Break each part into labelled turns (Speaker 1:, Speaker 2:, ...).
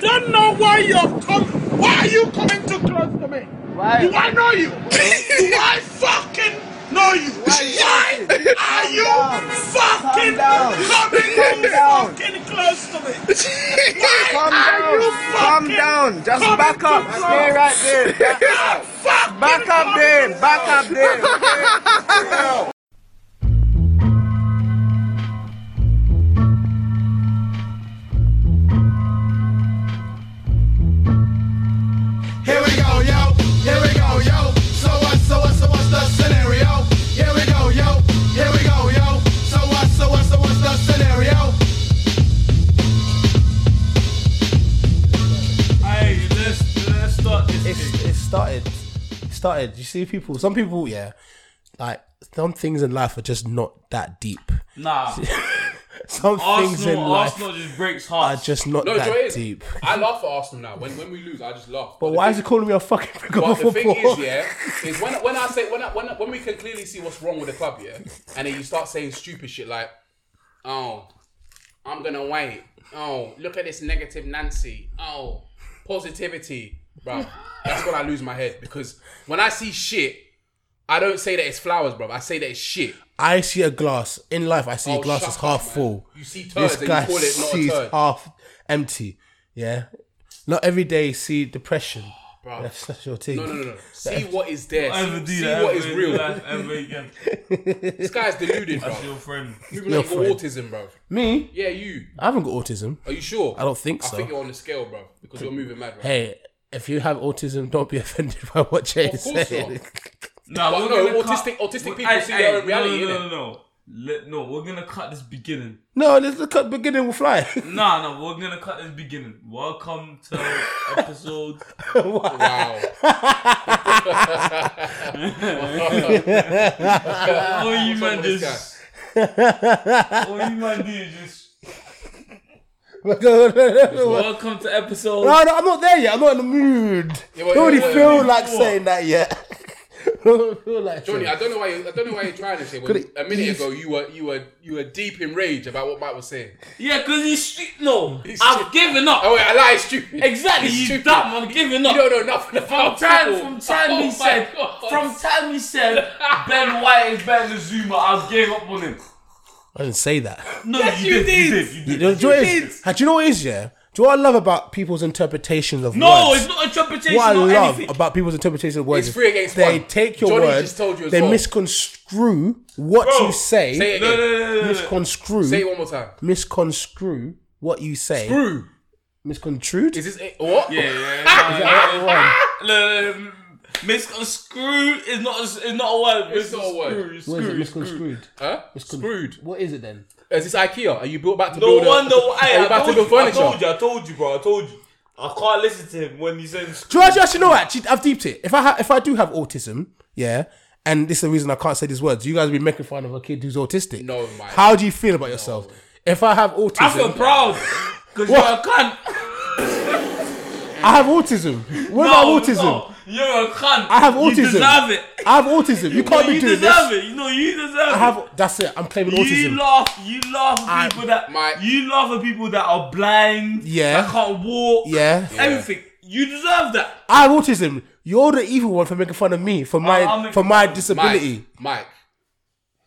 Speaker 1: don't know why you're coming. Why are you coming too close to me?
Speaker 2: Why?
Speaker 1: Do I know you? Do I fucking know you?
Speaker 2: Why you
Speaker 1: Why
Speaker 2: talking?
Speaker 1: are
Speaker 2: Calm
Speaker 1: you
Speaker 2: down.
Speaker 1: fucking
Speaker 2: Calm down.
Speaker 1: coming
Speaker 2: Calm
Speaker 1: too
Speaker 2: down.
Speaker 1: fucking close to me? Why
Speaker 2: Calm
Speaker 1: are you
Speaker 2: down. Calm
Speaker 1: fucking
Speaker 2: down. Just
Speaker 1: coming
Speaker 2: back
Speaker 1: too
Speaker 2: up.
Speaker 1: close?
Speaker 2: Stay right there. Back
Speaker 1: You're
Speaker 2: up.
Speaker 1: fucking
Speaker 2: Back up
Speaker 1: coming
Speaker 2: there.
Speaker 1: too
Speaker 2: Back
Speaker 1: close.
Speaker 2: up there.
Speaker 3: Here we go, yo. Here we go, yo. So what? So what? So what's the scenario? Here we go, yo. Here we go, yo. So what? So what? So what's the scenario?
Speaker 1: Hey, let's let's start this.
Speaker 4: it's
Speaker 1: thing.
Speaker 4: it started it started you see people some people yeah like some things in life are just not that deep
Speaker 5: Nah,
Speaker 4: some things in
Speaker 5: Arsenal,
Speaker 4: life
Speaker 5: Arsenal just breaks
Speaker 4: are
Speaker 5: hearts.
Speaker 4: just not
Speaker 6: No,
Speaker 4: that
Speaker 6: do you know what it is?
Speaker 4: deep
Speaker 6: I laugh at Arsenal now. When when we lose, I just laugh.
Speaker 4: but
Speaker 6: the
Speaker 4: why is
Speaker 6: thing-
Speaker 4: he calling me a fucking figure
Speaker 6: But
Speaker 4: of
Speaker 6: the thing
Speaker 4: football
Speaker 6: is, yeah, is when when I say when I, when I- when we can clearly see what's wrong with the club, yeah, and then you start saying stupid shit like, oh, I'm gonna wait. Oh, look at this negative Nancy. Oh, positivity, bro. That's when I lose my head because when I see shit, I don't say that it's flowers, bro. I say that it's shit.
Speaker 4: i see a glass in life i see
Speaker 6: Oh,
Speaker 4: a glass
Speaker 6: shut
Speaker 4: is half
Speaker 6: up, man.
Speaker 4: full
Speaker 6: You see turds
Speaker 4: this
Speaker 6: and you
Speaker 4: guy
Speaker 6: call it not a
Speaker 4: sees
Speaker 6: turd.
Speaker 4: half empty yeah not every day see depression
Speaker 6: Bro.
Speaker 4: that's, that's your team
Speaker 6: No, no, no, no. See what is there.
Speaker 5: I never
Speaker 6: See,
Speaker 5: do
Speaker 6: see
Speaker 5: that
Speaker 6: what
Speaker 5: ever
Speaker 6: is
Speaker 5: in
Speaker 6: real.
Speaker 5: life, ever again.
Speaker 6: This guy's deluded, bro.
Speaker 5: That's your friend.
Speaker 6: People that got
Speaker 4: friend.
Speaker 6: autism, bro.
Speaker 4: me
Speaker 6: Yeah, you.
Speaker 4: i haven't got autism
Speaker 6: Are you sure?
Speaker 4: I don't think
Speaker 6: I
Speaker 4: so.
Speaker 6: think you're on the scale, bro, because you're moving mad, bro.
Speaker 4: hey, if you have autism, don't be offended by what Jay is
Speaker 6: course
Speaker 4: saying.
Speaker 5: No,
Speaker 6: But
Speaker 5: we're
Speaker 6: no,
Speaker 5: gonna
Speaker 6: autistic-
Speaker 5: cut-
Speaker 6: autistic
Speaker 5: we-
Speaker 6: people
Speaker 5: hey,
Speaker 6: see
Speaker 5: hey,
Speaker 6: their own reality,
Speaker 5: No, no, no,
Speaker 6: innit?
Speaker 5: no. Let- no, we're gonna cut this beginning.
Speaker 4: no, let's look at beginning with fly.
Speaker 5: Nah, no, we're gonna cut this beginning. Welcome to episode.
Speaker 6: Wow.
Speaker 5: All you man
Speaker 6: with Ah, this
Speaker 5: just. All you man do is just.
Speaker 4: no, no, no,
Speaker 5: Welcome to episode.
Speaker 4: I'm not there yet. I'm not in the mood.
Speaker 6: Yeah, but-
Speaker 4: don't really
Speaker 6: yeah, but-
Speaker 4: feel
Speaker 6: yeah, but-
Speaker 4: like saying that yet. don't feel like
Speaker 6: Johnny,
Speaker 4: saying-
Speaker 6: I don't know why you, I don't know why you're trying to say. Well,
Speaker 4: Could it-
Speaker 6: a minute ago, you were you were you were deep in rage about what Mike was saying.
Speaker 5: Yeah, because he's stupid. No,
Speaker 6: He's
Speaker 5: I've
Speaker 6: stupid.
Speaker 5: given up.
Speaker 6: Oh wait, I lied. Stupid.
Speaker 5: Exactly,
Speaker 6: He's
Speaker 5: you
Speaker 6: stupid.
Speaker 5: dumb. I'm giving up.
Speaker 6: You don't know nothing
Speaker 5: From
Speaker 6: about
Speaker 5: time,
Speaker 6: football.
Speaker 5: from time
Speaker 6: Oh
Speaker 5: he
Speaker 6: my
Speaker 5: said,
Speaker 6: God.
Speaker 5: from time he said, Ben White is better than Zuma. I gave up on him.
Speaker 4: I didn't say that.
Speaker 5: No,
Speaker 6: Yes,
Speaker 5: you,
Speaker 6: you
Speaker 5: did, You
Speaker 6: did.
Speaker 5: did. You
Speaker 4: You
Speaker 5: did.
Speaker 4: know, do, you know what it
Speaker 5: You
Speaker 4: is? do you know what it is? Yeah. Do you know what I love about people's interpretations of
Speaker 5: No,
Speaker 4: words?
Speaker 5: it's not interpretation
Speaker 4: What I
Speaker 5: or
Speaker 4: love
Speaker 5: anything.
Speaker 4: about people's interpretation of
Speaker 6: It's
Speaker 4: words is
Speaker 6: three against
Speaker 4: they
Speaker 6: one.
Speaker 4: take your
Speaker 6: Johnny
Speaker 4: word,
Speaker 6: just told you as
Speaker 4: they
Speaker 6: well.
Speaker 4: misconstrue what
Speaker 5: Bro,
Speaker 4: you say,
Speaker 6: say it
Speaker 5: No, no, no, no, no.
Speaker 4: misconstrue,
Speaker 6: Say it one more time.
Speaker 4: misconstrue what you say.
Speaker 6: Brew.
Speaker 4: Misconstrued?
Speaker 6: Is this a, what?
Speaker 5: Yeah, yeah, yeah.
Speaker 4: that the one?
Speaker 5: Look, look, look. Misconstrue is not a, is not a word.
Speaker 6: It's not a word.
Speaker 5: Misconstrue,
Speaker 4: What is it?
Speaker 5: screw, screw.
Speaker 4: Misconstrued.
Speaker 6: Huh?
Speaker 4: Miscon-
Speaker 6: Screwed.
Speaker 4: What is it then?
Speaker 6: Is this IKEA? Are you built back to
Speaker 5: No
Speaker 6: build? a-
Speaker 5: wonder.
Speaker 6: Are
Speaker 5: Hey,
Speaker 6: you
Speaker 5: I
Speaker 6: back to
Speaker 5: told
Speaker 6: build
Speaker 5: you. I told
Speaker 6: furniture?
Speaker 5: you. I told you, bro. I told you. I can't listen to him when he says.
Speaker 4: Do you actually, actually know what? Actually, I've deeped it. If I ha- if I do have autism, yeah, and this is the reason I can't say these words, you guys be making fun of a kid who's autistic.
Speaker 6: No, mate.
Speaker 4: How do you feel about yourself? If I have autism,
Speaker 5: I feel proud because you're a
Speaker 4: What?
Speaker 5: cunt.
Speaker 4: I have autism. What
Speaker 5: Oh, No,
Speaker 4: about autism?
Speaker 5: no, you're a cunt.
Speaker 4: I have
Speaker 5: You
Speaker 4: autism.
Speaker 5: deserve it.
Speaker 4: I have autism. You
Speaker 5: No,
Speaker 4: can't be
Speaker 5: you
Speaker 4: doing
Speaker 5: deserve
Speaker 4: this.
Speaker 5: it. You know you deserve
Speaker 4: I
Speaker 5: it.
Speaker 4: have. That's it. I'm claiming
Speaker 5: You
Speaker 4: autism.
Speaker 5: laugh. You laugh at people that.
Speaker 6: my-
Speaker 5: you laugh at people that are blind.
Speaker 4: Yeah.
Speaker 5: That can't walk.
Speaker 4: yeah.
Speaker 5: Everything. You deserve that.
Speaker 4: I have autism. You're the evil one for making fun of me for my
Speaker 5: I'm making
Speaker 4: for my
Speaker 5: fun of-
Speaker 4: disability.
Speaker 6: Mike,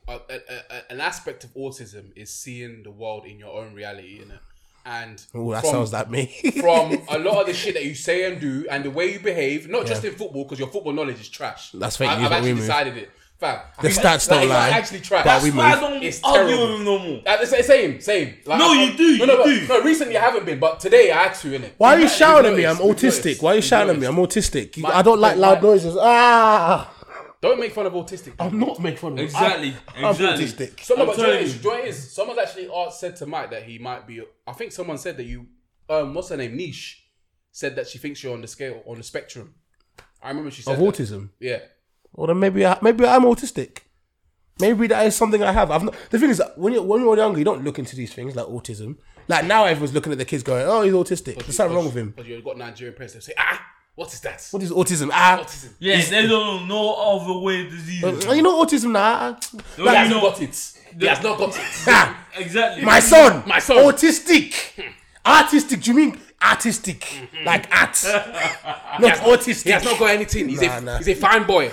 Speaker 6: Mike a, a, a, an aspect of autism is seeing the world in your own reality, innit? And
Speaker 4: Oh, that
Speaker 6: from-
Speaker 4: sounds like me.
Speaker 6: from a lot of the shit that you say and do and the way you behave, not just in football, because your football knowledge is trash.
Speaker 4: That's fake
Speaker 6: I, I've
Speaker 4: news, what we
Speaker 6: actually
Speaker 4: mean.
Speaker 6: decided it. Fam,
Speaker 4: The stats don't
Speaker 6: like,
Speaker 4: lie,
Speaker 6: It's actually trash.
Speaker 4: but
Speaker 5: That's
Speaker 4: we
Speaker 5: why
Speaker 4: move.
Speaker 5: I don't
Speaker 6: It's
Speaker 5: argue
Speaker 6: terrible.
Speaker 5: with him no more.
Speaker 6: Uh, it's the same, same. Like,
Speaker 5: No,
Speaker 6: I-
Speaker 5: you do,
Speaker 6: No, no,
Speaker 5: you
Speaker 6: but-
Speaker 5: do.
Speaker 6: No, recently I haven't been, but today I had to, innit?
Speaker 4: Why are you
Speaker 6: We've
Speaker 4: shouting at me? I'm
Speaker 6: noticed, we've
Speaker 4: autistic.
Speaker 6: noticed,
Speaker 4: Why are you
Speaker 6: we've
Speaker 4: shouting at me?
Speaker 6: noticed.
Speaker 4: I'm autistic. You-
Speaker 6: My-
Speaker 4: I don't like loud
Speaker 6: my-
Speaker 4: noises. Ah!
Speaker 6: Don't make fun of autistic.
Speaker 4: I'm not making fun of you.
Speaker 5: Exactly.
Speaker 4: I'm
Speaker 5: exactly.
Speaker 4: autistic.
Speaker 6: So no,
Speaker 5: I'm
Speaker 6: but do you know what
Speaker 5: telling
Speaker 6: it is,
Speaker 5: you.
Speaker 6: do you know what it is? Someone's actually asked, said to Mike that he might be. I think someone said that you. Um, what's her name? Niche said that she thinks you're on the scale on the spectrum. I remember she said
Speaker 4: Of
Speaker 6: that.
Speaker 4: autism.
Speaker 6: Yeah.
Speaker 4: Well, then maybe I, maybe I'm autistic. Maybe that is something I have. I've not, the thing is, that when you're, when you're younger, you don't look into these things like autism. Like now, everyone's looking at the kids going, "Oh, he's autistic. There's something wrong with him."
Speaker 6: But you've got Nigerian parents. They say, ah, what is that?
Speaker 4: What is autism? Ah,
Speaker 6: Autism.
Speaker 5: Yeah, they don't know all the way disease.
Speaker 4: Uh, you know autism now.
Speaker 6: He
Speaker 5: Like,
Speaker 6: has
Speaker 5: you
Speaker 6: not
Speaker 5: know,
Speaker 6: got it. He has not got it.
Speaker 4: Ah,
Speaker 5: exactly.
Speaker 4: my son,
Speaker 6: My son.
Speaker 4: autistic, artistic. Do you mean artistic, like art, not autistic.
Speaker 6: He has not got anything. He's,
Speaker 4: Nah,
Speaker 6: a,
Speaker 4: nah.
Speaker 6: he's a fine boy.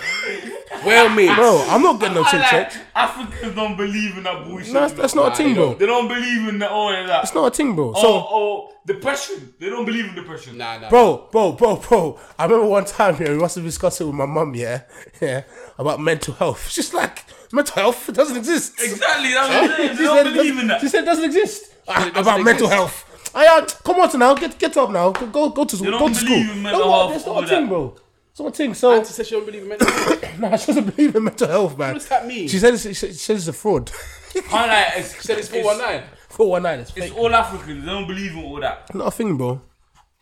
Speaker 6: well made.
Speaker 4: Bro, I'm not getting no
Speaker 5: I
Speaker 4: chin
Speaker 5: like,
Speaker 4: check.
Speaker 5: Africans don't believe in that bullshit.
Speaker 4: No, that's, that's not a thing, bro.
Speaker 5: They don't believe in the, all of that.
Speaker 4: That's not a thing, bro.
Speaker 5: oh,
Speaker 4: So,
Speaker 5: oh, depression. They don't believe in depression.
Speaker 6: Nah, nah.
Speaker 4: bro, bro, bro, bro. I remember one time here, we must have discussed it with my mum, yeah, yeah, about mental health. She's like, mental health it doesn't exist.
Speaker 5: Exactly. That's what I'm saying. They
Speaker 4: She said
Speaker 5: don't
Speaker 4: it
Speaker 5: believe
Speaker 4: doesn't-
Speaker 5: in that.
Speaker 4: She said it doesn't exist. Ah,
Speaker 6: doesn't
Speaker 4: about mental
Speaker 6: exist.
Speaker 4: health. I, uh, come on to now, get get up now. Go go- go to school.
Speaker 5: don't
Speaker 4: Go to
Speaker 5: believe
Speaker 4: school.
Speaker 5: in mental
Speaker 4: No,
Speaker 5: health,
Speaker 4: That's
Speaker 5: all
Speaker 4: not a
Speaker 5: that.
Speaker 4: thing, bro. It's not a thing. So
Speaker 6: Auntie said she don't believe in mental health.
Speaker 4: nah, she doesn't believe in mental health, man. What
Speaker 6: does that mean?
Speaker 4: She said it's, she said- she said it's a fraud.
Speaker 5: Can't lie, it's,
Speaker 6: Said it's 419.
Speaker 4: Four one nine. It's
Speaker 5: It's
Speaker 4: fake.
Speaker 5: all Africans. They don't believe in all that.
Speaker 4: Not a thing, bro. You know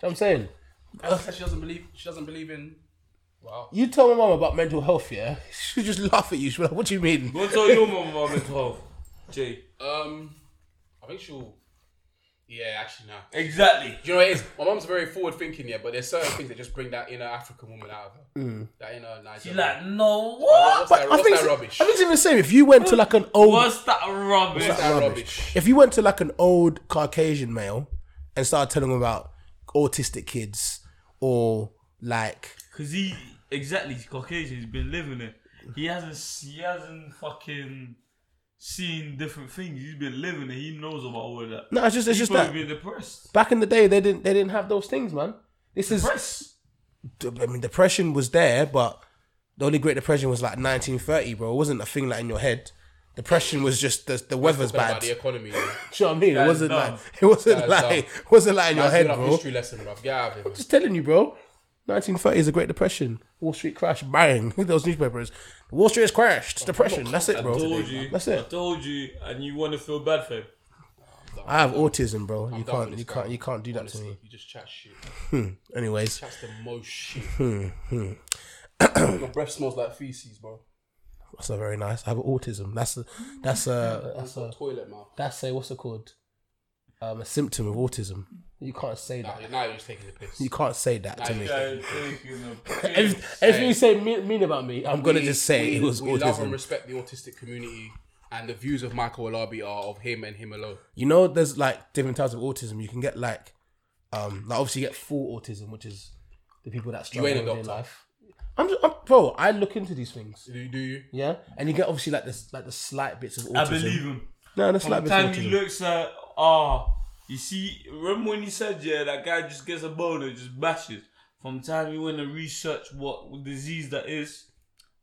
Speaker 4: what I'm saying.
Speaker 6: Auntie said she doesn't believe. She doesn't believe in.
Speaker 4: You tell my mum about mental health, yeah? She'll just laugh at you. She'll be like, what do you mean?
Speaker 5: Go tell your mum about mental health, Jay.
Speaker 6: Um, I think she'll. Yeah, actually, no.
Speaker 5: Exactly.
Speaker 6: Do you know what it is? My mom's very forward thinking, yeah, but there's certain things that just bring that inner African woman out of her. That inner
Speaker 5: She's
Speaker 6: Nigerian.
Speaker 5: like, no, what?
Speaker 6: what's that,
Speaker 4: Mm. I
Speaker 6: what's
Speaker 4: think,
Speaker 6: that
Speaker 4: it's-
Speaker 6: rubbish?
Speaker 4: I think it's even the same. If you went to like an old
Speaker 5: What's that rubbish?
Speaker 6: What's that rubbish?
Speaker 4: If you went to like an old Caucasian male and started telling them about autistic kids or like
Speaker 5: Cause he exactly he's Caucasian. He's been living it. He hasn't he hasn't fucking seen different things. He's been living it. He knows about all that.
Speaker 4: no, it's just it's
Speaker 5: He's
Speaker 4: just
Speaker 5: probably
Speaker 4: that
Speaker 5: been depressed.
Speaker 4: back in the day they didn't they didn't have those things, man. This is
Speaker 5: Depressed.
Speaker 4: I mean depression was there, but the only Great Depression was like 1930, bro. It wasn't a thing like in your head. Depression was just the, the weather's
Speaker 6: Talking about
Speaker 4: bad.
Speaker 6: the
Speaker 4: Do
Speaker 6: economy. yeah.
Speaker 4: you know what I mean? It
Speaker 5: is
Speaker 4: wasn't
Speaker 5: dumb.
Speaker 4: like it wasn't
Speaker 6: is
Speaker 4: like
Speaker 6: dumb.
Speaker 4: it wasn't like in your
Speaker 6: That's
Speaker 4: head,
Speaker 6: head, up
Speaker 4: bro.
Speaker 6: history lesson, bruv. Get out of here.
Speaker 4: Just telling you, bro. 1930 is a Great Depression. Wall Street crash, bang. Those newspapers. Wall Street has crashed. Depression. That's it, bro.
Speaker 5: I told you.
Speaker 4: That's
Speaker 5: I
Speaker 4: it.
Speaker 5: told you, and you want to feel bad for him.
Speaker 4: I have autism, bro. You
Speaker 6: done with
Speaker 4: can't,
Speaker 6: this
Speaker 4: you
Speaker 6: guy.
Speaker 4: can't, you can't do that to
Speaker 6: Honestly,
Speaker 4: me.
Speaker 6: you just chat shit.
Speaker 4: Anyways, Hmm.
Speaker 6: That's the most shit. Your breath smells like feces, bro.
Speaker 4: that's not very nice. I have autism. That's a, that's a, that's a,
Speaker 6: Toilet mouth.
Speaker 4: that's a, what's it called? Um, a symptom of autism. You can't say
Speaker 6: Nah,
Speaker 4: that.
Speaker 6: you're- Now you're just taking the piss.
Speaker 4: You can't say that to me.
Speaker 5: Yeah, taking a piss.
Speaker 4: If, if you say mean, mean about me, I'm gonna just say
Speaker 6: we,
Speaker 4: it was
Speaker 6: we love and
Speaker 4: autism.
Speaker 6: respect the autistic community, and the views of Michael Olabi are of him and him alone.
Speaker 4: you know there's like different types of autism you can get like um like obviously you get full autism which is the people that struggle
Speaker 6: ain't a
Speaker 4: in their
Speaker 6: doctor.
Speaker 4: life I'm, just, I'm bro i look into these things
Speaker 6: Do, do you?
Speaker 4: yeah and you get obviously like this like the slight bits of autism
Speaker 5: I believe him.
Speaker 4: no the
Speaker 5: By
Speaker 4: slight
Speaker 5: the
Speaker 4: bits of
Speaker 5: time he
Speaker 4: autism
Speaker 5: looks at ah, you see, remember when you said yeah, that guy just gets a boner, just bashes. From the time you went to research what disease that is,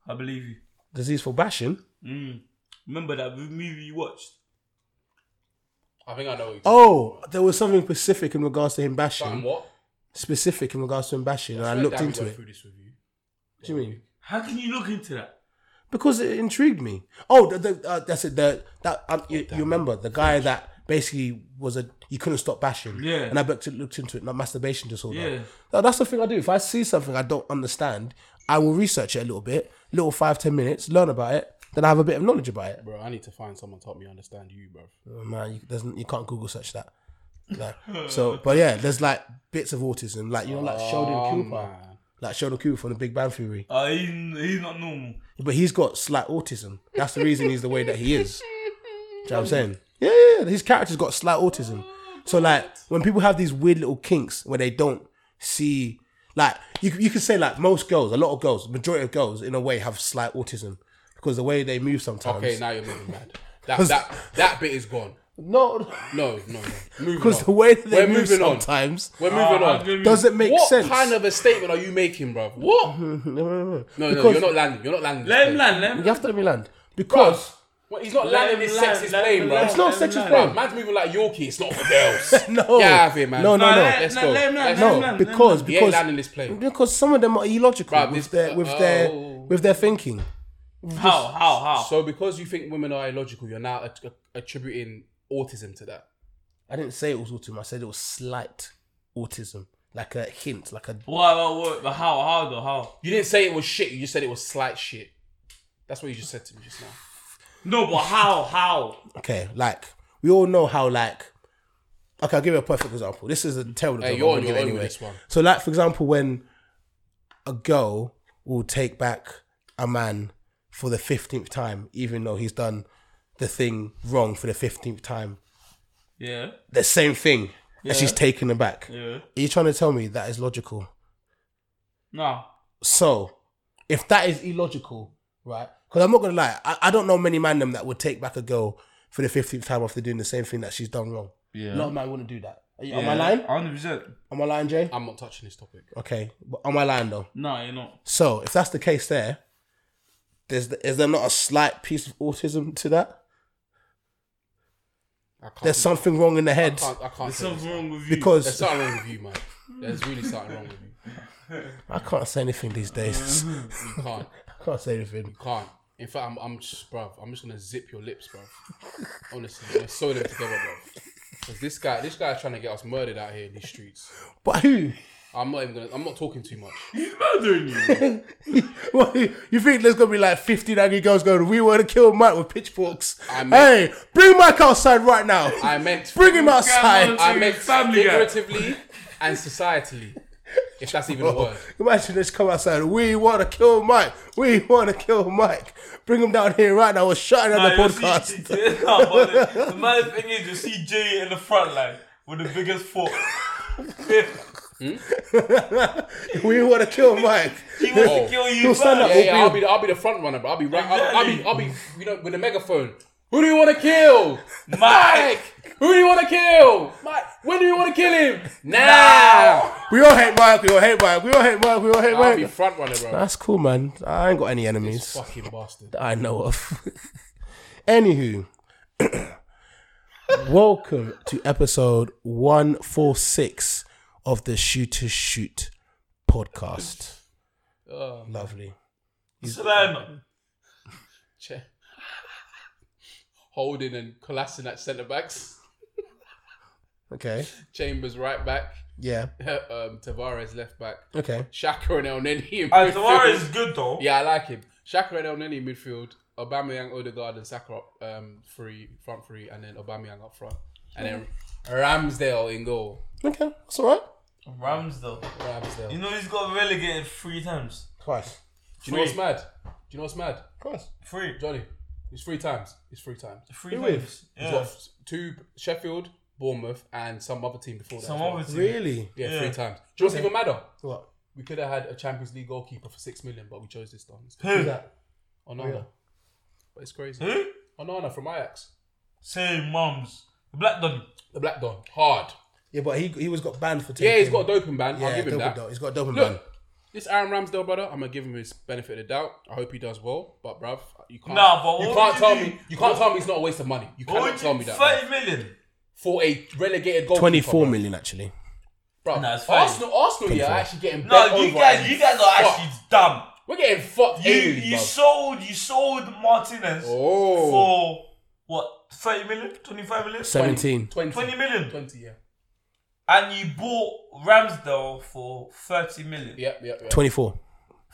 Speaker 5: I believe you.
Speaker 4: disease for bashing
Speaker 5: Mm. Remember that movie you watched?
Speaker 6: I think I know. what you're
Speaker 4: oh there was something specific in regards to him bashing
Speaker 6: talking about. what?
Speaker 4: specific in regards to him bashing and i
Speaker 6: Let
Speaker 4: looked
Speaker 6: Danny
Speaker 4: into
Speaker 6: go
Speaker 4: it
Speaker 6: Through this with you.
Speaker 4: what do you mean
Speaker 5: How can you look into that?
Speaker 4: because it intrigued me. Oh, the, the, uh, that's it. The, that um, you, you remember the guy that basically was a he couldn't stop bashing.
Speaker 5: Yeah.
Speaker 4: and I looked, looked into it, not masturbation disorder.
Speaker 5: Yeah.
Speaker 4: Now, that's the thing I do. If I see something I don't understand, I will research it a little bit, little five ten minutes, learn about it. Then I have a bit of knowledge about it.
Speaker 6: Bro, I need to find someone to help me understand you, bro.
Speaker 4: Oh, man, you, there's, n- you can't Google search that. No. so, but yeah, there's like bits of autism, like you know, like
Speaker 6: Oh,
Speaker 4: Sheldon Cooper, like Sheldon Cooper from The Big Bang Theory.
Speaker 5: Uh, he, he's not normal.
Speaker 4: But he's got slight autism. That's the reason he's the way that he is. Do you know what I'm saying? Yeah, yeah, yeah. His character's got slight autism. So like when people have these weird little kinks where they don't see like you you could say like most girls, a lot of girls, majority of girls in a way have slight autism because the way they move sometimes.
Speaker 6: Okay, now you're moving mad. That, that, that bit is gone.
Speaker 4: No,
Speaker 6: No, no, no. Moving
Speaker 4: because
Speaker 6: on.
Speaker 4: the way that they
Speaker 6: We're
Speaker 4: move
Speaker 6: moving on.
Speaker 4: sometimes
Speaker 6: We're moving
Speaker 5: Ah,
Speaker 6: on.
Speaker 5: give me-
Speaker 4: doesn't make
Speaker 6: What
Speaker 4: sense.
Speaker 6: kind of a statement are you making, bro? What? No,
Speaker 4: no,
Speaker 6: no, you're not landing. You're not landing. this
Speaker 5: Let him
Speaker 6: plane.
Speaker 5: land, let him
Speaker 4: You have to let me land because
Speaker 6: Well, he's not
Speaker 5: Let
Speaker 6: landing
Speaker 5: him
Speaker 6: this
Speaker 5: land,
Speaker 6: sexist
Speaker 5: let
Speaker 6: plane,
Speaker 5: him
Speaker 6: bro.
Speaker 5: land.
Speaker 4: it's not
Speaker 5: Let him land.
Speaker 4: sexist, bro.
Speaker 6: Man's moving like Yorkie. It's not for girls.
Speaker 4: No,
Speaker 6: Get out of here, man.
Speaker 4: No, no,
Speaker 5: No,
Speaker 4: no.
Speaker 5: let-
Speaker 6: Let's
Speaker 5: let-
Speaker 6: go.
Speaker 5: let him land,
Speaker 6: Let's
Speaker 5: let
Speaker 6: go.
Speaker 5: him land,
Speaker 4: No,
Speaker 5: let him
Speaker 4: because
Speaker 5: land.
Speaker 6: He ain't
Speaker 4: because
Speaker 6: landing this plane.
Speaker 4: because some of them are illogical
Speaker 6: Bruh,
Speaker 4: with
Speaker 6: this-
Speaker 4: their with their
Speaker 6: oh.
Speaker 4: with their thinking.
Speaker 5: How, how, how?
Speaker 6: So because you think women are illogical, you're now att- attributing autism to that.
Speaker 4: I didn't say it was autism. I said it was slight autism, like a hint, like a.
Speaker 5: Why, why, why, but how, how though, how?
Speaker 6: You didn't say it was shit. You just said it was slight shit. That's what you just said to me just now.
Speaker 5: No, but how, how?
Speaker 4: Okay, like we all know how like. Okay, I'll give you a perfect example. This is a terrible
Speaker 6: Hey,
Speaker 4: example.
Speaker 6: you're
Speaker 4: I'm
Speaker 6: on
Speaker 4: gonna
Speaker 6: your
Speaker 4: give it
Speaker 6: own with
Speaker 4: anyway.
Speaker 6: this one.
Speaker 4: So, like for example, when a girl will take back a man for the fifteenth time, even though he's done the thing wrong for the fifteenth time,
Speaker 5: Yeah.
Speaker 4: the same thing. and she's taken aback.
Speaker 5: Yeah.
Speaker 4: Are you trying to tell me that is logical?
Speaker 5: No.
Speaker 4: So, if that is illogical, right? Because I'm not gonna lie, I, I don't know many man them that would take back a girl for the fifteenth time after doing the same thing that she's done wrong.
Speaker 5: Yeah.
Speaker 4: A lot of man wouldn't do that. Are you, Am
Speaker 5: Yeah.
Speaker 4: I lying?
Speaker 5: 100%.
Speaker 4: Am I lying, Jay?
Speaker 6: I'm not touching this topic.
Speaker 4: Okay, but am I lying though?
Speaker 5: No, you're not.
Speaker 4: So, if that's the case, there, there's is there not a slight piece of autism to that?
Speaker 6: I can't
Speaker 4: There's something wrong in the
Speaker 6: I
Speaker 4: head
Speaker 6: can't, I can't
Speaker 5: There's
Speaker 6: say this.
Speaker 5: something wrong with you.
Speaker 6: There's
Speaker 4: because
Speaker 6: something wrong with you, man. There's really something wrong with you.
Speaker 4: I can't say anything these days.
Speaker 6: You can't.
Speaker 4: I can't say anything.
Speaker 6: You can't. In fact, I'm, I'm just, bruv, I'm just gonna zip your lips, bruv. Honestly, let's sew them together, bruv. Because this guy, this guy's trying to get us murdered out here in these streets.
Speaker 4: But who?
Speaker 6: I'm not even gonna, I'm not talking too much.
Speaker 5: He's murdering you.
Speaker 4: What, you think there's gonna be like 50 angry girls going, We want to kill Mike with pitchforks?
Speaker 6: I
Speaker 4: Hey,
Speaker 6: meant-
Speaker 4: bring Mike outside right now.
Speaker 6: I meant,
Speaker 4: bring him outside.
Speaker 5: Come on.
Speaker 6: I meant
Speaker 5: Family Guy.
Speaker 6: figuratively and societally, if that's even a word.
Speaker 4: Imagine they just come outside. We want to kill Mike. We want to kill Mike. Bring him down here right now. We're shutting down
Speaker 5: Nah,
Speaker 4: the
Speaker 5: you'll
Speaker 4: podcast.
Speaker 5: See, no, but the, the mad thing is, you see Jay in the front line with the biggest foot.
Speaker 4: we want to kill Mike.
Speaker 5: he wants
Speaker 6: Oh.
Speaker 5: to kill you.
Speaker 4: He'll stand
Speaker 5: back.
Speaker 4: up.
Speaker 6: Yeah, yeah,
Speaker 4: Open
Speaker 6: I'll
Speaker 4: up.
Speaker 6: be, the, I'll be the front runner, bro. I'll be right, I'll, I'll be, I'll be, you know, with a megaphone. Who do you want to kill?
Speaker 5: Mike!
Speaker 6: Mike. Who do you want to kill? Mike. When do you want to kill him? Now.
Speaker 4: We all hate Mike. We all hate Mike. We all hate Mike. We all hate
Speaker 6: I'll be
Speaker 4: Mike.
Speaker 6: front runner, bro.
Speaker 4: That's cool, man. I ain't got any enemies.
Speaker 6: Fucking bastard.
Speaker 4: that I know of. Anywho, welcome to episode 146 of the Shoot to Shoot podcast.
Speaker 6: Um,
Speaker 4: Lovely.
Speaker 5: Slam.
Speaker 6: che- Holding and collapsing at centre backs.
Speaker 4: Okay.
Speaker 6: Chambers right back.
Speaker 4: Yeah.
Speaker 6: um, Tavares left back.
Speaker 4: Okay.
Speaker 6: Shaka and El Nini in
Speaker 5: And Tavares
Speaker 6: midfield.
Speaker 5: is good though.
Speaker 6: Yeah, I like him. Shaka and El Nini midfield. Aubameyang, Odegaard, and Saka up um, three front three, and then Aubameyang up front, and then Ramsdale in goal.
Speaker 4: Okay. That's all right.
Speaker 5: Ramsdale.
Speaker 6: Ramsdale.
Speaker 5: You know he's got relegated three times.
Speaker 4: Twice.
Speaker 6: Do you know what's mad? Do you know what's mad?
Speaker 4: Twice.
Speaker 5: Three.
Speaker 6: Johnny, it's three times. It's three times.
Speaker 5: Three
Speaker 4: Who
Speaker 5: times.
Speaker 6: He's
Speaker 5: Yeah.
Speaker 6: got two Sheffield, Bournemouth, and some other team before that.
Speaker 5: Some
Speaker 6: as well.
Speaker 5: other team.
Speaker 4: Really?
Speaker 6: Yeah,
Speaker 5: Yeah.
Speaker 6: three times. Do you know what's even madder?
Speaker 4: What?
Speaker 6: We could have had a Champions League goalkeeper for six million, but we chose this one.
Speaker 4: Who's
Speaker 5: Who?
Speaker 4: that?
Speaker 6: Onana.
Speaker 4: yeah.
Speaker 6: But it's crazy.
Speaker 5: Who?
Speaker 6: Onana from Ajax.
Speaker 5: Same mums. The black dog.
Speaker 6: The black don. Hard.
Speaker 4: Yeah, but he he was got banned for taking.
Speaker 6: Yeah, he's got a doping ban. I'll
Speaker 4: Yeah,
Speaker 6: give him
Speaker 4: doping
Speaker 6: that.
Speaker 4: dog. He's got a doping ban.
Speaker 6: Look, this Aaron Ramsdale brother, I'm gonna give him his benefit of the doubt. I hope he does well. But bruv, you can't
Speaker 5: Nah, but
Speaker 6: you
Speaker 5: what
Speaker 6: can't
Speaker 5: would you
Speaker 6: tell
Speaker 5: do?
Speaker 6: me you can't tell me it's not a waste of money. You
Speaker 5: What would
Speaker 6: cannot
Speaker 5: you-
Speaker 6: tell me that. bruv.
Speaker 5: Thirty million.
Speaker 6: For a relegated goalkeeper.
Speaker 4: Twenty-four
Speaker 6: bruv.
Speaker 4: million actually.
Speaker 6: Bruv,
Speaker 5: Nah, it's fine.
Speaker 6: Arsenal, Arsenal, yeah, are actually getting bent
Speaker 5: No, you
Speaker 6: over
Speaker 5: guys,
Speaker 6: and
Speaker 5: you guys are
Speaker 6: fucked.
Speaker 5: actually dumb.
Speaker 6: We're getting fucked.
Speaker 5: You
Speaker 6: anally,
Speaker 5: you
Speaker 6: bruv.
Speaker 5: sold you sold Martinez
Speaker 6: Oh.
Speaker 5: for what? Thirty million? Twenty-five million?
Speaker 4: Seventeen.
Speaker 6: 20,
Speaker 5: 20 million.
Speaker 6: 20, yeah.
Speaker 5: And you bought Ramsdale for thirty million.
Speaker 6: Yeah, yeah, yeah.
Speaker 4: Twenty-four.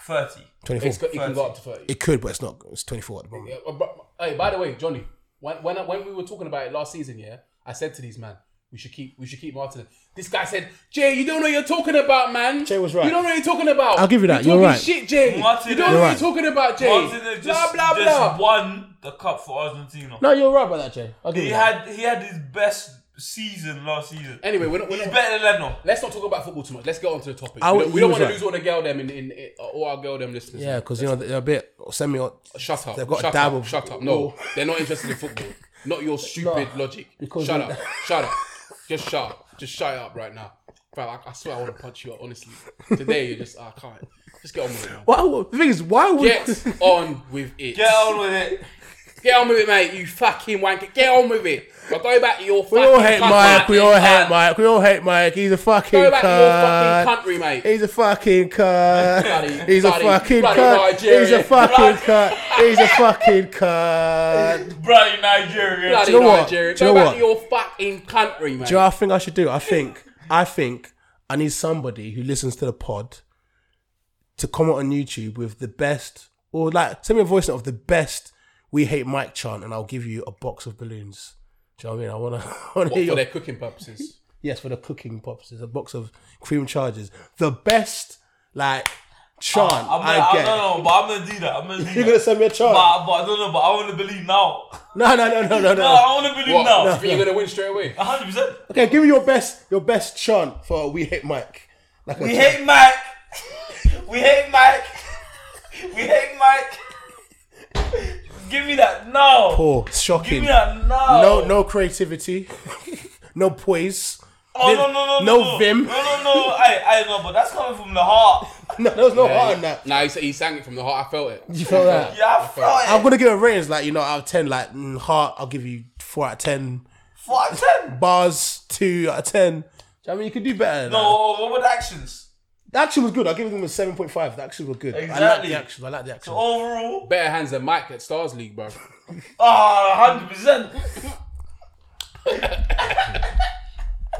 Speaker 5: Thirty.
Speaker 6: It's,
Speaker 4: Twenty-four.
Speaker 6: got- it can go up to 30.
Speaker 4: It could, but it's not. It's twenty-four at the moment.
Speaker 6: Yeah, but- but- hey, by the way, Johnny, when when, I, when we were talking about it last season, yeah, I said to these man, we should keep we should keep Martin. This guy said, Jay, you don't know what you're talking about, man.
Speaker 4: Jay was right.
Speaker 6: You don't know what you're talking about.
Speaker 4: I'll give you that,
Speaker 6: You're,
Speaker 4: you're
Speaker 6: talking
Speaker 4: right.
Speaker 6: shit, Jay. you
Speaker 5: Martinez-
Speaker 6: don't know
Speaker 5: You're
Speaker 6: what
Speaker 4: right.
Speaker 6: you're talking about, Jay.
Speaker 5: Martinez just,
Speaker 6: blah blah
Speaker 5: just
Speaker 6: blah.
Speaker 5: won the cup for Argentina.
Speaker 4: No, you're right about that, Jay. I'll give
Speaker 5: He
Speaker 4: you that.
Speaker 5: had he had his best season last season.
Speaker 6: Anyway, we're not, we're
Speaker 5: He's
Speaker 6: not,
Speaker 5: better than Leno.
Speaker 6: let's not talk about football too much. Let's get on to the topic.
Speaker 4: I
Speaker 6: we
Speaker 4: would-
Speaker 6: don't,
Speaker 4: you was
Speaker 6: want to
Speaker 4: right.
Speaker 6: lose all the girl them in, in, in all our girl them listeners.
Speaker 4: Yeah, because you know they're a bit semi.
Speaker 6: Shut up.
Speaker 4: They've got a
Speaker 6: shut
Speaker 4: dab
Speaker 6: up.
Speaker 4: of-
Speaker 6: Shut up. No, they're not interested in football. Not your stupid logic.
Speaker 4: because
Speaker 6: shut
Speaker 4: they-
Speaker 6: up. Shut up. Just shut up. Just shut up right now. Bro, I, I swear I want to punch you up, honestly. Today, you just, I can't. Just get on with it, man.
Speaker 4: Why, would- the thing is, why would
Speaker 6: Get on with it.
Speaker 5: Get on with it.
Speaker 6: Get on with it, mate. You fucking wanker. Get on with it. But go back to your fucking
Speaker 4: we all hate
Speaker 6: cunt,
Speaker 4: Mike? We all hate
Speaker 6: cunt.
Speaker 4: Mike. We all hate Mike. He's a fucking
Speaker 6: Uh, Go back to your
Speaker 4: cunt.
Speaker 6: fucking country, mate.
Speaker 4: He's a fucking cunt.
Speaker 6: Bloody-
Speaker 4: He's a
Speaker 6: bloody-
Speaker 4: fucking
Speaker 6: bloody
Speaker 4: cunt. He's a
Speaker 6: Nigerian.
Speaker 4: fucking cunt. He's a fucking cunt.
Speaker 5: Bloody Nigeria.
Speaker 6: Bloody
Speaker 4: you know what?
Speaker 6: Nigeria.
Speaker 4: Do you
Speaker 6: Go
Speaker 4: know
Speaker 6: back
Speaker 4: what?
Speaker 6: to your fucking country, mate.
Speaker 4: Do you know what I think I should do? I think I think I need somebody who listens to the pod to comment on YouTube with the best or like send me a voice note of the best we hate Mike chant and I'll give you a box of balloons. Do you know what I mean? I wanna, I wanna
Speaker 6: What,
Speaker 4: hear
Speaker 6: for
Speaker 4: your
Speaker 6: their cooking purposes.
Speaker 4: Yes, for the cooking purposes, a box of cream charges. The best, like, Chant,
Speaker 5: Oh, I'm gonna,
Speaker 4: I get.
Speaker 5: I don't know, but I'm gonna do that. I'm gonna do
Speaker 4: You're
Speaker 5: that.
Speaker 4: gonna send me a chant?
Speaker 5: But, but I don't know, but I want to believe now.
Speaker 4: No, no, no, no, no, no.
Speaker 5: No, I want to believe
Speaker 6: What?
Speaker 5: now.
Speaker 6: You think you're gonna win straight away?
Speaker 5: 100%.
Speaker 4: Okay, give me your best, your best chant for "We Hate Mike." Like
Speaker 5: We hate Mike. we hate Mike. We hate Mike. Give me that now.
Speaker 4: poor,
Speaker 5: Give
Speaker 4: Oh, shocking.
Speaker 5: me that now.
Speaker 4: No, no creativity, no poise.
Speaker 5: Oh, no, no, no,
Speaker 4: no
Speaker 5: no, no.
Speaker 4: vim.
Speaker 5: No, no, no. I, I know, but that's coming from the heart.
Speaker 4: No, there was no heart in that.
Speaker 6: Nah, he, sa- he sang it from the heart. I felt it.
Speaker 4: You felt that?
Speaker 5: Yeah, I felt it.
Speaker 4: I'm gonna give it ratings like you know out of ten. Like mm, heart, I'll give you four out of ten.
Speaker 5: Four out of ten.
Speaker 4: Bars, two out of ten. Do you know what I mean, you could do better. than
Speaker 5: No, what- what were the actions?
Speaker 4: that. the action was good. I'll give them a seven point five. The action was good. I like
Speaker 5: Exactly.
Speaker 4: the action. I like the action.
Speaker 5: Overall,
Speaker 6: Better hands than Mike at Stars League, bro.
Speaker 5: ah, 100%.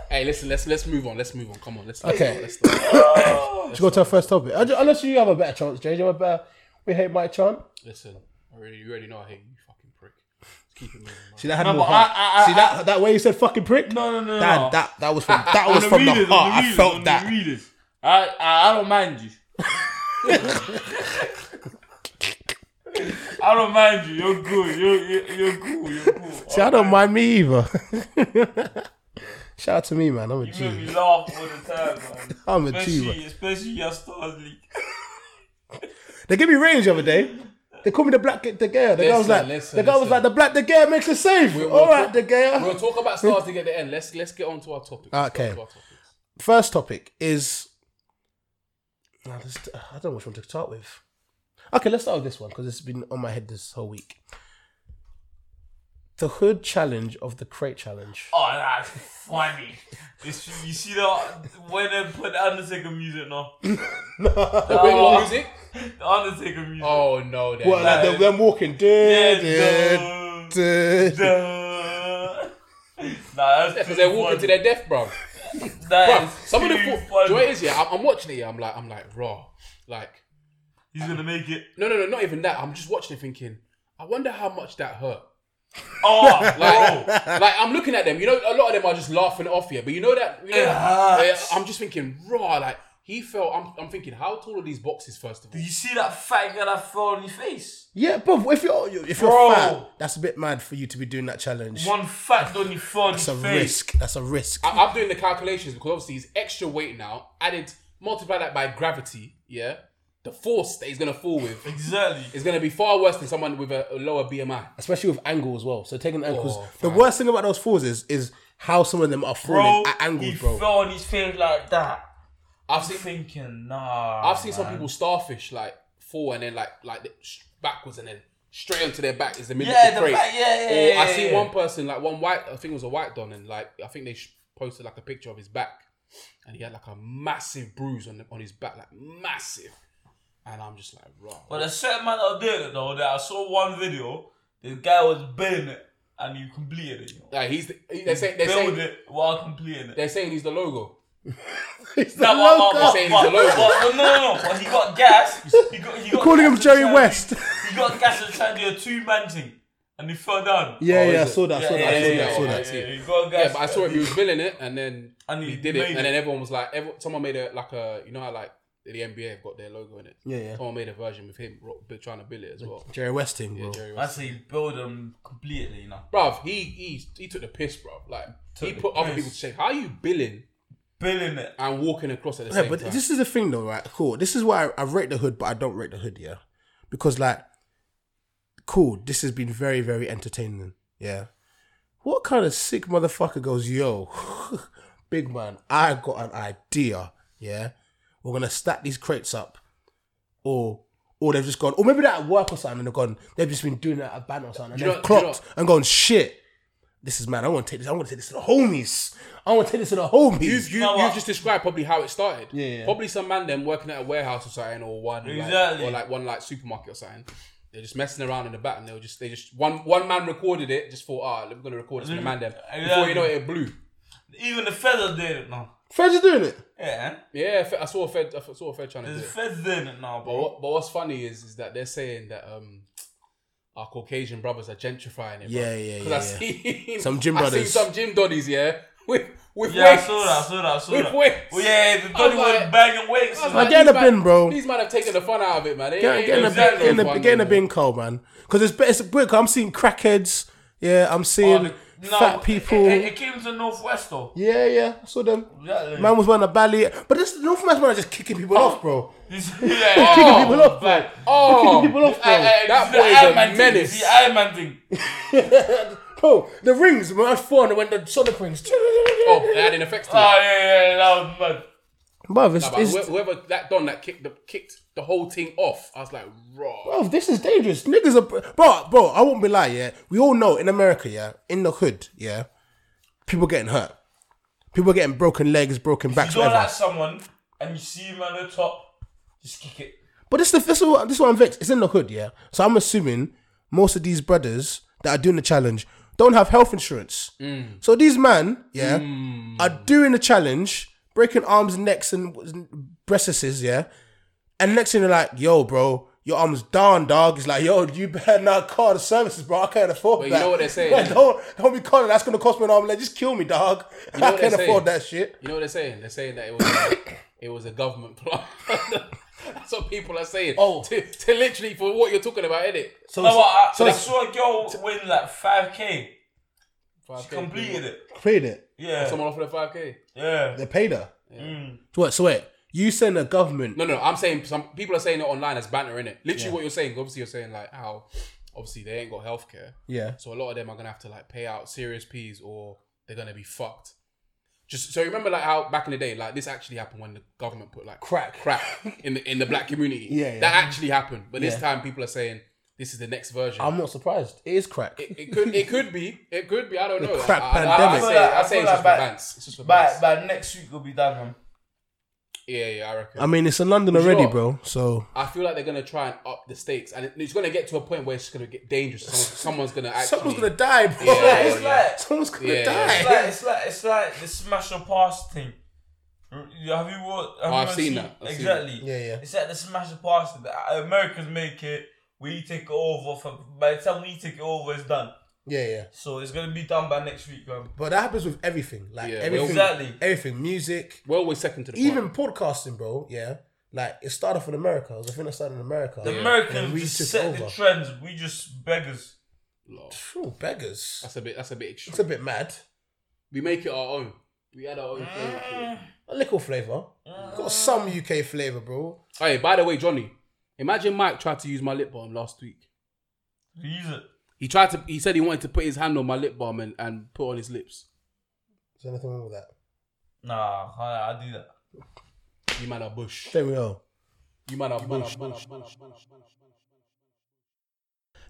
Speaker 6: hey, listen, let's let's move on. Let's move on. Come on, let's let's
Speaker 4: Okay.
Speaker 6: go, let's go.
Speaker 4: Should we go to our first topic. Uh, Unless you have a better chance, Jay. Do you have a better "We Hate Mike" chant?
Speaker 6: Listen, I already, you already know I hate you, fucking prick. Let's keep it moving. Man.
Speaker 4: See that had
Speaker 5: No,
Speaker 4: more
Speaker 5: but
Speaker 4: heart.
Speaker 5: I- I-
Speaker 4: See
Speaker 5: I-
Speaker 4: that that way you said fucking prick.
Speaker 5: No, no, no,
Speaker 4: That
Speaker 5: no.
Speaker 4: that that was from that
Speaker 5: On
Speaker 4: was
Speaker 5: the
Speaker 4: from
Speaker 5: readers,
Speaker 4: the
Speaker 5: on
Speaker 4: heart. I
Speaker 5: readers, on
Speaker 4: felt
Speaker 5: the
Speaker 4: that.
Speaker 5: readers. I, I, I don't mind you. I don't mind you. You're good. You're, you're, you're cool. You're cool.
Speaker 4: See, I don't mind me either. Shout out to me, man. I'm a
Speaker 5: You make
Speaker 4: G.
Speaker 5: me laugh all the time, man.
Speaker 4: I'm a G. man.
Speaker 5: Especially, especially your Stars League.
Speaker 4: They gave me range the other day. They called me the black the girl. The guy was
Speaker 6: Listen,
Speaker 4: like,
Speaker 6: listen,
Speaker 4: the guy was
Speaker 6: listen.
Speaker 4: like, the black the girl makes a save.
Speaker 6: We'll-
Speaker 4: All
Speaker 6: we'll
Speaker 4: right,
Speaker 6: talk-
Speaker 4: the girl.
Speaker 6: We'll talk about Stars League at the end. Let's let's get on to our topic. Let's
Speaker 4: Okay.
Speaker 6: Get on to our topic.
Speaker 4: First topic is. Nah, this, I don't know which one to start with. Okay, let's start with this one because it's been on my head this whole week. The hood challenge of the crate challenge.
Speaker 5: Oh, that's funny. It's, you see that when they put the Undertaker music now?
Speaker 6: The Big Law music.
Speaker 5: The Undertaker music.
Speaker 6: Oh no, then.
Speaker 4: Well, like them, them walking. Duh,
Speaker 5: Yeah,
Speaker 4: duh,
Speaker 5: duh,
Speaker 4: duh.
Speaker 5: duh. Nah, that's
Speaker 6: Because they're walking to their death, bro. Bro, some of the fo- do you know what it is, yeah. I'm, I'm watching it. Yeah, I'm like, I'm like raw. Like,
Speaker 5: He's gonna make it.
Speaker 6: no, no, no, not even that. I'm just watching it, thinking, I wonder how much that hurt.
Speaker 5: Oh,
Speaker 6: Like,
Speaker 5: bro.
Speaker 6: like I'm looking at them. You know, a lot of them are just laughing it off here. But you know that. You know,
Speaker 5: It hurts.
Speaker 6: I'm just thinking raw. Like he felt. I'm, I'm thinking, how tall are these boxes? First of all,
Speaker 5: Did you see that fat guy that fell on his face?
Speaker 4: Yeah, but if you're if you're
Speaker 5: Bro.
Speaker 4: fat, that's a bit mad for you to be doing that challenge.
Speaker 5: One fat guy only fell on his
Speaker 4: That's a
Speaker 5: face.
Speaker 4: risk. That's a risk.
Speaker 6: I, I'm doing the calculations because obviously he's extra weight now. Added, multiply that by gravity. Yeah, the force that he's gonna fall with
Speaker 5: Exactly.
Speaker 6: is gonna be far worse than someone with a, a lower BMI.
Speaker 4: Especially with angle as well. So taking ankles.
Speaker 6: Oh,
Speaker 4: the
Speaker 6: fam.
Speaker 4: worst thing about those falls is is how some of them are falling
Speaker 5: Bro,
Speaker 4: at angles,
Speaker 5: he
Speaker 4: bro.
Speaker 5: fell on his face like that.
Speaker 6: I've
Speaker 5: I'm
Speaker 6: seen
Speaker 5: thinking, nah.
Speaker 6: I've seen some people starfish like fall and then like like the- sh- backwards and then straight onto their back is the middle
Speaker 5: Yeah,
Speaker 6: of the
Speaker 5: the
Speaker 6: crate.
Speaker 5: back- yeah, yeah,
Speaker 6: or
Speaker 5: yeah,
Speaker 6: I see
Speaker 5: yeah.
Speaker 6: one person like one white. I think it was a white don and like I think they sh- posted like a picture of his back and he had like a massive bruise on on his back, like massive. And I'm just like, raw.
Speaker 5: But a certain man that were doing it though, that I saw one video, the guy was bailing it and he completed it. you know.
Speaker 6: Like he's the, he- they say they
Speaker 5: Bailed
Speaker 6: say
Speaker 5: it while completing it.
Speaker 6: they're saying he's the logo.
Speaker 4: It's the
Speaker 5: Nah, but- but-
Speaker 4: logo.
Speaker 5: but-
Speaker 6: Saying he's a
Speaker 5: but-
Speaker 6: logo.
Speaker 5: but- No, no, no. But he got gas. He got, he got
Speaker 4: Calling
Speaker 5: gas
Speaker 4: him
Speaker 5: and
Speaker 4: Jerry
Speaker 5: trying to-
Speaker 4: West.
Speaker 5: He got gas and trying to do a two-man thing, and he fell down.
Speaker 4: Yeah,
Speaker 6: Oh,
Speaker 4: yeah, I
Speaker 6: is it?
Speaker 4: saw that, I saw
Speaker 5: yeah,
Speaker 4: that, I
Speaker 5: yeah,
Speaker 4: saw
Speaker 5: yeah,
Speaker 4: that, I saw
Speaker 5: yeah,
Speaker 4: that.
Speaker 5: yeah, yeah. He got gas.
Speaker 6: Yeah, but I saw him. He was billing it, and then
Speaker 5: And he
Speaker 6: he did it,
Speaker 5: made
Speaker 6: and
Speaker 5: it.
Speaker 6: then everyone was like, every, someone made a like a you know how like the NBA have got their logo in it.
Speaker 4: Yeah, yeah.
Speaker 6: Someone made a version with him ro- bi- trying to bill it as well.
Speaker 4: Jerry West thing, bro.
Speaker 6: Yeah, Jerry
Speaker 5: I
Speaker 6: West.
Speaker 5: say build him completely, you know.
Speaker 6: Bruv, he he he took the piss, bruv. Like he
Speaker 5: the
Speaker 6: put other
Speaker 5: piss.
Speaker 6: people to shame. How are you billing
Speaker 5: Building it.
Speaker 6: and walking across at the
Speaker 4: Yeah,
Speaker 6: same
Speaker 4: but
Speaker 6: time?
Speaker 4: this is the thing though, right? Cool. This is why I, I rate the hood, but I don't rate the hood, yeah. Because like, cool, this has been very, very entertaining. Yeah. What kind of sick motherfucker goes, yo, big man, I got an idea. Yeah. We're gonna stack these crates up. Or or they've just gone, or maybe they're at work or something and they've gone, they've just been doing that at band or something and
Speaker 6: Do you
Speaker 4: they've
Speaker 6: know- do you know-
Speaker 4: clocked and gone, shit. This is man. I want to take this. I want to take this to the homies. I want to take this to the homies.
Speaker 6: you you,
Speaker 5: know
Speaker 6: you
Speaker 5: what?
Speaker 6: just described probably how it started.
Speaker 4: Yeah, yeah.
Speaker 6: Probably some man them working at a warehouse or something, or one like-
Speaker 5: Exactly.
Speaker 6: or like one like supermarket or something. They're just messing around in the back, and they were just they just one one man recorded it, just thought, ah, we're gonna record this for the man them. Before you know it, it blew.
Speaker 5: Even the feather did it now.
Speaker 4: Feds are doing it.
Speaker 5: Yeah. eh?
Speaker 6: Yeah, Fe- I saw a Fed, I saw a Fed trying to do
Speaker 5: The
Speaker 6: it.
Speaker 5: feds doing it now,
Speaker 6: But,
Speaker 5: bro.
Speaker 6: what, but what's funny is is that they're saying that um our Caucasian brothers are gentrifying it.
Speaker 4: Yeah, yeah,
Speaker 6: Because I
Speaker 4: yeah,
Speaker 6: seen
Speaker 4: Some gym
Speaker 6: I seen
Speaker 4: brothers.
Speaker 6: some gym doddies, yeah, with with
Speaker 5: Yeah, I
Speaker 6: weights.
Speaker 5: saw that. I saw that. I saw
Speaker 6: With
Speaker 5: that.
Speaker 6: weights.
Speaker 5: Well, yeah, the Dollywood
Speaker 6: like-
Speaker 5: banging weights.
Speaker 6: I was
Speaker 5: man.
Speaker 4: Now get
Speaker 6: these
Speaker 4: in the
Speaker 6: man-
Speaker 4: bin, bro.
Speaker 6: These might have taken the fun out of it, man. They
Speaker 4: Get,
Speaker 6: ain't
Speaker 4: get in the
Speaker 5: exactly
Speaker 4: get in the,
Speaker 6: fun,
Speaker 4: get in the
Speaker 6: man.
Speaker 4: bin, Cole, man. Because it's better. It's quick. I'm seeing crackheads. Yeah, I'm seeing
Speaker 5: Oh, No,
Speaker 4: fat
Speaker 5: it-
Speaker 4: people.
Speaker 5: It, it came to Northwest though.
Speaker 4: yeah, yeah, I saw them.
Speaker 5: Exactly.
Speaker 4: Man was wearing a ballet, but this Northwest man are just kicking
Speaker 5: Oh.
Speaker 4: people off, bro.
Speaker 5: He's
Speaker 4: Kicking
Speaker 5: kicking
Speaker 4: people off, man.
Speaker 6: Oh,
Speaker 4: Kicking people off, bro.
Speaker 6: that boy is a menace.
Speaker 5: The Iron Man thing.
Speaker 4: Bro, the rings were at four and when the sonic rings.
Speaker 6: oh, they had an effect to it.
Speaker 5: Oh yeah, yeah, that was mad.
Speaker 4: Bruv, it's,
Speaker 6: But
Speaker 4: Uh, it's,
Speaker 6: whoe- whoever that done that kicked the kicked the whole thing off, I was like, raw.
Speaker 4: bruv, this is dangerous. Niggas are. Bro, bro, I won't be lying, yeah. We all know in America, yeah, in the hood, yeah, people getting hurt. People getting broken legs, broken
Speaker 5: You
Speaker 4: backs,
Speaker 5: don't
Speaker 4: whatever.
Speaker 5: like someone and you see him at the top, just kick it.
Speaker 4: But this, the, this, is what, this is what I'm vexed. It's in the hood, yeah? So I'm assuming most of these brothers that are doing the challenge don't have health insurance.
Speaker 6: Mm.
Speaker 4: So these men, yeah, are doing the challenge, breaking arms, necks, and breasts, yeah? And next thing they're like, yo, bro, your arm's down, dog. It's like, yo, you better not call the services, bro. I can't afford
Speaker 6: But you
Speaker 4: that.
Speaker 6: know what they're saying?
Speaker 4: Yeah, don't, don't be calling. That's going to cost me an arm and leg. Just kill me, dog.
Speaker 6: know
Speaker 4: I
Speaker 6: what
Speaker 4: can't
Speaker 6: they're saying?
Speaker 4: afford that shit.
Speaker 6: You know what they're saying? They're saying that it was it was a government plot. That's what people are saying.
Speaker 4: Oh.
Speaker 6: to, to literally for what you're talking about, innit?
Speaker 4: So,
Speaker 5: No, but I,
Speaker 4: so
Speaker 5: I
Speaker 4: it's
Speaker 5: saw a girl win like five k.
Speaker 6: Five K.
Speaker 5: Completed it.
Speaker 4: paid it.
Speaker 5: Yeah,
Speaker 6: Someone offered a five k.
Speaker 5: yeah.
Speaker 4: They paid her. So what? So wait, you send the government
Speaker 6: No, no, I'm saying some people are saying it online as banter, innit? Literally, what you're saying. Obviously, you're saying like how obviously they ain't got healthcare.
Speaker 4: Yeah.
Speaker 6: So a lot of them are gonna have to like pay out serious peas, or they're gonna be fucked. Just so you remember, like how back in the day, like this actually happened when the government put like
Speaker 4: Crack.
Speaker 6: crack in the in the black community.
Speaker 4: Yeah, yeah.
Speaker 6: that actually happened. But this
Speaker 4: Yeah.
Speaker 6: time, people are saying this is the next version.
Speaker 4: I'm not surprised. It is crack.
Speaker 6: it, it could it could be it could be. I don't know.
Speaker 4: crack
Speaker 6: I, I- I,
Speaker 4: pandemic.
Speaker 6: I
Speaker 5: I
Speaker 6: say,
Speaker 5: feel like-
Speaker 6: I
Speaker 5: I
Speaker 6: say
Speaker 5: feel
Speaker 6: it's just
Speaker 5: like
Speaker 6: for
Speaker 5: by-
Speaker 6: Vance. It's just for
Speaker 5: By
Speaker 6: Vance.
Speaker 5: by next week we'll be done, man.
Speaker 6: Yeah, yeah, I reckon.
Speaker 4: I mean, it's in London
Speaker 6: you
Speaker 4: already,
Speaker 6: know
Speaker 4: bro. So
Speaker 6: I feel like they're gonna try and up the stakes, and it- it's gonna get to a point where it's gonna get dangerous. Someone, someone's gonna actually.
Speaker 4: someone's gonna die, bro.
Speaker 6: Yeah,
Speaker 5: It's like
Speaker 4: Someone's
Speaker 6: Yeah,
Speaker 4: gonna
Speaker 6: yeah.
Speaker 4: die.
Speaker 5: it's like it's like it's like the smash or pass thing. R- Have you what? Have
Speaker 6: Oh,
Speaker 5: you
Speaker 6: I've
Speaker 5: ever
Speaker 6: seen that. I've seen
Speaker 5: exactly.
Speaker 4: Yeah, yeah.
Speaker 5: It's like the smash or pass. thing. The Americans make it. We take it over. For, by the time we take it over, it's done.
Speaker 4: Yeah, yeah.
Speaker 5: So it's gonna be done by next week, um. man.
Speaker 4: But that happens with everything, like
Speaker 6: Yeah,
Speaker 4: everything,
Speaker 5: exactly.
Speaker 4: everything, music,
Speaker 6: We're always second to the
Speaker 4: even
Speaker 6: point.
Speaker 4: podcasting, bro. Yeah, like it started off in America. It was a thing that started in America.
Speaker 5: The
Speaker 4: And
Speaker 5: Americans
Speaker 4: we
Speaker 5: just
Speaker 4: took
Speaker 5: set
Speaker 4: over.
Speaker 5: the trends. We just beggars.
Speaker 6: Lord,
Speaker 4: Phew, beggars.
Speaker 6: That's a bit. That's a bit
Speaker 4: It's
Speaker 6: extreme.
Speaker 4: a bit mad.
Speaker 6: we make it our own. We add our own flavor. to it.
Speaker 4: A little flavour. Got some UK flavour, bro.
Speaker 6: Hey, by the way, Johnny, imagine Mike tried to use my lip balm last week.
Speaker 5: We Use it.
Speaker 6: He tried to. He said he wanted to put his hand on my lip balm and, and put on his lips.
Speaker 4: Is there anything wrong with that?
Speaker 5: Nah, I, I do that.
Speaker 6: You man are bush.
Speaker 4: There we go.
Speaker 6: You man are bush. bush.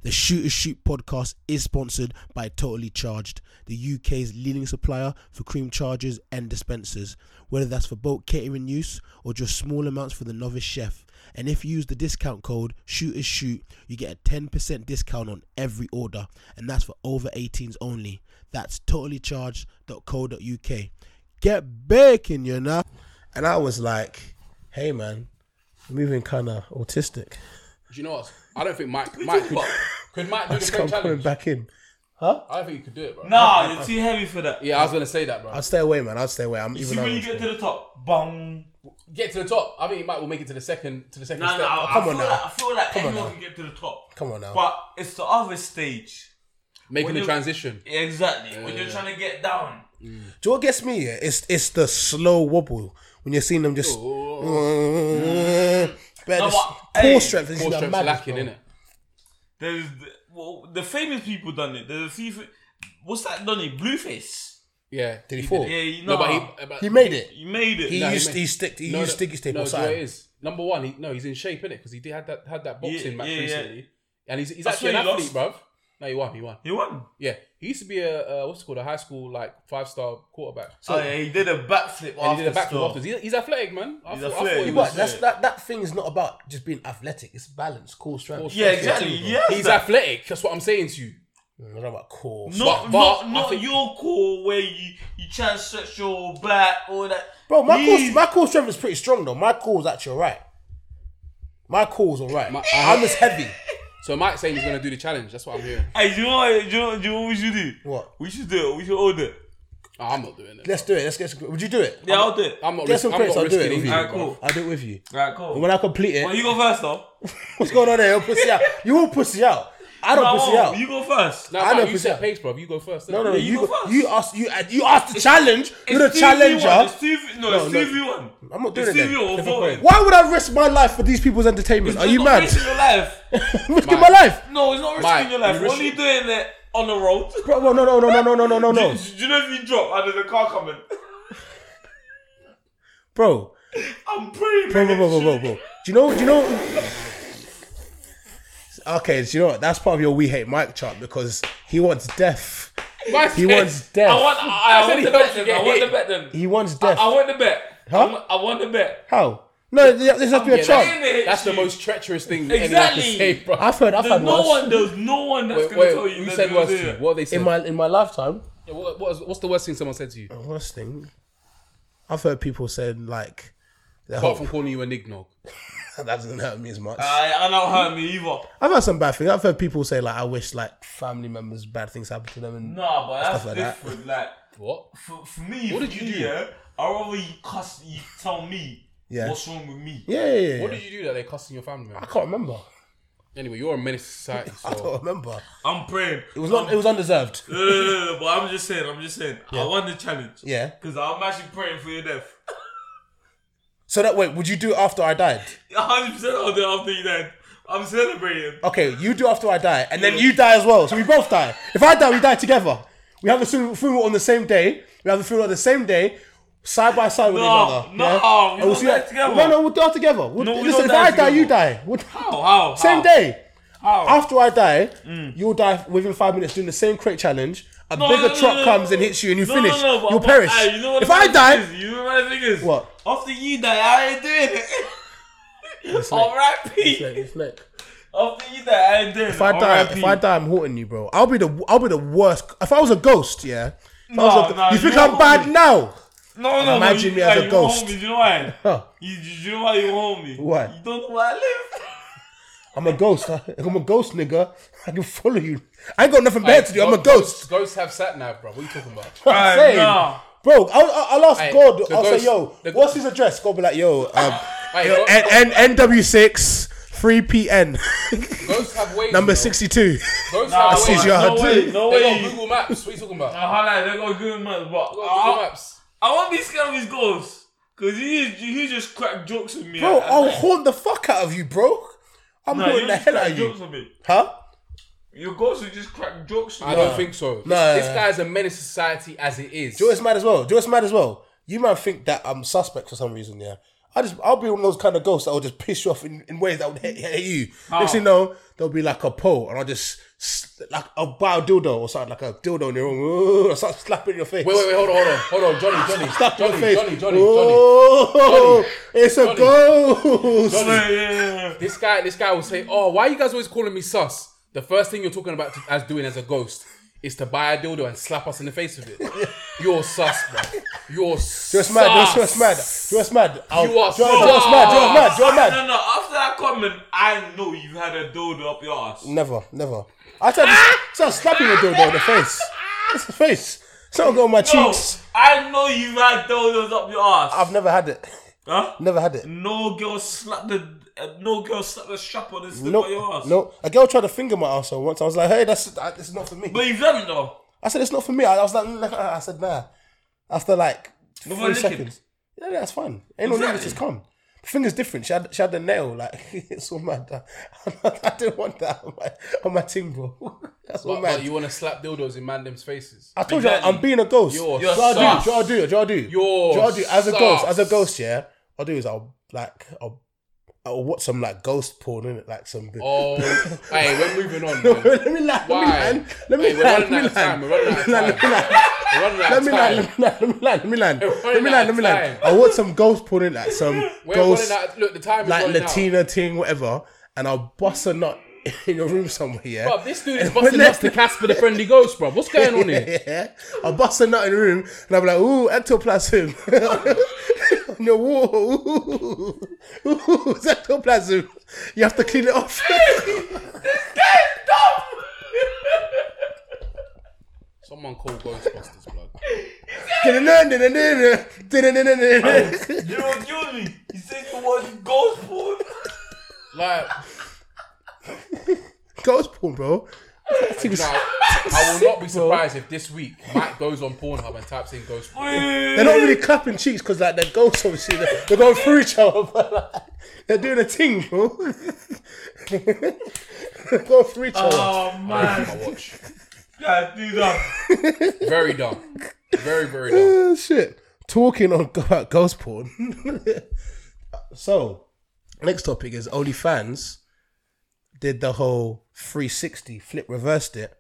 Speaker 7: The Shooter Shoot podcast is sponsored by Totally Charged, the UK's leading supplier for cream chargers and dispensers, whether that's for bulk catering use or just small amounts for the novice chef. And if you use the discount code Shooter Shoot, you get a 10% discount on every order, and that's for over 18s only. That's totallycharged.co.uk. Get baking, you know.
Speaker 4: And I was like, hey man, I'm moving kinda autistic.
Speaker 6: Do you know what? I don't think Mike. Mike could, could Mike do the
Speaker 4: Just
Speaker 6: same
Speaker 4: come coming
Speaker 6: challenge?
Speaker 4: back in.
Speaker 6: I don't think he could do it, bro.
Speaker 5: Nah, you're too heavy for that.
Speaker 6: Yeah, I was gonna say that, bro.
Speaker 4: I'd stay away, man. I'd stay away. I'm
Speaker 5: See
Speaker 4: even
Speaker 5: when you get to the top, bong.
Speaker 6: Get to the top. I think he might will make it to the second to the second
Speaker 5: Nah,
Speaker 6: step.
Speaker 5: nah. I, I
Speaker 4: Come
Speaker 5: feel
Speaker 4: on now.
Speaker 5: like I feel like
Speaker 4: Come on
Speaker 5: anyone
Speaker 4: now.
Speaker 5: can get to the top.
Speaker 4: Come on now.
Speaker 5: But it's the other stage.
Speaker 6: Making
Speaker 5: When
Speaker 6: the
Speaker 5: you-
Speaker 6: transition.
Speaker 5: Exactly. when you're trying to get down.
Speaker 4: Do you know what gets me? Yeah? It's it's the slow wobble when you're seeing them just Bare
Speaker 5: No,
Speaker 4: this-
Speaker 5: but-
Speaker 4: core
Speaker 5: hey,
Speaker 4: strength is
Speaker 6: Four
Speaker 4: like
Speaker 6: strokes
Speaker 4: madness,
Speaker 6: lacking,
Speaker 4: bro.
Speaker 6: innit?
Speaker 5: There's the, well, the famous people done it. There's a few. fa- What's that done it? Blueface.
Speaker 6: Yeah.
Speaker 4: Did he fall?
Speaker 5: Yeah, you
Speaker 6: No,
Speaker 5: know.
Speaker 6: but he, but
Speaker 4: He made it.
Speaker 5: you made it.
Speaker 4: He
Speaker 5: Yeah,
Speaker 4: used
Speaker 6: made-
Speaker 4: he sticked he
Speaker 6: No,
Speaker 4: used
Speaker 6: no,
Speaker 4: sticky tape
Speaker 6: No,
Speaker 4: or
Speaker 6: do you know what it
Speaker 4: something.
Speaker 6: is? Number one, he, no, he's in shape, innit? Because he did had that had that boxing match
Speaker 5: yeah, yeah.
Speaker 6: recently, and he's, he's
Speaker 5: I
Speaker 6: actually an
Speaker 5: swear he
Speaker 6: athlete, bruv. No, he won. He won.
Speaker 5: He won.
Speaker 6: Yeah, he used to be a uh, what's it called a high school like five star quarterback.
Speaker 5: oh yeah, he did a backflip.
Speaker 6: and he did a backflip
Speaker 5: still.
Speaker 6: afterwards. He's, he's athletic, man. I
Speaker 5: He's
Speaker 6: thought,
Speaker 5: athletic.
Speaker 6: I thought he
Speaker 5: You
Speaker 4: But
Speaker 6: was.
Speaker 4: that's that that thing is not about just being athletic. It's balance, core strength.
Speaker 5: Yeah, exactly.
Speaker 6: He's
Speaker 5: Yeah,
Speaker 6: athletic. That's what I'm saying to you.
Speaker 4: Mm, It's not about core.
Speaker 5: Not,
Speaker 6: But- but I
Speaker 5: not, not
Speaker 6: think-
Speaker 5: your core where you you try and stretch your back all that.
Speaker 4: Bro, my core,
Speaker 5: He's-
Speaker 4: my core strength is pretty strong though. My core is actually alright. My core's alright.
Speaker 6: My-
Speaker 4: I'm just heavy.
Speaker 6: So Mike's saying he's gonna do the challenge. That's what I'm hearing.
Speaker 5: Hey, do you know what? Do you know, do you know what we should do?
Speaker 4: What?
Speaker 5: We should do it. We should order. it.
Speaker 6: Oh, I'm not doing it.
Speaker 4: Let's do it. Let's get. Some, would you do it?
Speaker 5: Yeah, I'll do it.
Speaker 6: I'm not.
Speaker 4: Get
Speaker 6: Risk,
Speaker 4: some
Speaker 6: I'm
Speaker 4: credits.
Speaker 6: not
Speaker 4: I'll do
Speaker 6: risking
Speaker 4: it with
Speaker 6: anything.
Speaker 4: you.
Speaker 5: Alright, cool.
Speaker 4: I'll do it with you.
Speaker 5: Right, cool.
Speaker 4: And when I complete it,
Speaker 5: Well, you go first though.
Speaker 4: what's going on there? You'll pussy out. You all pussy out. I don't
Speaker 5: No,
Speaker 4: pussy out.
Speaker 5: you go first.
Speaker 6: No,
Speaker 4: I
Speaker 6: no,
Speaker 4: know
Speaker 6: you
Speaker 4: for sure.
Speaker 6: set pace, bro. You go first.
Speaker 4: no, no,
Speaker 5: Yeah,
Speaker 4: you,
Speaker 5: you
Speaker 4: you,
Speaker 5: go
Speaker 4: go-
Speaker 5: first.
Speaker 4: you asked you you asked the challenge. You're the
Speaker 5: 2v1,
Speaker 4: challenger.
Speaker 5: It's two, no,
Speaker 4: No,
Speaker 5: it's
Speaker 4: no.
Speaker 5: two v one.
Speaker 4: I'm not doing
Speaker 5: it's
Speaker 4: it
Speaker 5: It's two v
Speaker 4: then.
Speaker 5: one. voting.
Speaker 4: Why would I risk my life for these people's entertainment?
Speaker 5: It's
Speaker 4: Are
Speaker 5: just
Speaker 4: you
Speaker 5: not
Speaker 4: mad?
Speaker 5: Risking your life.
Speaker 4: Risking my life.
Speaker 5: No, it's not risking
Speaker 6: Mike,
Speaker 5: your life.
Speaker 6: you
Speaker 5: What are you doing there on the road?
Speaker 4: Bro, well, no, no, no, no, no, no, no, no,
Speaker 5: Do,
Speaker 4: no,
Speaker 5: do you know if you drop and there's a car coming?
Speaker 4: bro.
Speaker 5: I'm pretty
Speaker 4: Bro, bro,
Speaker 5: big
Speaker 4: bro,
Speaker 5: as
Speaker 4: bro, bro,
Speaker 5: shit.
Speaker 4: bro. Do you know? Do you know? Okay, do you know what? That's part of your "We Hate Mike" chart because he wants death. He wants
Speaker 5: I
Speaker 4: death.
Speaker 5: want. I, I want the bet. Then. I want the bet. Then
Speaker 4: He wants
Speaker 5: I,
Speaker 4: death.
Speaker 5: I want the bet.
Speaker 4: Huh?
Speaker 5: I want- I want the bet.
Speaker 4: How? No, th- this has to be a
Speaker 6: Yeah, that's-
Speaker 5: Saying
Speaker 4: chart.
Speaker 5: it hits
Speaker 6: That's the
Speaker 5: you.
Speaker 6: most treacherous thing anyone
Speaker 5: Exactly.
Speaker 6: can say, bro.
Speaker 4: I've heard. I've
Speaker 5: There's
Speaker 4: had
Speaker 5: no
Speaker 4: worse
Speaker 5: one. There's no one that's
Speaker 6: Wait,
Speaker 5: gonna tell
Speaker 6: wait,
Speaker 5: you.
Speaker 6: who
Speaker 5: that
Speaker 6: said
Speaker 5: they were
Speaker 6: worst to you?
Speaker 5: there.
Speaker 6: What they said?
Speaker 4: in my in my lifetime.
Speaker 6: Yeah, what, what was, what's the worst thing someone said to you?
Speaker 4: Worst thing. I've heard people saying like, their
Speaker 6: Apart from
Speaker 4: hope
Speaker 6: calling you a nignog.
Speaker 4: that doesn't hurt me as much.
Speaker 5: I, I don't hurt me either.
Speaker 4: I've had some bad things. I've heard people say like, I wish like family members bad things happen to them. And
Speaker 5: Nah, but that's
Speaker 4: like that.
Speaker 5: different. Like.
Speaker 6: What?
Speaker 5: for, for me,
Speaker 6: What
Speaker 5: for
Speaker 6: did you
Speaker 5: me,
Speaker 6: do?
Speaker 5: Yeah, I rather you cuss, you tell me
Speaker 4: Yeah.
Speaker 5: what's wrong with me.
Speaker 4: yeah, yeah, yeah.
Speaker 6: What did you do that they cussing your family?
Speaker 4: I
Speaker 6: Man?
Speaker 4: can't remember.
Speaker 5: Oh.
Speaker 6: Anyway, you're a menace to society.
Speaker 4: I
Speaker 6: So
Speaker 4: don't remember.
Speaker 5: I'm praying.
Speaker 4: It was not. It was undeserved.
Speaker 5: No, no, no, no, but I'm just saying. I'm just saying. I won the challenge.
Speaker 4: Yeah.
Speaker 5: Because I'm actually praying for your death.
Speaker 4: So that wait, would you do it after I died?
Speaker 5: 100 percent I'll do it after you died. I'm celebrating.
Speaker 4: Okay, you do after I die, and then
Speaker 5: Yeah.
Speaker 4: you die as well. So we both die. If I die, we die together. We have a fu- funeral on the same day. We have a funeral on the same day, side by side with
Speaker 5: No,
Speaker 4: each other.
Speaker 5: no,
Speaker 4: yeah?
Speaker 5: we
Speaker 4: And we'll
Speaker 5: don't
Speaker 4: see
Speaker 5: die
Speaker 4: that-
Speaker 5: together.
Speaker 4: No, no, we'll die together. We'll-
Speaker 5: No, we
Speaker 4: listen,
Speaker 5: don't
Speaker 4: if
Speaker 5: die
Speaker 4: I die, you
Speaker 5: together.
Speaker 4: die. We'll-
Speaker 5: How? How?
Speaker 4: Same
Speaker 5: how?
Speaker 4: day.
Speaker 5: How? Mm.
Speaker 4: After I die, you'll die within five minutes doing the same crate challenge. A
Speaker 5: No,
Speaker 4: bigger
Speaker 5: no, no,
Speaker 4: truck
Speaker 5: no, no.
Speaker 4: comes and hits you, and you
Speaker 5: No,
Speaker 4: finish.
Speaker 5: no, no, but-
Speaker 4: you'll
Speaker 5: but,
Speaker 4: perish.
Speaker 5: aye, you know what
Speaker 4: if
Speaker 5: the
Speaker 4: I
Speaker 5: bad
Speaker 4: die,
Speaker 5: thing is? you know what the thing is?
Speaker 4: What?
Speaker 5: After you die, I ain't doing it. All right, Pete. After you die, I ain't doing it.
Speaker 4: If I die, if I die, I'm haunting you, bro. I'll be the I'll be the worst. If I was a ghost, yeah. If I was
Speaker 5: No,
Speaker 4: a-
Speaker 5: Oh, no,
Speaker 4: you think
Speaker 5: you
Speaker 4: I'm
Speaker 5: won't
Speaker 4: bad
Speaker 5: be.
Speaker 4: now?
Speaker 5: No, no,
Speaker 4: Imagine
Speaker 5: no,
Speaker 4: me
Speaker 5: you,
Speaker 4: as a
Speaker 5: like, you won't
Speaker 4: ghost.
Speaker 5: hold me, Do you know why?
Speaker 4: Huh.
Speaker 5: You, do you know why you won't hold me?
Speaker 4: Why?
Speaker 5: You don't know where I live.
Speaker 4: I'm a ghost. I, am a ghost, nigga. I can follow you. I ain't got nothing bad to do. I'm a ghost.
Speaker 6: Ghosts have sat nav, bro. What are you talking about?
Speaker 4: That's what I'm
Speaker 5: Aye,
Speaker 4: saying.
Speaker 5: nah.
Speaker 4: Bro, I'll, I'll I'll ask
Speaker 6: Aye,
Speaker 4: God.
Speaker 6: the
Speaker 4: I'll
Speaker 6: ghost-
Speaker 4: say, yo,
Speaker 6: the-
Speaker 4: what's his address? God be like, yo, um,
Speaker 6: Aye,
Speaker 4: yo,
Speaker 6: go-
Speaker 4: N- N- NW6 3PN,
Speaker 6: Ghosts have ways.
Speaker 4: number
Speaker 6: bro.
Speaker 4: 62.
Speaker 6: Ghosts
Speaker 5: Nah,
Speaker 6: have
Speaker 4: This
Speaker 5: wait,
Speaker 4: is
Speaker 6: ways.
Speaker 4: your-
Speaker 5: no way, no
Speaker 6: They
Speaker 5: way.
Speaker 6: got Google Maps. What are you talking about? Ah.
Speaker 5: I highlight, they got Google Maps, but
Speaker 6: They got Google
Speaker 5: I,
Speaker 6: Maps.
Speaker 5: I won't be scared of his ghosts. Cause he he he just cracked jokes with me.
Speaker 4: Bro,
Speaker 5: at- at
Speaker 4: I'll
Speaker 5: night.
Speaker 4: haunt the fuck out of you, bro. I'm
Speaker 5: Nah,
Speaker 4: haunting
Speaker 5: you
Speaker 4: the
Speaker 5: just
Speaker 4: hell out
Speaker 5: crack
Speaker 4: of
Speaker 5: jokes
Speaker 4: you.
Speaker 5: with me.
Speaker 4: Huh?
Speaker 5: Your ghosts will just crack jokes with
Speaker 6: I
Speaker 5: me.
Speaker 6: don't think so. This,
Speaker 4: Nah.
Speaker 6: this guy's a menace to society as it is.
Speaker 4: Do you know what's mad as well? Do you know what's mad as well? You might think that I'm suspect for some reason, yeah. I just I'll be one of those kind of ghosts that will just piss you off in, in ways that would hit, hit you.
Speaker 6: Oh.
Speaker 4: Next thing you know, there'll be like a pole, and I'll just s- like I'll buy a dildo or something like a dildo in your room. I start slapping your face.
Speaker 6: Wait, wait, wait. Hold on, hold on, hold on, Johnny, Johnny,
Speaker 4: Slap your
Speaker 6: Johnny,
Speaker 4: face.
Speaker 6: Johnny, Johnny, Johnny.
Speaker 4: oh,
Speaker 6: Johnny.
Speaker 4: it's a
Speaker 6: Johnny.
Speaker 4: ghost.
Speaker 5: Yeah, yeah, yeah, yeah.
Speaker 6: This guy, this guy will say, "Oh, why are you guys always calling me sus?" The first thing you're talking about to, as doing as a ghost is to buy a dildo and slap us in the face with it. you're sus, bro. You're
Speaker 4: Do you know
Speaker 6: sus.
Speaker 4: what's mad? Do you know what's mad? Do you know what's mad? I'll-
Speaker 6: You are
Speaker 4: do you know what's
Speaker 6: so-
Speaker 4: mad? Do you know what's mad? Do you
Speaker 5: Oh,
Speaker 4: know what's mad?
Speaker 5: No, no, no. After that comment, I know you had a dildo up your ass.
Speaker 4: Never, never. I tried to
Speaker 5: Ah!
Speaker 4: start slapping the dildo in the face. It's the face. Something got on my
Speaker 5: No,
Speaker 4: cheeks.
Speaker 5: I know you had dildos up your ass.
Speaker 4: I've never had it.
Speaker 5: huh?
Speaker 4: Never had it.
Speaker 5: No girl slapped the uh, no girl slapped the strap on this
Speaker 4: No,
Speaker 5: nope. your ass.
Speaker 4: no. A girl tried to finger my asshole once. I was like, "Hey, that's uh, this is not for me."
Speaker 5: But you've done it though.
Speaker 4: I said, "It's not for me." I, I was like, "Nah." "I said, nah." After like
Speaker 5: No
Speaker 4: three
Speaker 5: more licking.
Speaker 4: seconds, yeah, that's fine. Ain't no
Speaker 5: Exactly.
Speaker 4: niggas just come. The finger's different. She had she had the nail. Like it's all mad. I didn't want that on my on my team, bro. That's all
Speaker 6: But, but
Speaker 4: mad.
Speaker 6: you want to slap dildos in mandem's faces?
Speaker 4: I told
Speaker 5: Exactly.
Speaker 4: you I'm being a ghost.
Speaker 6: You're
Speaker 4: do I do?
Speaker 6: sus.
Speaker 4: Do I do? Do I do?
Speaker 6: You're
Speaker 4: do I do? As a
Speaker 6: sus.
Speaker 4: ghost, as a ghost, yeah. What I'll do is I'll like I'll, I'll watch some like ghost porn in it, like some.
Speaker 6: Oh, hey, we're moving on.
Speaker 4: let me
Speaker 6: Man.
Speaker 4: land. Let
Speaker 6: Why?
Speaker 4: me land. Let me
Speaker 6: Hey, we're
Speaker 4: land.
Speaker 6: running
Speaker 4: Let me
Speaker 6: out of time.
Speaker 4: land.
Speaker 6: We're running out of
Speaker 4: Let me
Speaker 6: time.
Speaker 4: land.
Speaker 6: We're running out
Speaker 4: Let
Speaker 6: of
Speaker 4: me land.
Speaker 6: time.
Speaker 4: Let me land. Let me land. Let me land. Let me
Speaker 6: running out
Speaker 4: land. Let me
Speaker 6: of
Speaker 4: land.
Speaker 6: time.
Speaker 4: I watch some ghost porn in it, like some
Speaker 6: We're
Speaker 4: ghost
Speaker 6: running out. Look, the time is
Speaker 4: like
Speaker 6: running out.
Speaker 4: Latina thing, whatever, and I'll bust a nut in your room somewhere. Yeah.
Speaker 6: Bruv, this dude is
Speaker 4: And when
Speaker 6: busting
Speaker 4: they-
Speaker 6: nuts to Casper the Friendly Ghost, bro. What's going on here?
Speaker 4: Yeah. I'll bust a nut in the room and I'll be like, ooh, ectoplasm. no, whoa, ooh, ooh, it's ectoplasm. You have to clean it off.
Speaker 6: Someone call Ghostbusters, blood.
Speaker 4: That's
Speaker 5: You know what killed me? He said the word ghost porn.
Speaker 6: Like,
Speaker 4: ghost porn, bro.
Speaker 6: now, I will not be surprised if this week Mike goes on Pornhub and types in ghost porn.
Speaker 4: They're not really clapping cheeks because like they're ghosts, obviously. They're, they're going through each other, but like, they're doing a thing, bro. they're going through each other.
Speaker 5: Oh man,
Speaker 6: My watch.
Speaker 5: guys, do that.
Speaker 6: Very dumb. Very, very dumb.
Speaker 4: Oh, shit. Talking on about ghost porn. so, next topic is OnlyFans did the whole 360 flip reversed it.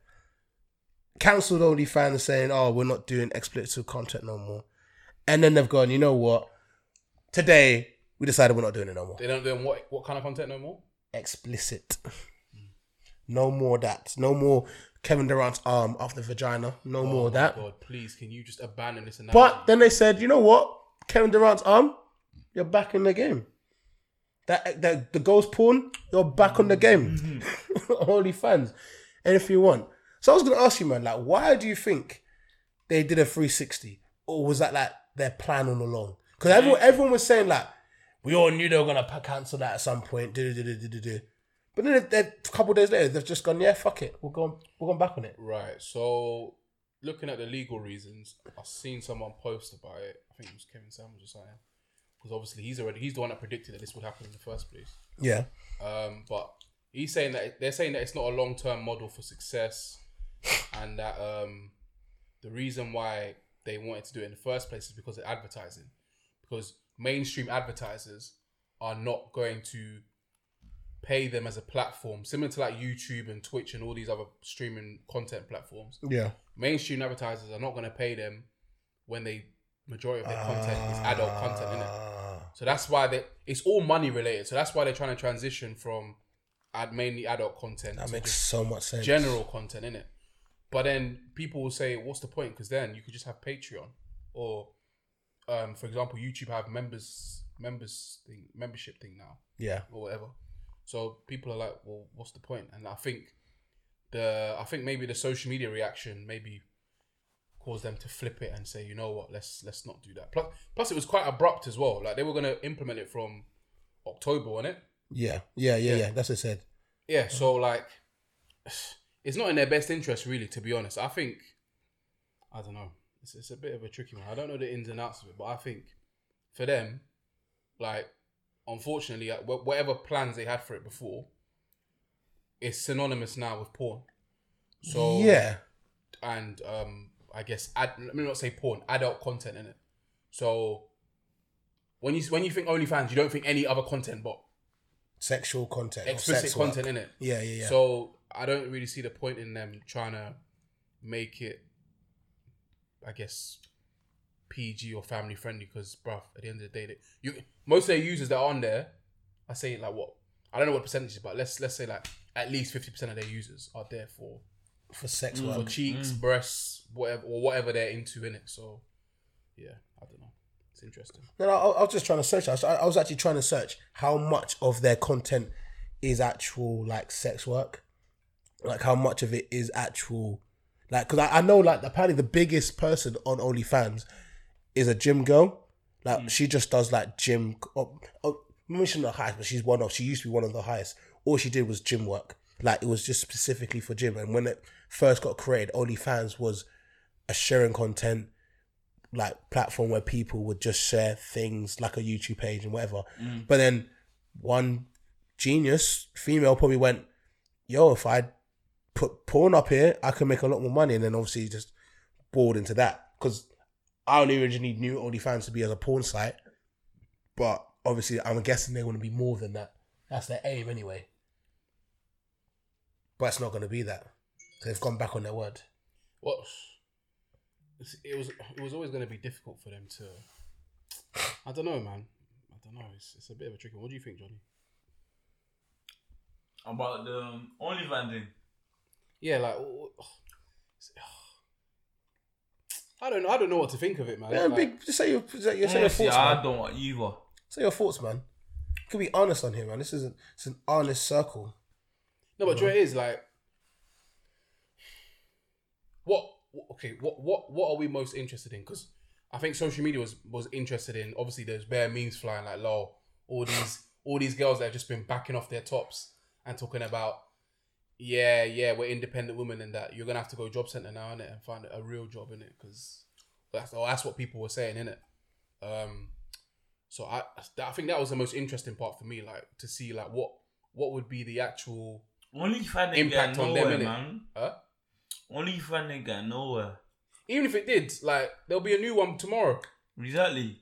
Speaker 4: Cancelled OnlyFans saying, "Oh, we're not doing explicit content no more," and then they've gone. You know what? Today we decided we're not doing it no more.
Speaker 6: They don't do what, what kind of content no more?
Speaker 4: Explicit. No more that. No more Kevin Durant's arm off the vagina. No more that.
Speaker 6: Oh God, please, can you just abandon this analogy?
Speaker 4: But then they said, you know what? Kevin Durant's arm, you're back in the game. That, that the goals porn, you're back on the game. Holy fans. Anything you want. So I was gonna ask you, man, like, why do you think they did a 360? Or was that like their plan all along? Because everyone, everyone was saying like, we all knew they were gonna pa- cancel that at some point. do, do, do, do, do, do. But then they- a couple of days later, they've just gone, yeah, fuck it, we're going, we're going back on it.
Speaker 6: Right. So, looking at the legal reasons, I've seen someone post about it. I think it was Kevin Samuels or something. Because obviously he's already he's the one that predicted that this would happen in the first place.
Speaker 4: Yeah,
Speaker 6: Um, but he's saying that they're saying that it's not a long term model for success, and that um, the reason why they wanted to do it in the first place is because of advertising, because mainstream advertisers are not going to pay them as a platform similar to like YouTube and Twitch and all these other streaming content platforms.
Speaker 4: yeah.
Speaker 6: Mainstream advertisers are not going to pay them when they majority of their content is adult content in it.
Speaker 4: Ah.
Speaker 6: So that's why they it's all money related. So that's why they're trying to transition from ad, mainly adult content
Speaker 4: That
Speaker 6: to
Speaker 4: makes
Speaker 6: just
Speaker 4: so much sense.
Speaker 6: general content in it. But then people will say, "What's the point?" Because then you could just have Patreon or, um, for example, YouTube have members members thing membership thing now
Speaker 4: Yeah,
Speaker 6: or whatever. So people are like, "Well, what's the point?" And I think the I think maybe the social media reaction maybe caused them to flip it and say, "You know what? Let's let's not do that." Plus, plus it was quite abrupt as well. Like they were gonna implement it from October, on it.
Speaker 4: yeah, yeah, yeah,
Speaker 6: Yeah.
Speaker 4: yeah. That's what I said.
Speaker 6: Yeah. So like, it's not in their best interest, really. To be honest, I think I don't know. It's, it's a bit of a tricky one. I don't know the ins and outs of it, but I think for them, like, unfortunately, uh, wh- whatever plans they had for it before, it's synonymous now with porn. So
Speaker 4: yeah,
Speaker 6: and um, I guess ad, let me not say porn, adult content in it. So when you when you think OnlyFans, you don't think any other content, but
Speaker 4: sexual content, or
Speaker 6: explicit
Speaker 4: sex
Speaker 6: content
Speaker 4: Work.
Speaker 6: in it.
Speaker 4: Yeah, yeah, yeah.
Speaker 6: So I don't really see the point in them trying to make it, I guess, PG or family friendly. Because, bruv, at the end of the day, they, you most of their users that are on there, I say like what I don't know what percentages, but let's let's say like at least fifty percent of their users are there for
Speaker 4: for sex
Speaker 6: Mm. for
Speaker 4: work.
Speaker 6: cheeks, breasts, whatever or whatever they're into in it. So, yeah, I don't know. It's interesting.
Speaker 4: No, no, I, I was just trying to search. I was, I was actually trying to search how much of their content is actual like sex work, like how much of it is actual, like because I, I know like apparently the biggest person on OnlyFans is a gym girl. Like she just does like gym. Oh, oh, maybe she's not the highest, but she's one of. She used to be one of the highest. All she did was gym work. Like it was just specifically for gym. And when it first got created, OnlyFans was a sharing content like platform where people would just share things like a YouTube page and whatever. But then one genius female probably went, "Yo, if I put porn up here, I can make a lot more money." And then obviously just bored into that because I only originally knew OnlyFans to be as a porn site, but obviously I'm guessing they want to be more than that. That's their aim anyway. But it's not going to be that. They've gone back on their word.
Speaker 6: Well, it's- it was it was always going to be difficult for them to. I don't know, man. I don't know. It's, it's a bit of a tricky. one. What do you think, Johnny?
Speaker 5: About the um, OnlyFans thing.
Speaker 6: Yeah, like oh, oh, it's- I don't know. I don't know what to think of it, man.
Speaker 4: Yeah,
Speaker 6: Like,
Speaker 4: big. Just say your, say your, say your
Speaker 5: Honestly,
Speaker 4: thoughts. man.
Speaker 5: I don't want either.
Speaker 4: Say your thoughts, man. You can be honest on here, man. This isn't. It's an honest circle.
Speaker 6: No, but do you know what it is like. What okay? What what what are we most interested in? Because I think social media was was interested in obviously those bare memes flying like lol, all these all these girls that have just been backing off their tops and talking about yeah yeah we're independent women and that you're gonna have to go job center now innit? and find a real job in it because that's oh, that's what people were saying in it. Um, so I I think that was the most interesting part for me like to see like what what would be the actual
Speaker 5: Only fan ain't
Speaker 6: impact
Speaker 5: get
Speaker 6: on them
Speaker 5: nowhere,
Speaker 6: innit?
Speaker 5: man.
Speaker 6: Huh?
Speaker 5: Only fan ain't get nowhere.
Speaker 6: Even if it did, like there'll be a new one tomorrow.
Speaker 5: Exactly.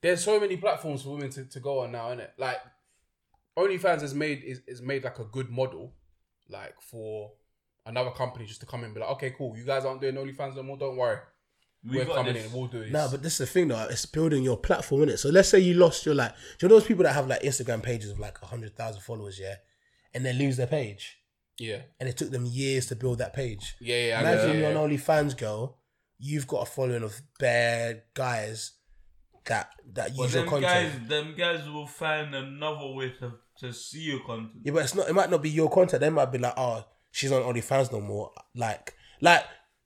Speaker 6: there's so many platforms for women to, to go on now, innit? Like OnlyFans has made is, is made like a good model, like for another company just to come in and be like, okay, cool, you guys aren't doing OnlyFans no more, don't worry.
Speaker 5: We
Speaker 6: We're
Speaker 5: got
Speaker 6: coming
Speaker 5: this.
Speaker 6: in, we'll do this.
Speaker 4: Nah, but this is the thing though. It's building your platform, innit? So let's say you lost your like, do you know those people that have like Instagram pages of like hundred thousand followers, yeah, and they lose their page,
Speaker 6: yeah.
Speaker 4: and it took them years to build that page.
Speaker 6: Yeah, yeah, I get
Speaker 4: Imagine
Speaker 6: it,
Speaker 4: you're
Speaker 6: yeah.
Speaker 4: an OnlyFans girl, you've got a following of bare guys that that
Speaker 5: But
Speaker 4: use your
Speaker 5: them
Speaker 4: content.
Speaker 5: guys, them guys will find another way to, to see your content.
Speaker 4: Yeah, but it's not. It might not be your content. They might be like, oh, she's on OnlyFans no more. Like, like,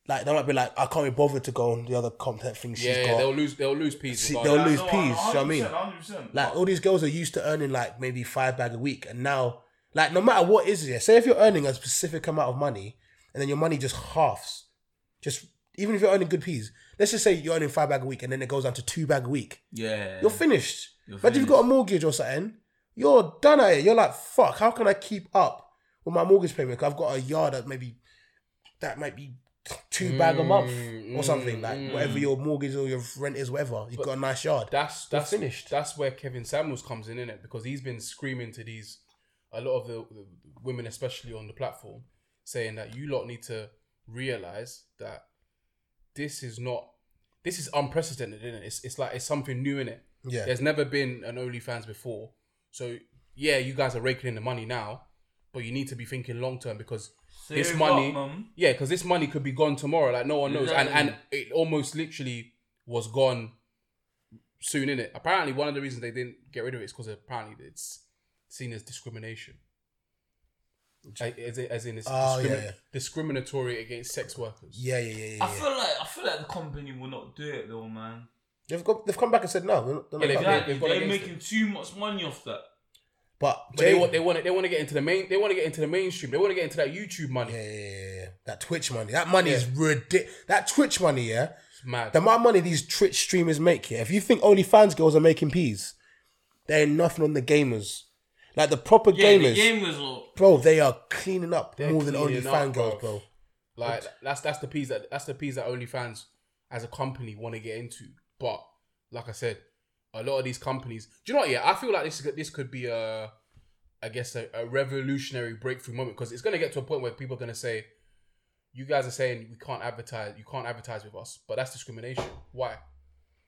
Speaker 4: like they might be like, I can't be bothered to go on the other content thing she's
Speaker 6: Yeah, yeah,
Speaker 4: got.
Speaker 6: they'll lose they'll lose peas.
Speaker 4: See,
Speaker 6: regardless.
Speaker 4: they'll lose peas.
Speaker 5: No,
Speaker 4: Do you know what I mean?
Speaker 5: 100%, 100%.
Speaker 4: Like all these girls are used to earning like maybe five bag a week, and now like no matter what is it, say if you're earning a specific amount of money, and then your money just halves, just even if you're earning good peas, let's just say you're earning five bag a week, and then it goes down to two bag a week,
Speaker 5: yeah.
Speaker 4: you're finished.
Speaker 5: You're
Speaker 4: But if you've
Speaker 5: finished.
Speaker 4: got a mortgage or something, you're done at it. You're like, fuck, how can I keep up with my mortgage payment? 'Cause I've got a yard that maybe that might be two bag a month
Speaker 5: Mm,
Speaker 4: or something like whatever your mortgage or your rent is, whatever. You've got a nice yard.
Speaker 6: That's
Speaker 4: You're
Speaker 6: that's
Speaker 4: finished.
Speaker 6: That's where Kevin Samuels comes in, innit? Because he's been screaming to these a lot of the, the women, especially on the platform, saying that you lot need to realize that this is not this is unprecedented, innit? It's it's like it's something new in it.
Speaker 4: Yeah.
Speaker 6: There's never been an OnlyFans before. So yeah, you guys are raking in the money now, but you need to be thinking long term because
Speaker 5: Save
Speaker 6: this
Speaker 5: up,
Speaker 6: money
Speaker 5: mum.
Speaker 6: yeah, because this money could be gone tomorrow. Like no one knows, and
Speaker 5: Exactly.
Speaker 6: and it almost literally was gone soon in it. Apparently, one of the reasons they didn't get rid of it is because apparently it's seen as discrimination. Like, As in, as in it's
Speaker 4: Oh, yeah,
Speaker 6: discrimi-
Speaker 4: yeah.
Speaker 6: discriminatory against sex workers.
Speaker 4: Yeah, yeah, yeah, yeah.
Speaker 5: I
Speaker 4: yeah.
Speaker 5: feel like I feel like the company will not do it though, man.
Speaker 4: They've got, they've come back and said no. We're not, they're not
Speaker 6: Yeah, they've
Speaker 4: coming.
Speaker 6: done.
Speaker 5: Exactly.
Speaker 6: they've gone
Speaker 5: They're
Speaker 6: against
Speaker 5: making too much money off that.
Speaker 4: but
Speaker 6: But
Speaker 4: Jay,
Speaker 6: they want they want to, they want to get into the main they want to get into the mainstream. They want to get into that YouTube money.
Speaker 4: yeah, yeah, yeah, yeah. that Twitch money, that money is ridiculous. That Twitch money, yeah.
Speaker 6: It's mad.
Speaker 4: The amount of money these Twitch streamers make, yeah. If you think OnlyFans girls are making peas, they ain't nothing on the gamers. Like the proper
Speaker 5: Yeah,
Speaker 4: gamers,
Speaker 5: the gamers will
Speaker 4: bro, they are cleaning up
Speaker 6: They're
Speaker 4: more than
Speaker 6: cleaning
Speaker 4: OnlyFans
Speaker 6: up, bro.
Speaker 4: girls, bro.
Speaker 6: Like that's that's the piece that that's the piece that OnlyFans as a company want to get into. But like I said, a lot of these companies. Do you know what? Yeah, I feel like this is- this could be a, I guess a, a revolutionary breakthrough moment because it's gonna get to a point where people are gonna say, you guys are saying we can't advertise, you can't advertise with us, but that's discrimination. Why?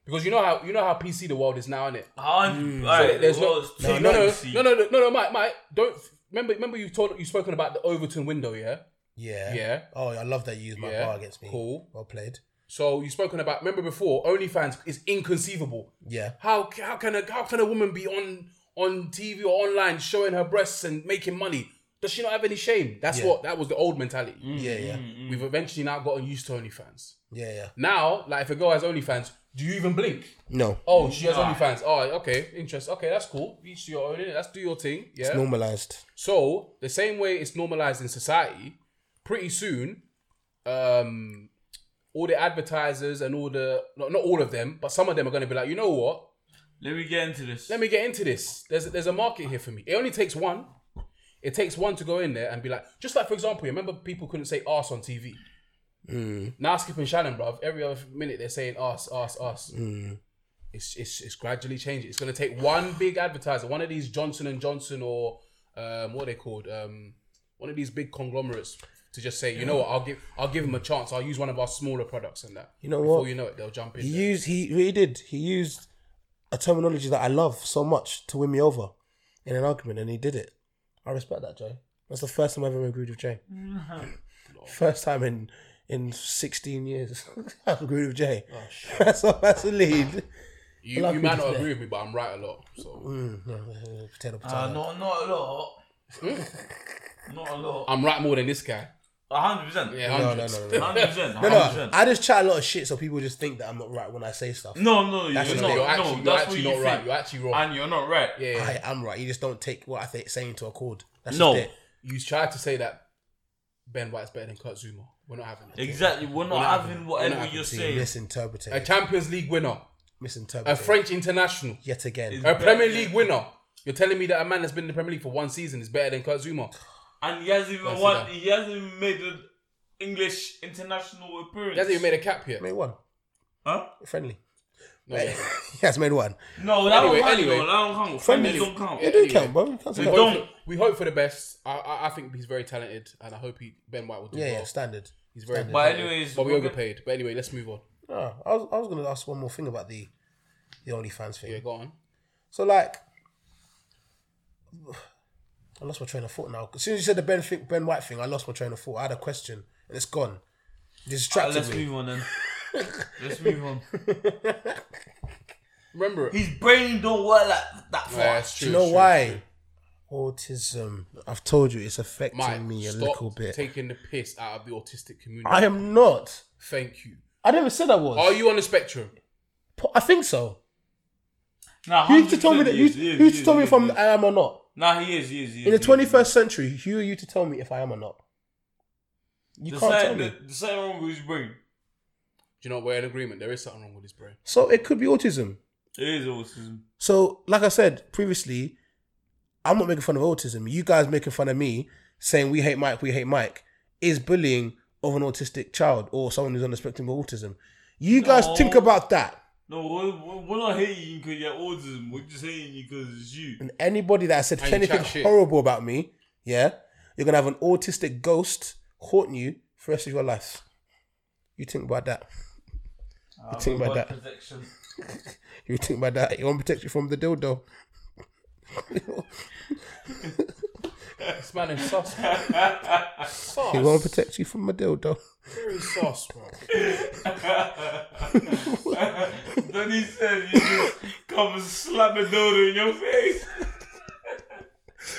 Speaker 6: Because you know how you know how PC the world is now, innit?
Speaker 5: hundred. Alright,
Speaker 6: Mm. There's
Speaker 5: well,
Speaker 6: no,
Speaker 5: it's
Speaker 6: no,
Speaker 5: too
Speaker 6: no, no,
Speaker 5: noisy.
Speaker 6: no, no, no, no, no, Mike, Mike, don't remember. Remember you told you spoken about the Overton window, yeah?
Speaker 4: Yeah,
Speaker 6: Yeah.
Speaker 4: Oh, I love that you used my
Speaker 6: Yeah,
Speaker 4: bar against me.
Speaker 6: cool.
Speaker 4: well played.
Speaker 6: So you've spoken about. Remember before, OnlyFans is inconceivable.
Speaker 4: Yeah,
Speaker 6: How ca- how can a how can a woman be on on TV or online showing her breasts and making money? Does she not have any shame? That's
Speaker 4: Yeah. Mm,
Speaker 6: what that was the old mentality.
Speaker 4: yeah, yeah,
Speaker 5: mm.
Speaker 6: We've eventually now gotten used to OnlyFans.
Speaker 4: yeah, yeah.
Speaker 6: Now, like if a girl has OnlyFans, do you even blink?
Speaker 4: No,
Speaker 6: Oh, she has OnlyFans. Oh, okay, interest. Okay, that's cool. Each to your own. innit? Let's do your thing. Yeah.
Speaker 4: normalized.
Speaker 6: So the same way it's normalized in society, pretty soon, um, all the advertisers and all the not, not all of them, but some of them are going to be like, you know what?
Speaker 5: Let me get into this.
Speaker 6: Let me get into this. There's there's a market here for me. It only takes one. It takes one to go in there and be like, just like for example, you remember people couldn't say arse on TV.
Speaker 4: Mm.
Speaker 6: Now Skip and Shannon, bruv, every other minute they're saying arse, arse, arse.
Speaker 4: Mm.
Speaker 6: It's, it's it's gradually changing. It's gonna take one big advertiser, one of these Johnson and Johnson or um, what are they called, um, one of these big conglomerates, to just say, you know what, I'll give I'll give them a chance. I'll use one of our smaller products and that.
Speaker 4: You know
Speaker 6: Before
Speaker 4: what?
Speaker 6: you know it, they'll jump in.
Speaker 4: He
Speaker 6: there.
Speaker 4: used he he did. He used a terminology that I love so much to win me over in an argument, and he did it. I respect that, Jay. That's the first time I've ever agreed with Jay. first time in in sixteen years I've agreed with Jay.
Speaker 5: Oh,
Speaker 4: that's a that's a lead.
Speaker 6: You,
Speaker 4: Like
Speaker 6: you
Speaker 4: we
Speaker 6: might
Speaker 4: just
Speaker 6: not
Speaker 4: said.
Speaker 6: agree with me, but I'm right a lot. So
Speaker 4: Mm, no, uh,
Speaker 5: Ah,
Speaker 4: potato, potato.
Speaker 5: Uh, not not a lot. not a lot.
Speaker 6: I'm right more than this guy.
Speaker 5: hundred percent.
Speaker 6: Hmm? Yeah,
Speaker 4: No, no,
Speaker 6: hundreds.
Speaker 4: no, no. no.
Speaker 5: hundred percent.
Speaker 4: No,
Speaker 5: hundred
Speaker 4: no,
Speaker 5: percent.
Speaker 4: I just chat a lot of shit so people just think that I'm not right when I say stuff.
Speaker 5: No, no, you're
Speaker 4: That's
Speaker 5: not.
Speaker 4: just it.
Speaker 6: You're
Speaker 5: no,
Speaker 6: actually,
Speaker 5: that's
Speaker 6: you're
Speaker 5: what
Speaker 6: actually
Speaker 5: you
Speaker 6: not
Speaker 5: think.
Speaker 6: right. You're actually wrong.
Speaker 5: And you're not right.
Speaker 6: yeah,
Speaker 4: I am right. You just don't take what I think saying to a chord. That's
Speaker 5: No.
Speaker 4: just it.
Speaker 6: you tried to say that Ben White's better than Kurt Zuma. We're not having it.
Speaker 5: Exactly. We're not having
Speaker 6: We're
Speaker 5: whatever
Speaker 6: not
Speaker 5: you're
Speaker 4: See,
Speaker 5: saying.
Speaker 6: A
Speaker 4: misinterpreting.
Speaker 6: Champions League winner, a
Speaker 4: Misinterpreting.
Speaker 6: French international,
Speaker 4: Yet again.
Speaker 6: a
Speaker 5: It's better
Speaker 6: Premier
Speaker 5: than-
Speaker 6: League winner. You're telling me that a man that's been in the Premier League for one season is better than Kurt Zuma?
Speaker 5: And he hasn't even
Speaker 6: That's
Speaker 5: won.
Speaker 6: enough.
Speaker 5: He hasn't even made an English international appearance.
Speaker 6: He hasn't even made a cap yet.
Speaker 4: Made one.
Speaker 5: Huh?
Speaker 4: Friendly.
Speaker 6: No, yeah.
Speaker 4: he has made one.
Speaker 5: No, that
Speaker 6: Anyway,
Speaker 5: don't count.
Speaker 6: anyway.
Speaker 5: though. That don't count.
Speaker 4: Friendly.
Speaker 5: Friendly don't count.
Speaker 4: It do
Speaker 6: Anyway.
Speaker 4: count, bro. That's
Speaker 5: We
Speaker 4: enough.
Speaker 5: don't-
Speaker 6: We hope for the best. I, I, I think he's very talented, and I hope he Ben White will do
Speaker 4: Yeah,
Speaker 6: well.
Speaker 4: yeah, standard.
Speaker 6: He's very.
Speaker 4: Standard.
Speaker 5: But
Speaker 6: talented.
Speaker 5: anyways,
Speaker 6: but we
Speaker 5: we're gonna-
Speaker 6: overpaid. But anyway, let's move on.
Speaker 4: Oh, I was, I was going to ask one more thing about the the OnlyFans thing.
Speaker 6: Yeah, go on.
Speaker 4: So like, I lost my train of thought now. As soon as you said the Ben thing, Ben White thing, I lost my train of thought. I had a question and it's gone. It
Speaker 6: Ah,
Speaker 4: distracted
Speaker 5: Let's
Speaker 4: me.
Speaker 5: move on then. Let's move on.
Speaker 6: Remember it.
Speaker 5: His brain don't work like that
Speaker 6: Yeah,
Speaker 5: far.
Speaker 6: that's true,
Speaker 4: Do you know
Speaker 6: it's true, it's true.
Speaker 4: why? Autism. I've told you, it's affecting
Speaker 6: Mike,
Speaker 4: me a
Speaker 6: stop
Speaker 4: little bit.
Speaker 6: taking the piss out of the autistic community.
Speaker 4: I am not.
Speaker 6: Thank you.
Speaker 4: I never said I was.
Speaker 6: Are you on the spectrum?
Speaker 4: I think so.
Speaker 5: Nah,
Speaker 4: Who to tell me
Speaker 5: 100%
Speaker 4: that?
Speaker 5: he
Speaker 4: You,
Speaker 5: is, he is,
Speaker 4: who
Speaker 5: he
Speaker 4: to
Speaker 5: is,
Speaker 4: tell me
Speaker 5: he
Speaker 4: if I'm,
Speaker 5: is.
Speaker 4: I am or not?
Speaker 5: Nah, he is. He is. He is
Speaker 4: In the
Speaker 5: he is.
Speaker 4: 21st century, who are you to tell me if I am or not? You
Speaker 5: There's
Speaker 4: can't tell
Speaker 5: something-
Speaker 4: me.
Speaker 5: There's something wrong with his brain.
Speaker 6: Do you know we're in agreement? There is something wrong with his brain.
Speaker 4: So it could be autism.
Speaker 5: It is autism.
Speaker 4: So, like I said previously, I'm not making fun of autism. You guys making fun of me saying we hate Mike, we hate Mike is bullying of an autistic child or someone who's on the spectrum of autism. You guys
Speaker 5: No.
Speaker 4: think about that.
Speaker 5: No, we're, we're- we're not hating you because you're autism. We're just hating you because it's you.
Speaker 4: And anybody that said
Speaker 6: And you
Speaker 4: anything
Speaker 6: chat shit.
Speaker 4: horrible about me, yeah, you're gonna have an autistic ghost haunting you for the rest of your life. You think about that. You think about that.
Speaker 5: Protection.
Speaker 4: You think about that. It won't protect you from the dildo.
Speaker 6: This man is sus. man. sus.
Speaker 4: It won't protect you from a dildo.
Speaker 6: Very sus, bro.
Speaker 5: then he said, you just come and slap a dildo in your face.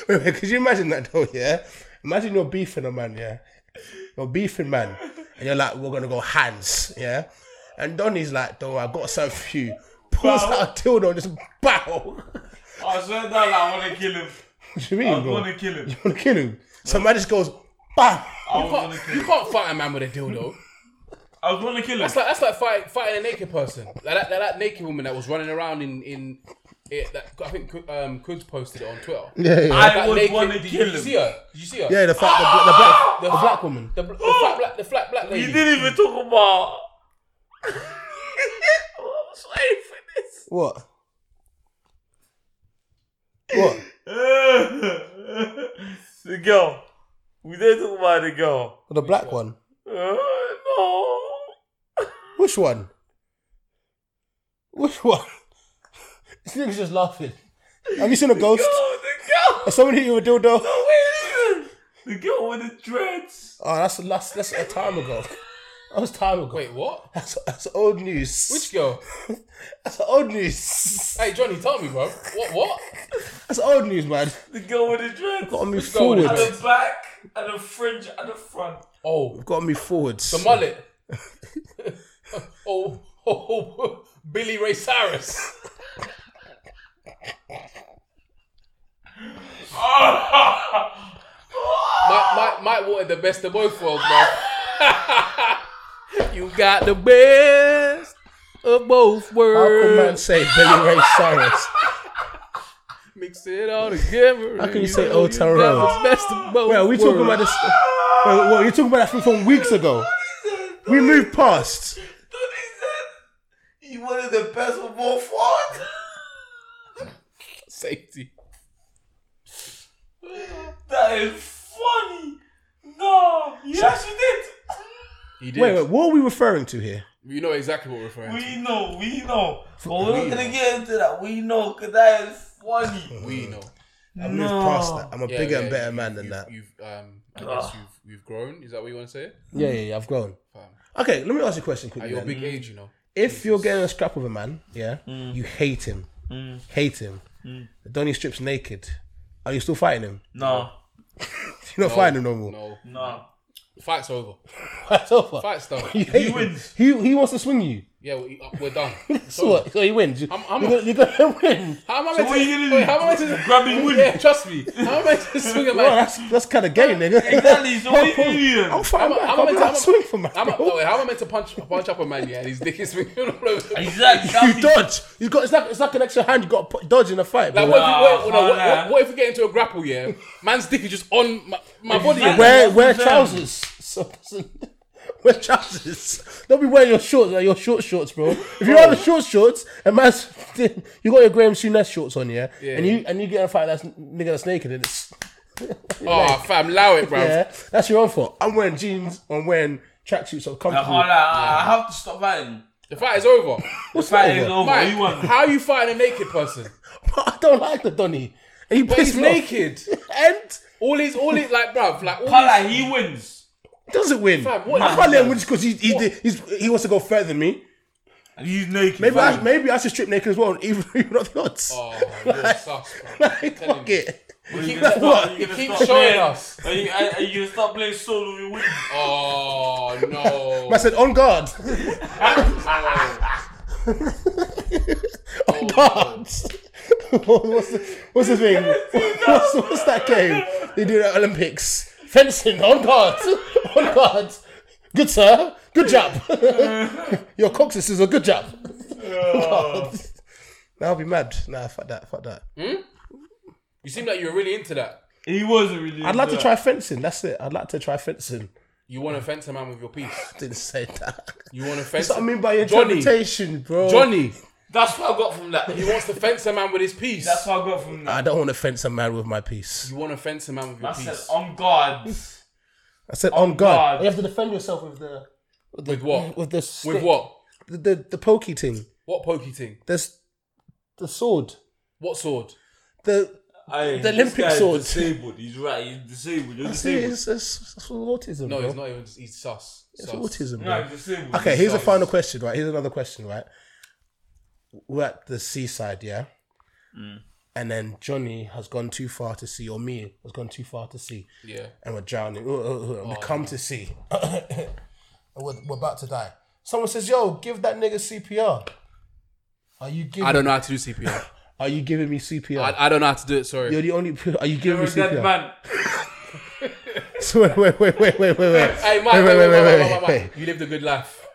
Speaker 4: Wait, wait, could you imagine that though? Yeah, imagine you're beefing a man. Yeah, you're beefing man, and you're like, we're gonna go hands. Yeah, and Donny's like, though I got something for you. Pulls
Speaker 5: Bow.
Speaker 4: out a dildo and just bow.
Speaker 5: I swear to God, I want to kill him.
Speaker 4: what do you mean,
Speaker 5: I
Speaker 4: bro?
Speaker 5: want to kill him.
Speaker 4: You wanna kill him? So man just goes, bam.
Speaker 5: I was
Speaker 6: Fuck,
Speaker 5: going to kill
Speaker 6: you
Speaker 5: him.
Speaker 6: can't fight a man with a dildo.
Speaker 5: I was going to kill him.
Speaker 6: That's like that's like fight, fighting a naked person. Like that, that, that naked woman that was running around in in. It, that, I think Qu- um, Quids posted it on Twitter.
Speaker 4: Yeah, yeah.
Speaker 5: I
Speaker 6: That
Speaker 5: would
Speaker 6: naked-
Speaker 5: want to
Speaker 6: did,
Speaker 5: kill
Speaker 6: you
Speaker 5: him.
Speaker 6: see her? Did you see her?
Speaker 4: Yeah, the fat, the, bla- the black, the,
Speaker 6: The-
Speaker 4: black woman.
Speaker 6: The, bl- the flat black, the flat black lady.
Speaker 5: You didn't even talk about.
Speaker 4: What? What?
Speaker 5: the girl. We didn't talk about the girl.
Speaker 4: The black one.
Speaker 5: Uh, no.
Speaker 4: Which one? Which one? This nigga's just laughing. Have you seen a ghost?
Speaker 5: Oh, the girl.
Speaker 4: Has someone hit you with a dildo?
Speaker 5: Wait, listen. The girl with the dreads.
Speaker 4: Oh, that's that's that's a time ago. That was time ago.
Speaker 6: Wait, what?
Speaker 4: that's, that's old news.
Speaker 6: Which girl?
Speaker 4: that's old news.
Speaker 6: Hey, Johnny, tell me, bro. What? What?
Speaker 4: That's old news, man.
Speaker 5: The girl with the dreads.
Speaker 4: Got to move
Speaker 6: Which goal is
Speaker 4: forward.
Speaker 5: At
Speaker 4: Got
Speaker 5: the back, at the fringe, at the front.
Speaker 6: Oh,
Speaker 4: to move forwards.
Speaker 6: the mullet. oh, oh, oh, Billy Ray Cyrus. Mike, Mike, Mike wanted the best of both worlds, bro. you got the best of both
Speaker 4: How can man
Speaker 6: worlds.
Speaker 4: say Billy Ray Cyrus?
Speaker 6: Mix it all together.
Speaker 4: How can
Speaker 6: and
Speaker 4: you say
Speaker 6: know
Speaker 4: Old Town
Speaker 6: you got
Speaker 4: Road?
Speaker 6: the best of both
Speaker 4: Wait, are we talking about
Speaker 6: worlds.
Speaker 4: this? Wait, wait, you're talking about that thing from weeks ago. We moved past.
Speaker 5: You wanted the best of both worlds.
Speaker 6: safety?
Speaker 5: That is funny. No, yes, you did.
Speaker 6: He did.
Speaker 4: Wait, wait, what are we referring to here?
Speaker 6: You know exactly what we're referring to.
Speaker 5: We know, we know. But we're not gonna get into that. We know, cause that is funny.
Speaker 6: We know.
Speaker 4: I moved past that. I'm a
Speaker 6: Yeah,
Speaker 4: bigger
Speaker 6: yeah,
Speaker 4: and better
Speaker 6: you've-
Speaker 4: man than
Speaker 6: you've-
Speaker 4: that.
Speaker 6: You've, um, I guess you've, you've grown. Is that what you want to say?
Speaker 4: Yeah, yeah, yeah. I've grown.
Speaker 6: Fam.
Speaker 4: Okay, let me ask you a question quickly.
Speaker 6: At your
Speaker 4: then.
Speaker 6: big age, you know.
Speaker 4: If you're getting a scrap with a man, yeah,
Speaker 6: Mm.
Speaker 4: you hate him, hate him. Donny strips naked. Are you still fighting him?
Speaker 5: No,
Speaker 4: You're not fighting him no more.
Speaker 6: No.
Speaker 5: no.
Speaker 6: Fight's over.
Speaker 4: That's over.
Speaker 6: Fight's done.
Speaker 4: You hate him.
Speaker 5: wins.
Speaker 4: He, he wants to swing you.
Speaker 6: Yeah, we, uh, we're done.
Speaker 4: So what? So he wins. You-
Speaker 6: I'm- I'm-
Speaker 4: you're, gonna, you're gonna win.
Speaker 6: How am
Speaker 5: So what
Speaker 6: I meant to
Speaker 5: are you gonna do?
Speaker 6: wait, How am I meant to
Speaker 5: Grab his wood?
Speaker 6: Yeah, trust me. How am I meant to swing at my?
Speaker 4: Bro, that's that's kind of gay, nigga.
Speaker 5: Exactly, so what are you doing?
Speaker 4: I'm fine.
Speaker 6: I'm,
Speaker 4: I'm,
Speaker 6: I'm,
Speaker 4: back. I'm,
Speaker 6: meant to,
Speaker 4: gonna
Speaker 6: I'm,
Speaker 4: swing for my.
Speaker 6: I'm,
Speaker 4: bro.
Speaker 6: no, wait, how am I meant to punch punch up a man yeah, and his dick is swinging all over the place?
Speaker 5: Exactly.
Speaker 4: you dodge. You got it's like it's like an extra hand. You got to dodge in a fight. Bro.
Speaker 6: Like, what, if we,
Speaker 5: Nah,
Speaker 6: what, no, what,
Speaker 5: nah.
Speaker 6: what, what if we get into a grapple, yeah? Man's dick is just on my, my body.
Speaker 5: Exactly.
Speaker 4: wear
Speaker 5: That's
Speaker 4: wear
Speaker 5: what I'm
Speaker 4: trousers. So, so, wear trousers. Don't be wearing your shorts like your short shorts, bro. If you have the short shorts and man's you got your Graham Souness shorts on, yeah, and you and you get in a fight that's nigga that's naked and it's
Speaker 6: Oh, fam, allow it, bruv.
Speaker 4: yeah, that's your own fault. I'm wearing jeans. I'm wearing tracksuits. I'm
Speaker 5: Like,
Speaker 4: comfortable.
Speaker 5: hold on, I I have to stop fighting.
Speaker 6: The fight is over.
Speaker 4: What's
Speaker 5: Fight
Speaker 4: that
Speaker 5: is
Speaker 4: over?
Speaker 5: over.
Speaker 6: Mike,
Speaker 5: He won.
Speaker 6: how are you fighting a naked person?
Speaker 4: I don't like the Donny. And he
Speaker 6: But
Speaker 4: pissed
Speaker 6: he's
Speaker 4: me off.
Speaker 6: naked.
Speaker 4: and
Speaker 6: All his, all his, like, bruv, like, all his,
Speaker 5: Hala, he wins.
Speaker 4: doesn't win.
Speaker 6: Fam, what
Speaker 4: I
Speaker 6: is
Speaker 4: can't
Speaker 6: that?
Speaker 4: let him win because he he, did, he's, he wants to go further than me.
Speaker 5: And he's naked.
Speaker 4: Maybe I,
Speaker 5: fighting.
Speaker 4: maybe I should strip naked as well, even even off the odds.
Speaker 6: oh, you're sus, bruv.
Speaker 4: like, fuck it.
Speaker 5: Are you
Speaker 4: Like
Speaker 5: gonna stop-
Speaker 4: what?
Speaker 5: are you gonna
Speaker 6: He keeps
Speaker 5: stop
Speaker 6: showing
Speaker 5: playing-
Speaker 6: us.
Speaker 5: Are you, are, are you gonna stop playing solo with wings?
Speaker 6: Oh, no.
Speaker 4: I said on guard, on guard. what's, the, what's the thing? What's, what's that game they do at Olympics? Fencing on guard, on guard. Good sir, good job. Your coccyx is a good job. Nah, I'll be mad. Nah, fuck that, fuck that.
Speaker 6: You seem like you're really into that.
Speaker 5: He wasn't really.
Speaker 4: I'd like to
Speaker 5: into
Speaker 4: try
Speaker 5: that.
Speaker 4: fencing. That's it. I'd like to try fencing.
Speaker 6: You want to fence a man with your piece.
Speaker 4: Didn't say that.
Speaker 6: You want to fence
Speaker 4: That's what I mean by
Speaker 6: Johnny.
Speaker 4: interpretation, bro.
Speaker 6: Johnny.
Speaker 5: That's what I got from that.
Speaker 6: He wants to fence a man with his piece.
Speaker 5: That's what I got from that.
Speaker 4: I don't want to fence a man with my piece.
Speaker 6: You want to fence a man with your
Speaker 5: I
Speaker 6: piece.
Speaker 5: said, on guard.
Speaker 4: I said on guard.
Speaker 5: guard.
Speaker 4: You have to defend yourself with the
Speaker 6: with what?
Speaker 4: with the stick,
Speaker 6: With what?
Speaker 4: the, the the pokey thing.
Speaker 6: What pokey thing?
Speaker 4: There's the sword.
Speaker 6: What sword?
Speaker 4: The
Speaker 5: Aye,
Speaker 4: The
Speaker 5: this
Speaker 4: Olympic
Speaker 5: guy's
Speaker 4: sword.
Speaker 5: disabled. He's right. He's disabled. You're
Speaker 4: it's,
Speaker 5: disabled.
Speaker 4: it's, it's, it's autism.
Speaker 6: No,
Speaker 4: bro.
Speaker 6: he's not even. He's sus.
Speaker 4: It's
Speaker 6: Sus.
Speaker 4: autism.
Speaker 5: No,
Speaker 4: Bro.
Speaker 5: he's disabled.
Speaker 4: Okay, here's a
Speaker 6: sus.
Speaker 4: final question. Right, here's another question. Right, we're at the seaside, yeah, and then Johnny has gone too far to sea, or me has gone too far to sea.
Speaker 6: Yeah.
Speaker 4: and we're drowning. Ooh, ooh, ooh, and we come to sea. and we're, we're about to die. Someone says, "Yo, give that nigga CPR." Are you giving?
Speaker 6: I don't know how to do CPR.
Speaker 4: Are you giving me CPR?
Speaker 6: I, I don't know how to do it. Sorry.
Speaker 4: You're the only. Are you giving
Speaker 5: You're
Speaker 4: me
Speaker 5: a dead
Speaker 4: CPR?
Speaker 5: man.
Speaker 4: So wait, wait, wait, wait, wait, wait, wait.
Speaker 6: Hey, Mike,
Speaker 4: wait,
Speaker 6: wait,
Speaker 4: wait, wait, wait,
Speaker 6: wait,
Speaker 4: wait, wait.
Speaker 6: You lived a good life.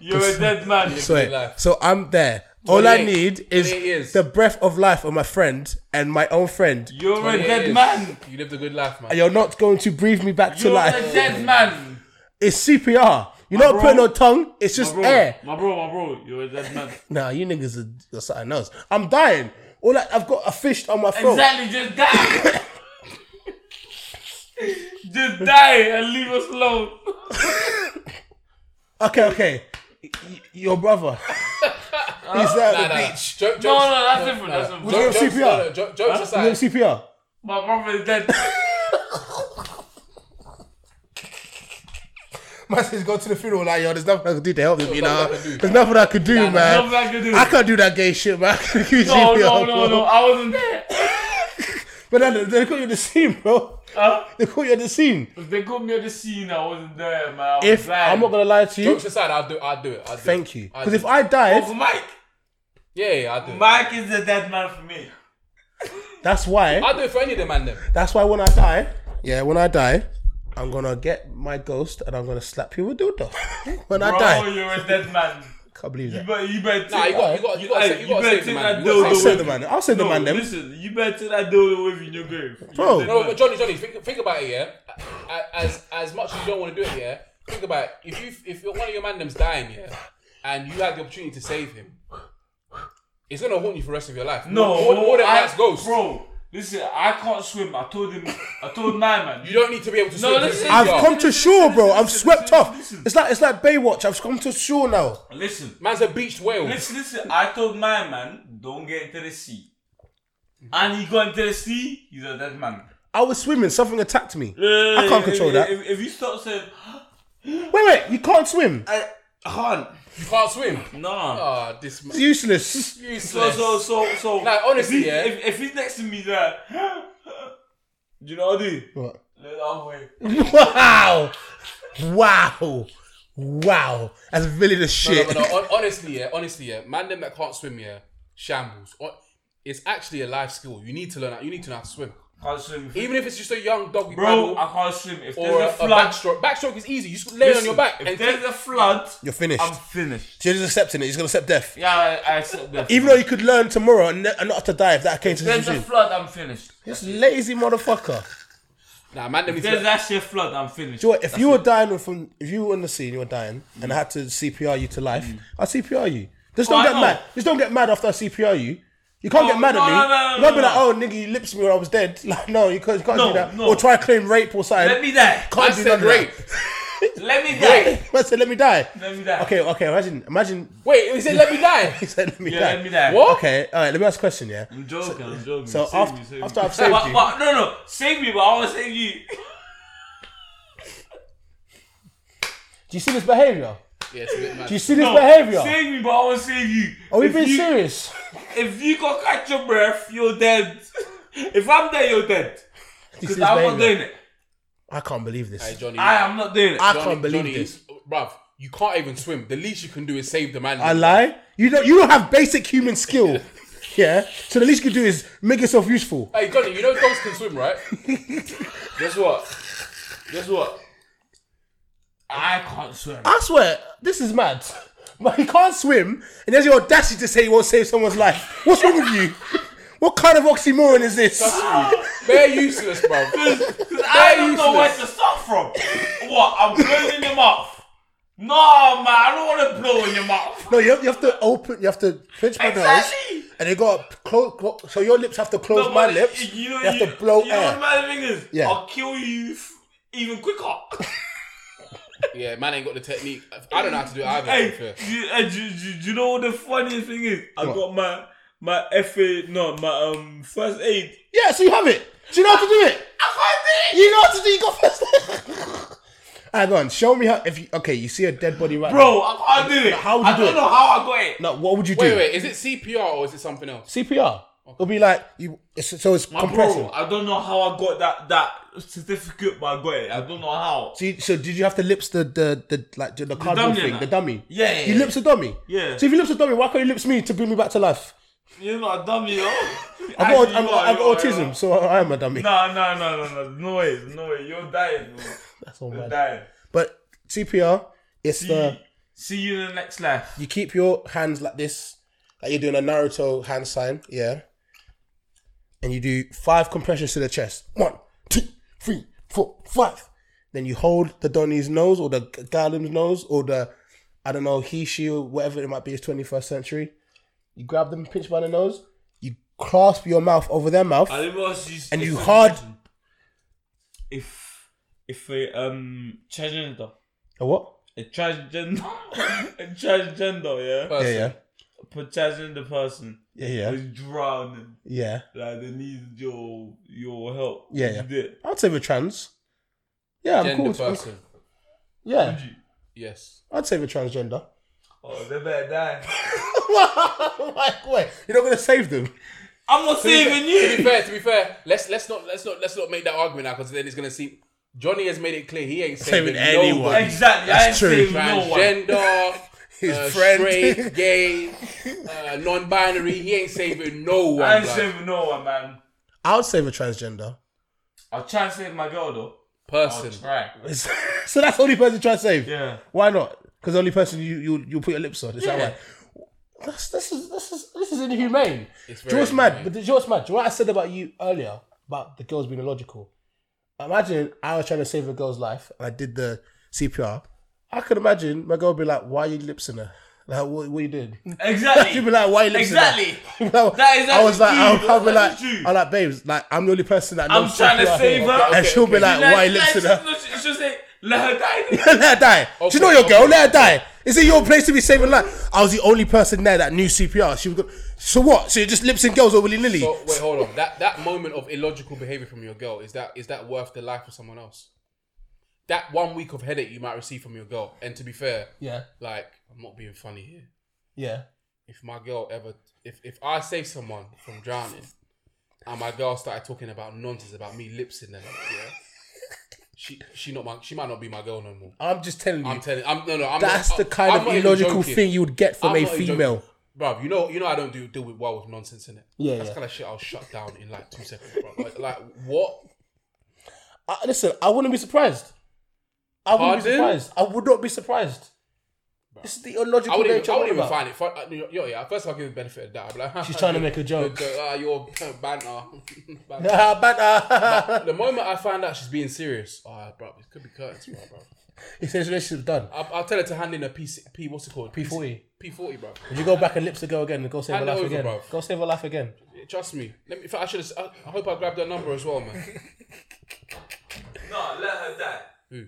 Speaker 5: You're a dead man.
Speaker 4: So, wait.
Speaker 6: life.
Speaker 4: so I'm there. All I
Speaker 6: 28
Speaker 4: need
Speaker 6: 28
Speaker 4: is
Speaker 6: years.
Speaker 4: the breath of life of my friend and my own friend.
Speaker 5: You're a
Speaker 6: Yeah, it
Speaker 5: dead
Speaker 6: is.
Speaker 5: man.
Speaker 6: You lived a good life, man.
Speaker 4: And You're not going to breathe me back to
Speaker 5: You're
Speaker 4: life.
Speaker 5: a dead man.
Speaker 4: It's CPR. You're not
Speaker 5: bro.
Speaker 4: putting on tongue. It's just
Speaker 5: Bro,
Speaker 4: air.
Speaker 5: My bro, my bro. You're a dead man.
Speaker 4: Nah, you niggas are you're something else. I'm dying. All I, I've got a fish on my throat.
Speaker 5: Exactly, just die. just die and leave us alone.
Speaker 4: Okay, okay. Y- y- your brother. He's there
Speaker 6: Nah,
Speaker 4: at
Speaker 6: nah,
Speaker 4: the
Speaker 6: nah.
Speaker 4: beach.
Speaker 6: Jo-
Speaker 5: No,
Speaker 6: jokes-
Speaker 5: no, that's different. That's different.
Speaker 4: Would you have
Speaker 6: jokes-
Speaker 4: CPR?
Speaker 6: no, no, jo- Jokes
Speaker 4: You have
Speaker 6: aside.
Speaker 4: CPR.
Speaker 5: My brother is dead.
Speaker 4: Man says go to the funeral like yo. There's nothing I can do to help him. You know.
Speaker 6: nothing I can do.
Speaker 4: There's nothing I could do, man.
Speaker 5: nothing I can do.
Speaker 4: Uh, I can't do that gay shit, man. I can give you
Speaker 5: No,
Speaker 4: CPR,
Speaker 5: no,
Speaker 4: bro.
Speaker 5: no, no. I wasn't there.
Speaker 4: But then they caught you at the scene, bro.
Speaker 5: Huh?
Speaker 4: They caught you at the scene.
Speaker 5: If they caught me at the scene, I wasn't there, man. I was
Speaker 4: If I'm not gonna lie to you,
Speaker 6: Jokes aside, I'll do. I'll do it. I'll do
Speaker 4: thank
Speaker 6: it.
Speaker 4: you.
Speaker 6: I'll
Speaker 4: Because
Speaker 6: do
Speaker 4: if
Speaker 6: it.
Speaker 4: I died,
Speaker 5: for Oh, Mike.
Speaker 6: yeah, yeah, I'll do. It.
Speaker 5: Mike is the dead man for me.
Speaker 4: that's why.
Speaker 6: I'll do it for any of them, man. Them.
Speaker 4: That's why when I die, yeah, when I die, I'm gonna get my ghost and I'm gonna slap you with dildo. when I
Speaker 5: Bro,
Speaker 4: die,
Speaker 5: you're a dead man.
Speaker 4: can't believe
Speaker 5: You
Speaker 4: that.
Speaker 5: better, you better.
Speaker 6: Nah, you
Speaker 5: take-
Speaker 6: got, you got, you got,
Speaker 5: Hey,
Speaker 6: you got to
Speaker 5: better
Speaker 6: save the
Speaker 5: take that
Speaker 6: man. You gotta
Speaker 5: dildo
Speaker 4: I'll
Speaker 6: save the
Speaker 5: with
Speaker 4: send the
Speaker 5: you.
Speaker 4: man. I'll send
Speaker 5: No,
Speaker 4: the man them.
Speaker 5: listen, you better take that dildo with you in your grave. You're
Speaker 4: Bro.
Speaker 5: a dead
Speaker 6: No,
Speaker 5: man.
Speaker 6: but Johnny, Johnny, think, think about it, yeah. A- As as much as you don't want to do it, yeah. Think about it. If you if you're one of your mandem's dying, yeah, and you had the opportunity to save him, it's gonna haunt you for the rest of your life.
Speaker 5: No,
Speaker 6: more, more than
Speaker 5: I-
Speaker 6: that's ghost.
Speaker 5: Bro, listen, I can't swim. I told him, I told my man.
Speaker 6: You don't need to be able to.
Speaker 5: No,
Speaker 6: swim to
Speaker 5: listen.
Speaker 6: the
Speaker 4: I've
Speaker 6: CPR.
Speaker 4: come to shore, bro.
Speaker 5: listen,
Speaker 4: I'm
Speaker 5: listen,
Speaker 4: swept
Speaker 5: listen,
Speaker 4: off.
Speaker 5: listen.
Speaker 4: It's like it's like Baywatch. I've come to shore now.
Speaker 5: Listen,
Speaker 6: Man's a beached whale.
Speaker 5: listen, listen. I told my man, don't get into the sea. And he got into the sea, he's a dead man.
Speaker 4: I was swimming. Something attacked me. I can't
Speaker 5: If-
Speaker 4: control
Speaker 5: if,
Speaker 4: that.
Speaker 5: If, if you stop saying,
Speaker 4: Wait, wait. You can't swim.
Speaker 5: I can't,
Speaker 6: You can't swim.
Speaker 5: nah.
Speaker 6: Ah, this man.
Speaker 4: It's useless.
Speaker 5: so,
Speaker 6: useless.
Speaker 5: so, so, so.
Speaker 6: Like, honestly,
Speaker 5: if, he-
Speaker 6: yeah.
Speaker 5: if, if he's next to me, there, do you know what I do?
Speaker 4: What?
Speaker 5: Look the other way.
Speaker 4: Wow.
Speaker 7: Wow. Wow. That's villainous
Speaker 6: No,
Speaker 7: shit.
Speaker 6: No, no, no. hon- Honestly, yeah, honestly, yeah. Man, them that can't swim, yeah, shambles. Hon- It's actually a life skill. You need to learn. How, you need to know how to swim.
Speaker 5: can't swim. If,
Speaker 6: Even if it's just a young dog with
Speaker 5: bro,
Speaker 6: paddle
Speaker 5: I can't swim. If
Speaker 6: or a,
Speaker 5: there's a
Speaker 6: a
Speaker 5: flood,
Speaker 6: backstroke. Backstroke is easy. You just lay on your back
Speaker 5: If
Speaker 6: and
Speaker 5: there's a flood,
Speaker 4: You're finished.
Speaker 5: I'm finished.
Speaker 4: So you're just accepting it. He's gonna accept death.
Speaker 5: Yeah, I, I accept that.
Speaker 4: Even though you could learn tomorrow and, ne- and not have to die if that came to the
Speaker 5: there's a
Speaker 4: decision.
Speaker 5: flood, I'm finished.
Speaker 4: This lazy motherfucker.
Speaker 6: nah, man, them
Speaker 5: If
Speaker 6: needs
Speaker 5: there's
Speaker 6: to.
Speaker 5: that shit flood, I'm finished.
Speaker 4: Do you know what, if you were dying from if you were on the scene, you were dying, and I had to CPR you to life, I'd CPR you. Just
Speaker 5: Oh,
Speaker 4: don't
Speaker 5: I
Speaker 4: get
Speaker 5: know.
Speaker 4: mad. Just don't get mad after I CPR you. You can't
Speaker 5: Oh,
Speaker 4: get mad
Speaker 5: no,
Speaker 4: at me.
Speaker 5: no, no,
Speaker 4: you can't be
Speaker 5: no,
Speaker 4: like, oh nigga, you lips me when I was dead. Like, no, you can't, you can't
Speaker 5: No,
Speaker 4: do that.
Speaker 5: no.
Speaker 4: Or try to claim rape or something.
Speaker 5: Let me die.
Speaker 6: I
Speaker 4: can't do
Speaker 6: said
Speaker 4: none of that.
Speaker 6: rape.
Speaker 5: Let me die.
Speaker 4: Man said, let me die.
Speaker 5: Let me die.
Speaker 4: Okay, okay, imagine imagine
Speaker 6: Wait, is it let me die?
Speaker 4: he said let me
Speaker 5: Yeah,
Speaker 4: die.
Speaker 5: let me die.
Speaker 6: What?
Speaker 4: Okay, alright, let me ask a question, yeah?
Speaker 5: I'm joking. I'm joking.
Speaker 4: So
Speaker 5: save
Speaker 4: after-
Speaker 5: me, save
Speaker 4: after
Speaker 5: me.
Speaker 4: I've saved
Speaker 5: But-
Speaker 4: you-
Speaker 5: but- no, no, save me, but I want to save you.
Speaker 4: Do you see this behaviour?
Speaker 6: Yeah, it's a bit mad.
Speaker 4: Do you see this
Speaker 5: No,
Speaker 4: behaviour?
Speaker 5: Save me, but I want to save you.
Speaker 4: Are we
Speaker 5: If
Speaker 4: being
Speaker 5: you-
Speaker 4: serious?
Speaker 5: If you can catch your breath, you're dead. if I'm dead, you're dead.
Speaker 4: Do you see
Speaker 5: Because
Speaker 4: this
Speaker 5: I'm not
Speaker 4: behaviour?
Speaker 5: doing it.
Speaker 4: I can't believe this.
Speaker 6: Hey, Johnny,
Speaker 5: I am not doing it.
Speaker 4: I
Speaker 6: Johnny-
Speaker 4: can't believe
Speaker 6: Johnny,
Speaker 4: this.
Speaker 6: bruv. You can't even swim. The least you can do is save the man.
Speaker 4: I lie. You don't. You don't have basic human skill. yeah. So the least you can do is make yourself useful.
Speaker 6: Hey, Johnny, you know dogs can swim, right?
Speaker 5: Guess what? Guess what? I can't swim.
Speaker 4: I swear, this is mad. But he can't swim, and there's your audacity to say he won't save someone's life. What's wrong with you? What kind of oxymoron is this?
Speaker 6: They're useless, bruv.
Speaker 5: I don't know where to start from. what? I'm blowing in your mouth. No, man, I don't want to blow in your mouth.
Speaker 4: No, you have, you have to open. You have to pinch my
Speaker 5: Exactly.
Speaker 4: nose, and you got to close. Clo- so your lips have to close my
Speaker 5: but
Speaker 4: lips.
Speaker 5: You,
Speaker 4: You,
Speaker 5: know,
Speaker 4: have to blow
Speaker 5: you know
Speaker 4: air.
Speaker 5: what my thing is?
Speaker 4: Yeah.
Speaker 5: I'll kill you f- even quicker.
Speaker 6: yeah, man ain't got the technique. I don't know how to do it either. to be
Speaker 5: Hey,
Speaker 6: fair.
Speaker 5: do, uh, do, do, do you know what the funniest thing is? I got my my FA, no, my um first aid.
Speaker 4: yeah. So you have it. Do you know how to do it? You know what to do. You go first. Hang on. Show me how. If you, okay, you see a dead body right now.
Speaker 5: Bro, I can't do it.
Speaker 4: How would you
Speaker 5: I
Speaker 4: do
Speaker 5: don't
Speaker 4: it?
Speaker 5: know how I got it.
Speaker 4: No, what would you do?
Speaker 6: Wait, wait, is it CPR or is it something else?
Speaker 4: CPR. It'll be like you. It's, so it's
Speaker 5: My
Speaker 4: compression.
Speaker 5: bro, I don't know how I got that that certificate, but I got it. I don't know how.
Speaker 4: So, you, so did you have to lips the the the like the, the cardboard
Speaker 5: dummy and
Speaker 4: thing,
Speaker 5: that.
Speaker 4: the dummy?
Speaker 5: Yeah, yeah,
Speaker 4: You
Speaker 5: yeah.
Speaker 4: lips a dummy.
Speaker 5: Yeah.
Speaker 4: So if you lips a dummy, why can't you lips me to bring me back to life?
Speaker 5: You're not a dummy, yo.
Speaker 4: I've got, I've, got- I've got autism, so I am a dummy.
Speaker 5: No, no, no, no, no, no way, no way. You're dying, bro.
Speaker 4: That's all
Speaker 5: You're
Speaker 4: mad.
Speaker 5: dying.
Speaker 4: But CPR, it's
Speaker 5: See,
Speaker 4: the
Speaker 5: see you in the next life.
Speaker 4: you keep your hands like this, like you're doing a Naruto hand sign, yeah. And you do five compressions to the chest. One, two, three, four, five. Then you hold the Donny's nose or the Galim's nose or the, I don't know, he, she, or whatever it might be, is 21st century. You grab them, pinch by the nose. You clasp your mouth over their mouth.
Speaker 5: I didn't realize you.
Speaker 4: And you
Speaker 5: it's a
Speaker 4: hard-
Speaker 5: question. If if a um transgender,
Speaker 4: A what?
Speaker 5: a transgender, a transgender, yeah,
Speaker 4: Yeah, yeah.
Speaker 5: a transgender person
Speaker 4: Yeah, yeah.
Speaker 5: is drowning,
Speaker 4: Yeah.
Speaker 5: like they need your your help.
Speaker 4: Yeah,
Speaker 5: You
Speaker 4: yeah.
Speaker 5: did.
Speaker 4: I'd say we're trans. Yeah, I'm
Speaker 6: Gender
Speaker 4: cool.
Speaker 6: person.
Speaker 4: Yeah,
Speaker 6: Yes.
Speaker 4: I'd say we're transgender.
Speaker 5: Oh, they better die.
Speaker 4: like, wait, you're not gonna save them.
Speaker 5: I'm not saving
Speaker 6: To be
Speaker 5: you.
Speaker 6: fair, to be fair, let's let's not let's not let's not make that argument now because then it's gonna seem Johnny has made it clear he ain't saving,
Speaker 4: Saving anyone.
Speaker 6: nobody.
Speaker 5: Exactly, I ain't
Speaker 4: That's true.
Speaker 5: saving no one.
Speaker 6: Transgender,
Speaker 4: His
Speaker 6: uh,
Speaker 4: friend.
Speaker 6: straight, gay, uh, non-binary, he ain't saving no one.
Speaker 5: I ain't
Speaker 6: bruv.
Speaker 5: saving no one, man.
Speaker 4: I would save a transgender.
Speaker 5: I'll try and save my girl though. I'll
Speaker 6: person.
Speaker 5: try.
Speaker 4: so that's the only person you try to save.
Speaker 5: Yeah.
Speaker 4: Why not? Because the only person you you you put your lips on. Is
Speaker 5: Yeah.
Speaker 4: that why? That's, this is this is this is inhumane.
Speaker 6: It's
Speaker 4: Do you know what's
Speaker 6: very
Speaker 4: mad?
Speaker 6: annoying.
Speaker 4: But do you know what's mad? Do you know what I said about you earlier about the girls being illogical? Imagine I was trying to save a girl's life and I did the CPR. I could imagine my girl would be like, "Why are you lipsing her? Like, what, what are you doing?"
Speaker 5: Exactly.
Speaker 4: She'd be like, "Why are you lipsing
Speaker 5: Exactly.
Speaker 4: her?" Like,
Speaker 5: That is
Speaker 4: I was like,
Speaker 5: actually
Speaker 4: I'll,
Speaker 5: true.
Speaker 4: I'll be
Speaker 5: That's
Speaker 4: like,
Speaker 5: true.
Speaker 4: I'm like, babes, like I'm the only person that
Speaker 5: I'm
Speaker 4: knows
Speaker 5: trying to
Speaker 4: CPR
Speaker 5: save
Speaker 4: here."
Speaker 5: her.
Speaker 4: and she'll be like,
Speaker 5: Let-
Speaker 4: "Why are you
Speaker 5: let-
Speaker 4: lipsing her?"
Speaker 5: no, she- She'll say, let her die.
Speaker 4: let her die. Do
Speaker 6: Okay,
Speaker 4: you know your
Speaker 6: okay.
Speaker 4: girl? Let her die. Is it your place to be saving life? I was the only person there that knew CPR. She was go- so what? So you're just lips and girls over willy nilly?
Speaker 6: So, wait, hold on. That that moment of illogical behavior from your girl is that is that worth the life of someone else? That one week of headache you might receive from your girl, and to be fair,
Speaker 4: yeah,
Speaker 6: like I'm not being funny here.
Speaker 4: yeah.
Speaker 6: If my girl ever, if if I save someone from drowning, and my girl started talking about nonsense about me lipsing them, yeah, she she not my she might not be my girl no more.
Speaker 4: I'm just telling you.
Speaker 6: I'm telling. I'm no no. I'm
Speaker 4: that's
Speaker 6: not,
Speaker 4: the kind
Speaker 6: I'm
Speaker 4: of
Speaker 6: not even
Speaker 4: illogical
Speaker 6: joking.
Speaker 4: thing you would get from
Speaker 6: I'm
Speaker 4: a
Speaker 6: not even joking.
Speaker 4: female.
Speaker 6: Bro, you know, you know, I don't do deal with well with nonsense in it.
Speaker 4: Yeah,
Speaker 6: that's
Speaker 4: yeah.
Speaker 6: kind of shit. I'll shut down in like two seconds, bro. Like, like what?
Speaker 4: I, listen, I wouldn't be surprised. I wouldn't be
Speaker 6: Pardon?
Speaker 4: surprised. I would not be surprised. This is the illogical
Speaker 6: I wouldn't even,
Speaker 4: nature
Speaker 6: I
Speaker 4: I'm
Speaker 6: wouldn't even
Speaker 4: on about.
Speaker 6: find it. Fun. uh, Yo, yo, yeah. First, I'll give the benefit of the doubt. I'll be like,
Speaker 4: She's trying to make a joke.
Speaker 6: Uh, your banter. banter.
Speaker 4: Ah, but, uh,
Speaker 6: The moment I find out she's being serious, ah, bro, it could be curtains, bro. bro.
Speaker 4: he says relationship's done.
Speaker 6: I'll, I'll tell her to hand in a P, P what's it called?
Speaker 4: P40.
Speaker 6: P forty, bro.
Speaker 4: Would you go back and lips to go again and go save her
Speaker 6: Hand
Speaker 4: life
Speaker 6: over,
Speaker 4: again?
Speaker 6: bruv.
Speaker 4: Go save her life again.
Speaker 6: Trust me. Let me. in fact, I should. I, I hope I grabbed her number as well, man.
Speaker 5: No, let her die.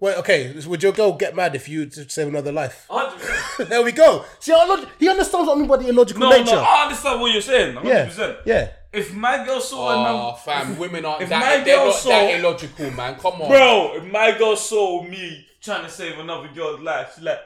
Speaker 4: Wait, okay. Would your girl get mad if you to save another life?
Speaker 5: 100%.
Speaker 4: there we go. See, how illog- he understands what I mean by the illogical
Speaker 5: No,
Speaker 4: nature.
Speaker 5: no, I understand what you're saying. 100%.
Speaker 4: yeah, yeah.
Speaker 5: If my girl saw
Speaker 6: Oh,
Speaker 5: another.
Speaker 6: fam, women aren't
Speaker 5: if
Speaker 6: that.
Speaker 5: my
Speaker 6: They're
Speaker 5: girl
Speaker 6: not
Speaker 5: saw-
Speaker 6: that illogical, man. Come on,
Speaker 5: Bro, if my girl saw me trying to save another girl's life, she's like,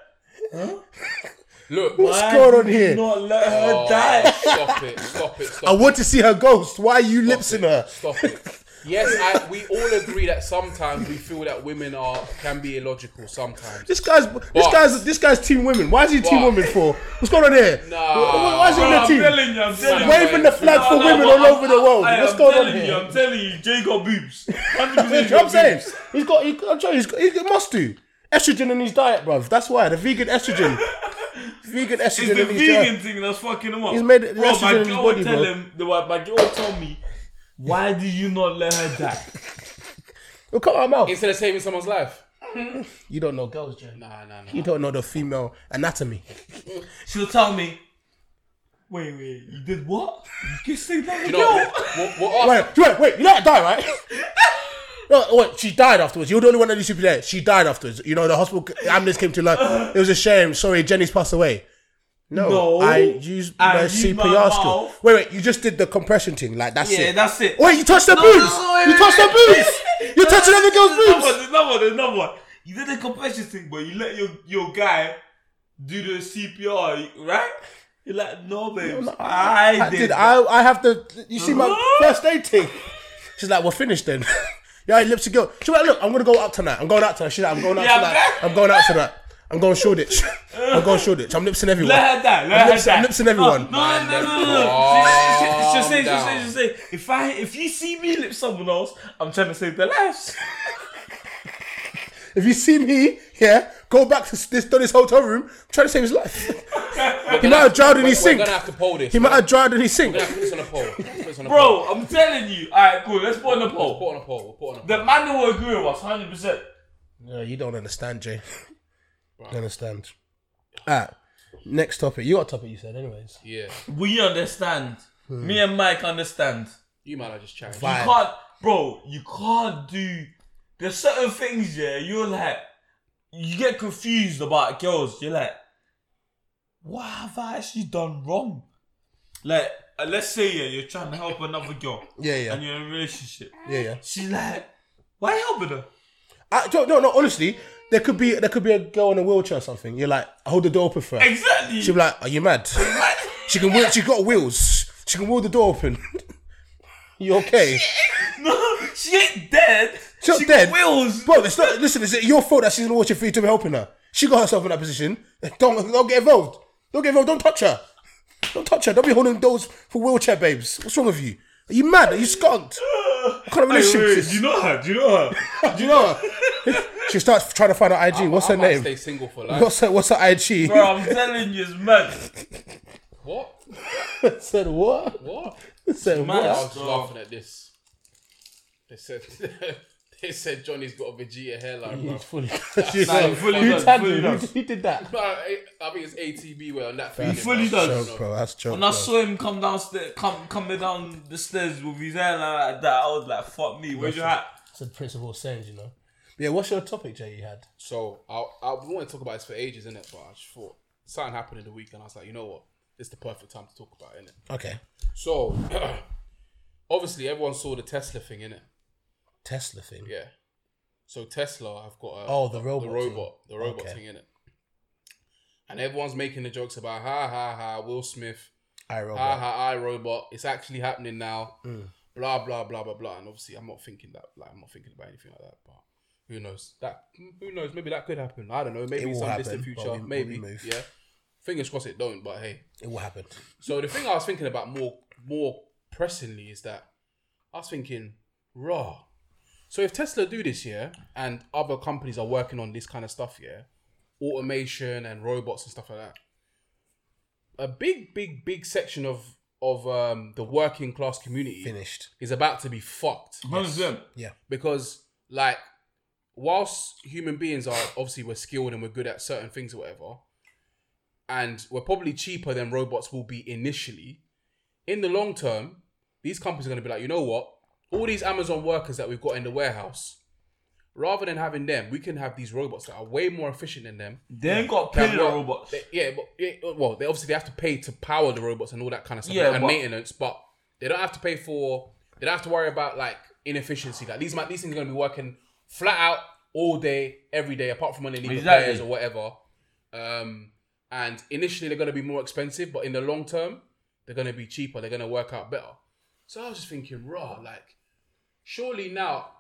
Speaker 6: Look,
Speaker 4: What's going on
Speaker 5: did you
Speaker 4: here?
Speaker 5: Not let her
Speaker 6: Oh,
Speaker 5: die.
Speaker 6: Stop it! Stop it! Stop
Speaker 4: I
Speaker 6: it!
Speaker 4: want to see her ghost. Why are you lipsing her?
Speaker 6: Stop it! Yes, I, we all agree that sometimes we feel that women are can be illogical sometimes.
Speaker 4: This guy's this
Speaker 6: What?
Speaker 4: guy's this guy's team women. Why is he team
Speaker 6: What?
Speaker 4: women for? What's going on here?
Speaker 6: Nah.
Speaker 4: Why, why is he
Speaker 5: Bro,
Speaker 4: on
Speaker 5: I'm
Speaker 4: the team?
Speaker 5: telling you, I'm
Speaker 6: Nah,
Speaker 5: telling you.
Speaker 6: wait.
Speaker 4: Waving the flag for
Speaker 5: No, no,
Speaker 4: women
Speaker 5: but
Speaker 4: all
Speaker 5: I'm-
Speaker 4: over the world.
Speaker 5: I
Speaker 4: What's
Speaker 5: am
Speaker 4: going on
Speaker 5: telling
Speaker 4: here?
Speaker 5: You, I'm telling you, Jay got boobs. 100% he
Speaker 4: You know what I'm
Speaker 5: got
Speaker 4: saying?
Speaker 5: boobs.
Speaker 4: He's got. He, I'm telling you, he's got, he must do estrogen in his diet, bruv. That's why the vegan estrogen, vegan
Speaker 5: It's
Speaker 4: estrogen
Speaker 5: the
Speaker 4: in his
Speaker 5: vegan
Speaker 4: diet.
Speaker 5: thing that's fucking him up.
Speaker 4: He's made it-
Speaker 5: bro,
Speaker 4: that's
Speaker 5: my
Speaker 4: just in his
Speaker 5: girl would
Speaker 4: body,
Speaker 5: tell
Speaker 4: bro.
Speaker 5: him, the, my girl would tell me, why did you not let her die?
Speaker 4: Look at our mouth.
Speaker 6: Instead of saving someone's life.
Speaker 4: You don't know girls, Jay.
Speaker 6: Nah, nah, nah.
Speaker 4: You don't know the female anatomy.
Speaker 5: She'll tell me, wait, wait, you did what? You kissed another
Speaker 6: You know,
Speaker 5: girl?
Speaker 6: what, what, what,
Speaker 4: Wait, wait, wait. You let her die, right? No, wait, she died afterwards. You're the only one that needs to be there. She died afterwards. You know, the hospital ambulance came to like, it was a shame. Sorry, Jenny's passed away. No,
Speaker 5: No,
Speaker 4: I used
Speaker 5: I
Speaker 4: my
Speaker 5: used my
Speaker 4: CPR skill.
Speaker 5: mouth.
Speaker 4: Wait, wait, you just did the compression thing. Like, that's
Speaker 5: Yeah,
Speaker 4: it.
Speaker 5: that's it.
Speaker 4: Wait, you touched their
Speaker 5: No,
Speaker 4: boobs!
Speaker 5: no, wait,
Speaker 4: you
Speaker 5: wait,
Speaker 4: touched their
Speaker 5: wait.
Speaker 4: boobs! You're touching other
Speaker 5: There's another
Speaker 4: girls' boobs!
Speaker 5: one, there's another one, there's another one. You did the compression thing, but you let your, your guy do the CPR, right? You're like, no, babe, I,
Speaker 4: I
Speaker 5: did.
Speaker 4: did. I, I have to. You see my first aid thing. She's like, we're finished then. yeah, lips to go. She's like, look, I'm gonna go out tonight. I'm going out tonight. She's like, I'm going out
Speaker 5: Yeah,
Speaker 4: tonight.
Speaker 5: man.
Speaker 4: I'm going out tonight. I'm going Shoreditch. I'm going Shoreditch. I'm lipsing everyone.
Speaker 5: Let her die. Let
Speaker 4: I'm
Speaker 5: her
Speaker 4: lipsing-
Speaker 5: die.
Speaker 4: I'm lipsing
Speaker 5: No, no,
Speaker 4: everyone.
Speaker 5: no, no, no.
Speaker 6: Man,
Speaker 5: no. She, she, she, she, she,
Speaker 6: calm
Speaker 5: say, she, say, she say, if I, if you see me lip someone else, I'm trying to save their lives.
Speaker 4: If you see me, yeah, go back to this to this hotel room. Try to save his life. he might have drowned in his
Speaker 6: we're
Speaker 4: sink.
Speaker 6: gonna have to poll this.
Speaker 4: He
Speaker 6: man.
Speaker 4: might have drowned in his sink.
Speaker 6: We're gonna have to put this on a poll. Let's put this on a poll.
Speaker 5: Bro, I'm telling you. All right, cool. Let's put on the
Speaker 6: Let's
Speaker 5: poll.
Speaker 6: put on a poll. We'll put on a poll.
Speaker 5: The man will agree with us, hundred percent.
Speaker 4: No, you don't understand, Jay. You don't understand. Alright. Next topic. You got a topic you said, anyways.
Speaker 6: Yeah,
Speaker 5: We understand.
Speaker 4: Hmm.
Speaker 5: Me and Mike understand.
Speaker 6: you might have just changed.
Speaker 5: You
Speaker 4: Right.
Speaker 5: can't, bro. You can't do. There's certain things, yeah. You're like, you get confused about girls. You're like, what have I actually done wrong? Like, uh, let's say yeah, you're trying to help another girl,
Speaker 4: Yeah, yeah.
Speaker 5: and you're in a relationship.
Speaker 4: Yeah, yeah.
Speaker 5: She's like, why are you helping her?
Speaker 4: I, no, no, no. Honestly, there could be there could be a girl in a wheelchair or something. You're like, hold the door open for her.
Speaker 5: Exactly.
Speaker 4: She'll be like, are you mad? she can wheel. She got wheels. She can wheel the door open. you okay,
Speaker 5: no, she ain't dead.
Speaker 4: She's
Speaker 5: she
Speaker 4: dead.
Speaker 5: Got wheels.
Speaker 4: bro? It's not. Listen, is it your fault that she's in a wheelchair for you to be helping her? She got herself in that position. Don't don't get involved. Don't get involved. Don't touch her. Don't touch her. Don't be holding doors for wheelchair babes. What's wrong with you? Are you mad? Are you skunked? What kind of
Speaker 5: Wait, wait,
Speaker 4: relationship
Speaker 5: wait,
Speaker 4: is
Speaker 5: Do you
Speaker 4: this?
Speaker 5: know her? Do you know her?
Speaker 4: Do you know her? she starts trying to find out IG. What's
Speaker 6: I
Speaker 4: her
Speaker 6: might
Speaker 4: name?
Speaker 6: Stay single for life.
Speaker 4: What's her, what's her IG?
Speaker 5: Bro, I'm telling you, it's mad.
Speaker 6: What?
Speaker 4: said what?
Speaker 6: What?
Speaker 4: Said
Speaker 5: Mad.
Speaker 6: I was
Speaker 4: what?
Speaker 6: just
Speaker 5: Bro.
Speaker 6: laughing at this. They said they said Johnny's got a Vegeta hairline, bro.
Speaker 4: It's fully.
Speaker 5: Like,
Speaker 4: Who
Speaker 5: fully done,
Speaker 4: tagged
Speaker 5: fully
Speaker 4: him?
Speaker 5: done.
Speaker 4: Who who did that?
Speaker 6: Bro, I I think it's ATB where on that feeling.
Speaker 5: fully
Speaker 6: bro.
Speaker 5: does.
Speaker 4: Joke, bro. That's joke.
Speaker 5: When I
Speaker 4: bro.
Speaker 5: saw him come downstairs, come coming down the stairs with his hair like that, I was like, "Fuck me, where's your hat?"
Speaker 4: It's a principle saying, you know. Yeah, what's your topic, Jay? You had.
Speaker 6: So I I wanted to talk about this for ages, innit? But I just thought something happened in the week, and I was like, you know what? It's the perfect time to talk about it, innit?
Speaker 4: Okay.
Speaker 6: So obviously everyone saw the Tesla thing, innit?
Speaker 4: Tesla thing.
Speaker 6: Yeah. So Tesla have got a
Speaker 4: Oh, the
Speaker 6: the
Speaker 4: robot.
Speaker 6: robot, the robot
Speaker 4: Okay.
Speaker 6: thing in it. And everyone's making the jokes about ha ha ha Will Smith,
Speaker 4: I
Speaker 6: ha
Speaker 4: robot. Mm.
Speaker 6: ha I robot. It's actually happening now. Blah blah blah blah blah. And obviously, I'm not thinking that. Like, I'm not thinking about anything like that. But Who knows? That who knows? Maybe that could happen. I don't know. Maybe
Speaker 4: will
Speaker 6: some
Speaker 4: happen,
Speaker 6: distant
Speaker 4: but
Speaker 6: future.
Speaker 4: we- we
Speaker 6: maybe.
Speaker 4: move.
Speaker 6: Yeah. Fingers crossed it don't. But hey.
Speaker 4: It will happen.
Speaker 6: So the thing I was thinking about more more pressingly is that I was thinking, raw. So if Tesla do this year and other companies are working on this kind of stuff here, automation and robots and stuff like that, a big, big, big section of of um, the working class community
Speaker 4: Finished.
Speaker 6: is about to be fucked
Speaker 5: Hundred percent.
Speaker 4: Yeah.
Speaker 6: because like whilst human beings are obviously we're skilled and we're good at certain things or whatever and we're probably cheaper than robots will be initially in the long term these companies are going to be like you know what all these amazon workers that we've got in the warehouse rather than having them we can have these robots that are way more efficient than them
Speaker 5: They ain't got
Speaker 6: that
Speaker 5: pillar
Speaker 6: work-
Speaker 5: robots.
Speaker 6: they- yeah but yeah, well they obviously they have to pay to power the robots and all that kind of stuff
Speaker 5: Yeah,
Speaker 6: and
Speaker 5: but-
Speaker 6: maintenance but they don't have to pay for they don't have to worry about like inefficiency like these might these things are going to be working flat out all day every day apart from when they leave
Speaker 5: Exactly.
Speaker 6: repairs or whatever um and initially they're going to be more expensive but in the long term they're going to be cheaper they're going to work out better so i was just thinking raw like surely now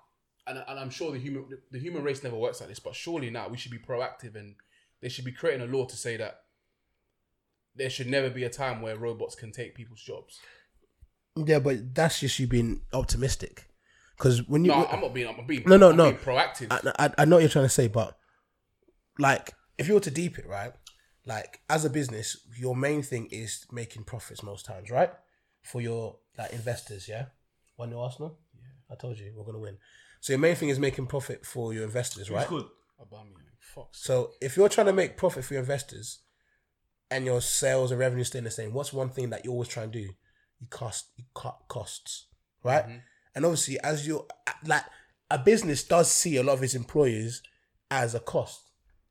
Speaker 6: and, and i'm sure the human the human race never works like this but surely now we should be proactive and they should be creating a law to say that there should never be a time where robots can take people's jobs.
Speaker 4: Yeah, but that's just you being optimistic. Because when you
Speaker 6: No, I'm not being. I'm being.
Speaker 4: No, no,
Speaker 6: I'm
Speaker 4: no.
Speaker 6: Being proactive.
Speaker 4: I, I, I know what you're trying to say, but like, if you were to deep it, right? Like, as a business, your main thing is making profits most times, right? For your like investors, yeah. One new Arsenal. Yeah, I told you we're gonna win. So your main thing is making profit for your investors, right?
Speaker 5: Good.
Speaker 6: Oh, Aubameyang, Fox.
Speaker 4: So if you're trying to make profit for your investors, and your sales and revenue staying the same, what's one thing that you always try and do? You cost, you cut costs, right?
Speaker 6: Mm-hmm.
Speaker 4: And obviously, as you like, a business does see a lot of its employees as a cost.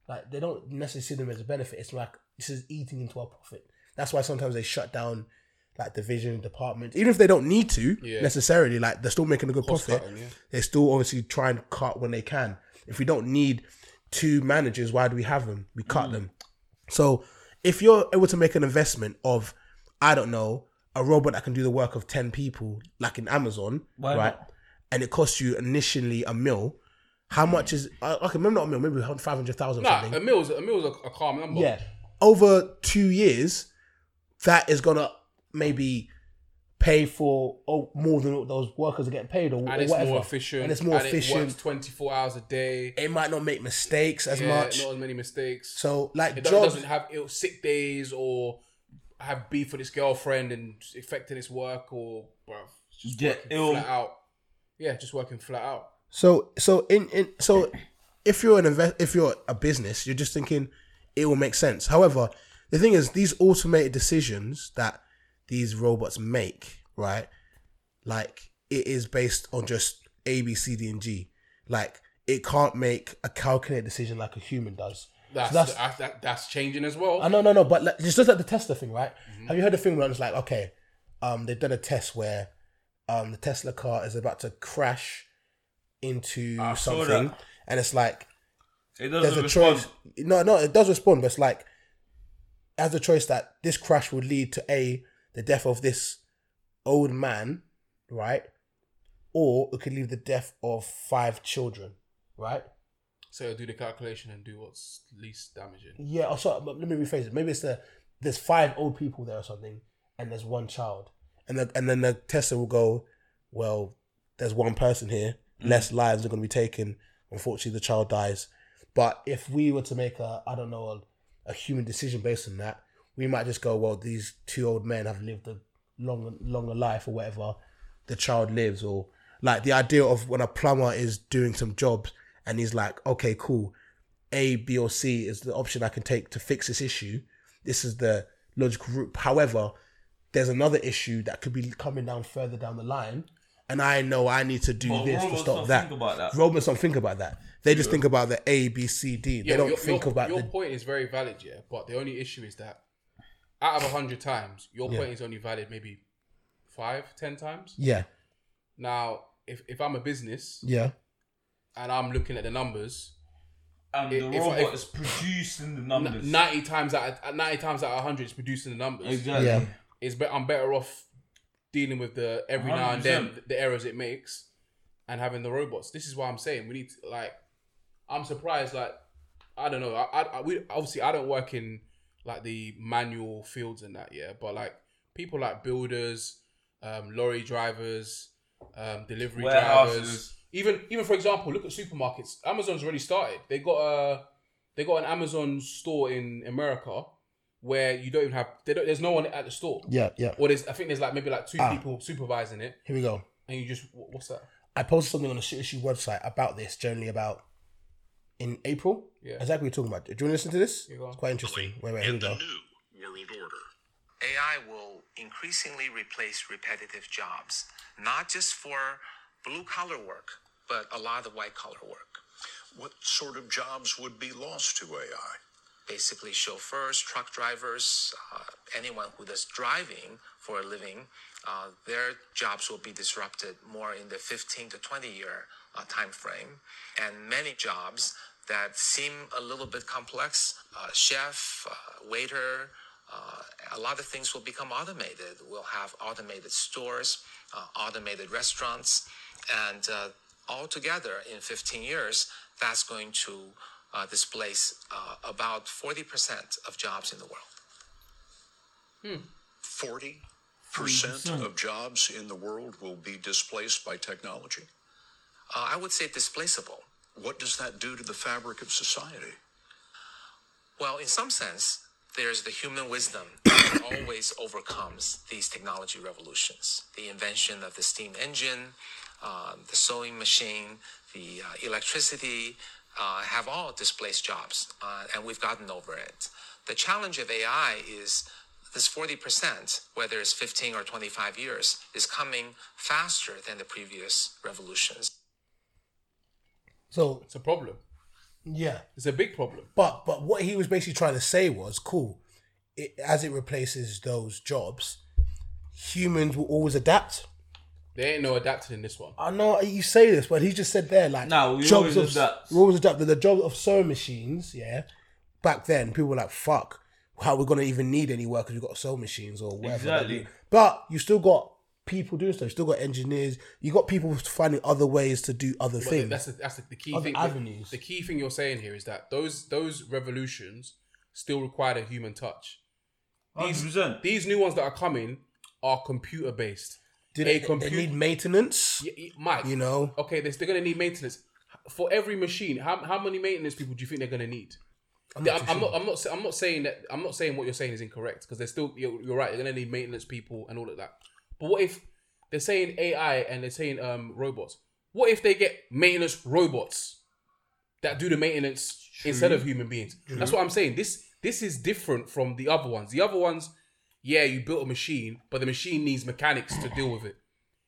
Speaker 4: Like they don't necessarily see them as a benefit. It's like this is eating into our profit. That's why sometimes they shut down like division departments, even if they don't need to
Speaker 6: Yeah.
Speaker 4: necessarily. Like they're still making a good profit.
Speaker 6: cutting, yeah.
Speaker 4: They still obviously try and cut when they can. If we don't need two managers, why do we have them? We
Speaker 6: Mm.
Speaker 4: cut them. So if you're able to make an investment of, I don't know, a robot that can do the work of ten people, like in Amazon,
Speaker 5: Why
Speaker 4: right?
Speaker 5: not?
Speaker 4: And it costs you initially a mil. How much is? I, I can remember not a mil, maybe five hundred thousand. or
Speaker 6: Nah,
Speaker 4: something.
Speaker 6: a mill's a mill's a, a calm number.
Speaker 4: Yeah. Over two years, that is gonna maybe pay for oh, more than what those workers are getting paid, or, or
Speaker 6: and it's
Speaker 4: whatever.
Speaker 6: more efficient.
Speaker 4: And it's more
Speaker 6: It
Speaker 4: efficient.
Speaker 6: works 24 hours a day.
Speaker 4: It, might not make mistakes as
Speaker 6: Yeah,
Speaker 4: much.
Speaker 6: Not as many mistakes.
Speaker 4: So, like
Speaker 6: it do-
Speaker 4: jobs,
Speaker 6: doesn't have ill sick days or have beef with his girlfriend and affecting his work or bruv, it's just
Speaker 5: Get
Speaker 6: working
Speaker 5: ill.
Speaker 6: flat out. Yeah, just working flat out.
Speaker 4: So so in, in so if you're an invest if you're a business, you're just thinking it will make sense. However, the thing is these automated decisions that these robots make, right? Like it is based on just A, B, C, D, and G. Like it can't make a calculated decision like a human does. So
Speaker 6: That's
Speaker 4: that's-
Speaker 6: that- that- that's changing as well.
Speaker 4: I know, no, no, but like, it's just like the Tesla thing, right? Have you heard the thing where it's like, okay, um, they've done a test where um, the Tesla car is about to crash into
Speaker 5: Ah, I saw
Speaker 4: something,
Speaker 5: that.
Speaker 4: and it's like
Speaker 5: It
Speaker 4: there's
Speaker 5: doesn't
Speaker 4: a
Speaker 5: respond.
Speaker 4: choice. No, no, it does respond, but it's like it has a choice that this crash will lead to a the death of this old man, right, or it could lead to the death of five children, right?
Speaker 6: So do the calculation and do what's least damaging.
Speaker 4: Yeah, oh, sorry, but let me rephrase it. Maybe it's the there's five old people there or something, and there's one child, and the, and then the tester will go, well, there's one person here, less lives are going to be taken. Unfortunately, the child dies. But if we were to make a, I don't know, a, a human decision based on that, we might just go, well, these two old men have lived a long, longer life or whatever. The child lives, or like the idea of when a plumber is doing some jobs and he's like, okay, cool. A, B, or C is the option I can take to fix this issue. This is the logical route. However, there's another issue that could be coming down further down the line, and I know I need to do
Speaker 5: But
Speaker 4: this to
Speaker 5: robots
Speaker 4: stop
Speaker 5: don't
Speaker 4: that.
Speaker 5: think about that.
Speaker 4: Robots don't think about that. They just think about the A, B, C, D. They
Speaker 6: Yeah,
Speaker 4: don't
Speaker 6: your-
Speaker 4: think
Speaker 6: your,
Speaker 4: about
Speaker 6: your
Speaker 4: the
Speaker 6: point is very valid, yeah. But the only issue is that out of hundred times, your
Speaker 4: Yeah.
Speaker 6: point is only valid maybe five, ten times.
Speaker 4: yeah,
Speaker 6: Now, if if I'm a business
Speaker 4: yeah,
Speaker 6: and I'm looking at the numbers,
Speaker 5: And
Speaker 6: If-
Speaker 5: the
Speaker 6: if-
Speaker 5: robot
Speaker 6: if-
Speaker 5: is producing the
Speaker 6: n-
Speaker 5: numbers.
Speaker 6: ninety times out of, ninety times out of hundred, it's producing the numbers.
Speaker 5: exactly.
Speaker 4: Yeah.
Speaker 6: It's be- I'm better off dealing with the every now and then
Speaker 5: 100%.
Speaker 6: the errors it makes and having the robots. This is why I'm saying we need to, like I'm surprised. Like, I don't know. I, I, I- we obviously I don't work in like the manual fields and that. Yeah, but like people like builders, um, lorry drivers, um, delivery drivers.
Speaker 5: Warehouses.
Speaker 6: Even even for example, look at supermarkets. Amazon's already started. They got a they got an Amazon store in America where you don't even have they don't, there's no one at the store.
Speaker 4: Yeah, yeah.
Speaker 6: Or there's I think there's like maybe like two
Speaker 4: Ah.
Speaker 6: people supervising it,
Speaker 4: Here we go.
Speaker 6: and you just wh- what's that?
Speaker 4: I posted something on the Shoot Issue website about this, generally about in April.
Speaker 6: Yeah.
Speaker 4: Exactly what you're talking about. Do you want to listen to this?
Speaker 6: Yeah, go on.
Speaker 4: It's quite interesting. Wait, wait, here we go.
Speaker 8: new world order. AI will increasingly replace repetitive jobs, not just for blue collar work, but a lot of white collar work.
Speaker 9: What sort of jobs would be lost to AI?
Speaker 8: Basically, chauffeurs, truck drivers, uh, anyone who does driving for a living, uh, their jobs will be disrupted more in the 15 to 20 year uh, time frame. And many jobs that seem a little bit complex, uh, chef, uh, waiter, uh, a lot of things will become automated. We'll have automated stores, uh, automated restaurants, and uh, altogether in 15 years, that's going to uh, displace uh, about 40% of jobs in the world.
Speaker 9: 40% of jobs in the world will be displaced by technology.
Speaker 8: Uh, I would say displaceable.
Speaker 9: What does that do to the fabric of society?
Speaker 8: Well, in some sense, there's the human wisdom that always overcomes these technology revolutions. The invention of the steam engine, um, the sewing machine, the uh, electricity uh, have all displaced jobs, uh, and we've gotten over it. The challenge of AI is this 40%, whether it's 15 or 25 years, is coming faster than the previous revolutions.
Speaker 4: So
Speaker 6: It's a problem.
Speaker 4: yeah,
Speaker 6: It's a big problem.
Speaker 4: but but what he was basically trying to say was cool. It, as it replaces those jobs, humans will always adapt.
Speaker 6: There ain't no adapting in this one.
Speaker 4: I know you say this, but he just said there like
Speaker 5: No, we always
Speaker 4: of
Speaker 5: adapt.
Speaker 4: we always adapt. The, the job of sewing machines, yeah. Back then, people were like, "Fuck, how we're gonna even need any workers? We've got sewing machines or whatever."
Speaker 5: Exactly.
Speaker 4: But you still got people doing stuff. You still got engineers. You got people finding other ways to do other
Speaker 6: But
Speaker 4: things.
Speaker 6: that's the, that's the, the key
Speaker 4: Other
Speaker 6: thing.
Speaker 4: avenues.
Speaker 6: The key thing you're saying here is that those those revolutions still require a human touch. These
Speaker 5: 100%.
Speaker 6: these new ones that are coming are computer based.
Speaker 4: Did
Speaker 6: a
Speaker 4: they, they need maintenance?
Speaker 6: Y- y- Mike,
Speaker 4: You know?
Speaker 6: okay, they're, they're gonna need maintenance for every machine. How, how many maintenance people do you think they're gonna need? I'm not,
Speaker 4: too
Speaker 6: I'm, not, I'm not. sa- I'm not saying that. I'm not saying what you're saying is incorrect because they're still. You're, you're right. They're gonna need maintenance people and all of that. But what if they're saying AI and they're saying um robots? What if they get maintenance robots that do the maintenance instead of human beings? That's what I'm saying. This this is different from the other ones. The other ones, yeah, you built a machine, but the machine needs mechanics to deal with it.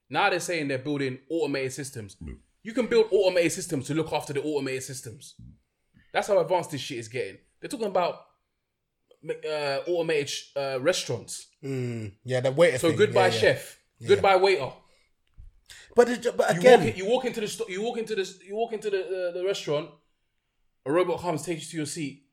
Speaker 6: Now they're saying they're building automated systems. You can build automated systems to look after the automated systems. That's how advanced this shit is getting. They're talking about uh, automated sh- uh, restaurants.
Speaker 4: Mm, yeah, the waiter.
Speaker 6: So
Speaker 4: thing,
Speaker 6: goodbye
Speaker 4: yeah, yeah.
Speaker 6: chef, goodbye waiter.
Speaker 4: But it- but
Speaker 6: You
Speaker 4: again,
Speaker 6: walk, in- you walk into the sto- you walk into the you walk into the uh, the restaurant. A robot comes, takes you to your seat.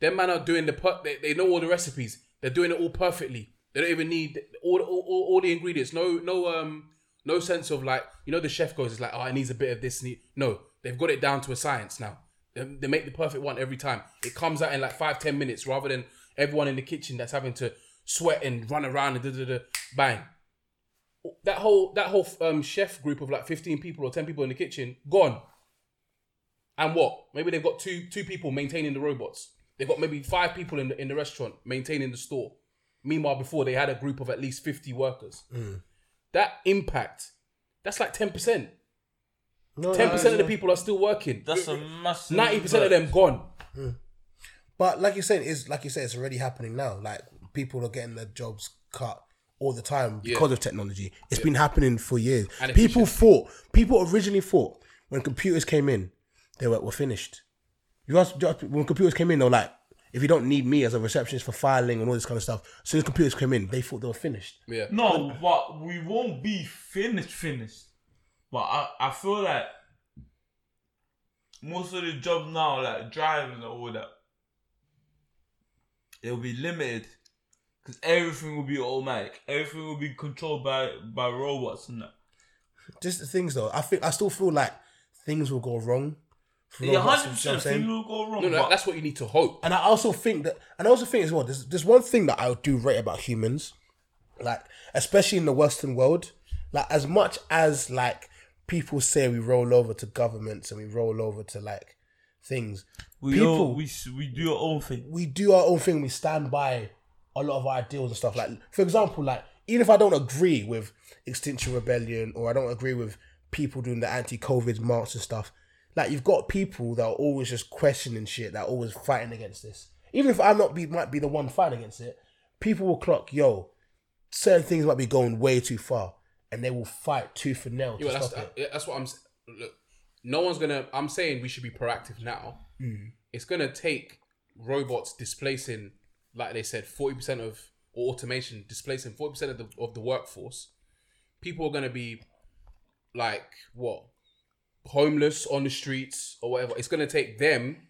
Speaker 6: Them man are doing the per- they, they know all the recipes. They're doing it all perfectly. They don't even need all the, all, all, all the ingredients. No no um no sense of like you know the chef goes is like oh it needs a bit of this. Need-. No, they've got it down to a science now. They, they make the perfect one every time. It comes out in like five ten minutes rather than everyone in the kitchen that's having to sweat and run around and da da da bang that whole that whole um, chef group of like 15 people or 10 people in the kitchen gone and what maybe they've got two two people maintaining the robots they've got maybe five people in the, in the restaurant maintaining the store meanwhile before they had a group of at least 50 workers
Speaker 4: Mm.
Speaker 6: that impact that's like 10% 10%
Speaker 4: no, no,
Speaker 6: of the
Speaker 4: no.
Speaker 6: people are still working
Speaker 5: That's a massive.
Speaker 6: 90% of them gone
Speaker 4: But like you said, it's like you said, it's already happening now. Like people are getting their jobs cut all the time because of technology. It's been happening for years.
Speaker 6: And
Speaker 4: people thought, people originally thought when computers came in, they were, were finished. You ask, you ask- when computers came in, they were like, if you don't need me as a receptionist for filing and all this kind of stuff, as soon as computers came in, they thought they were finished.
Speaker 6: yeah
Speaker 5: No, but we won't be finished, finished. But I, I feel like most of the jobs now, like driving and all that, it'll be limited because everything will be automatic. Everything will be controlled by by robots and that.
Speaker 4: Just the things though, I think I still feel like things will go wrong
Speaker 5: Yeah, hundred
Speaker 4: robots, you know
Speaker 5: percent.
Speaker 4: what I'm saying?
Speaker 5: Things will go wrong.
Speaker 6: No, no,
Speaker 5: but
Speaker 6: that's what you need to hope.
Speaker 4: And I also think that, and I also think as well, there's, there's one thing that I do rate about humans, like, especially in the Western world, like, as much as, like, people say we roll over to governments and we roll over to, like, things,
Speaker 5: we
Speaker 4: people,
Speaker 5: all, we
Speaker 4: we,
Speaker 5: s- we do our own thing.
Speaker 4: do our own thing, we stand by a lot of our ideals and stuff. Like, for example, like, even if I don't agree with Extinction Rebellion or I don't agree with people doing the anti COVID march and stuff, like, you've got people that are always just questioning shit, that are always fighting against this even if I'm not be might be the one fighting against it, people will clock, yo, certain things might be going way too far, and they will fight tooth and nail to
Speaker 6: Yeah, well, that's
Speaker 4: stop it.
Speaker 6: uh, that's what I'm. s- Look, no one's gonna. I'm saying we should be proactive now.
Speaker 4: Mm.
Speaker 6: It's gonna take robots displacing, like they said, forty percent of or automation displacing forty percent of the of the workforce. People are gonna be like what homeless on the streets or whatever. It's gonna take them.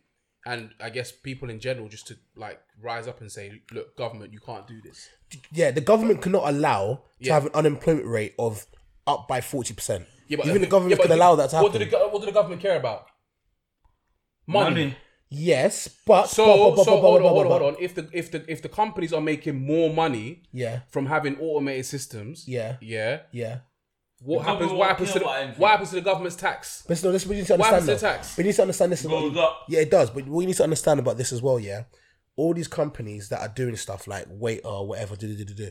Speaker 6: And I guess people in general just to like rise up and say, "Look, government, you can't do this."
Speaker 4: Yeah, the government cannot allow to
Speaker 6: Yeah.
Speaker 4: have an unemployment rate of up by forty percent.
Speaker 6: Yeah, but uh,
Speaker 4: even the government
Speaker 6: yeah, but
Speaker 4: can allow that to
Speaker 6: what
Speaker 4: happen.
Speaker 6: do the go- what do the government care about? Money.
Speaker 4: yes, but
Speaker 6: So,
Speaker 4: but- but-
Speaker 6: so
Speaker 4: but-
Speaker 6: hold on,
Speaker 4: but-
Speaker 6: hold on,
Speaker 4: but-
Speaker 6: hold on. If the if the if the companies are making more money
Speaker 4: Yeah,
Speaker 6: from having automated systems,
Speaker 4: Yeah.
Speaker 6: yeah,
Speaker 4: yeah.
Speaker 6: what
Speaker 5: The
Speaker 6: happens?
Speaker 5: government
Speaker 6: What
Speaker 5: won't
Speaker 6: happens to
Speaker 5: care
Speaker 6: the
Speaker 5: about anything.
Speaker 6: what happens to the government's tax?
Speaker 4: But no, this we need to
Speaker 6: Why was
Speaker 4: understand.
Speaker 6: it
Speaker 4: though.
Speaker 6: tax?
Speaker 4: We need to understand this. as well.
Speaker 5: Goes up.
Speaker 4: Yeah, it does. But we need to understand about this as well. Yeah, all these companies that are doing stuff like waiter or whatever, do do do do,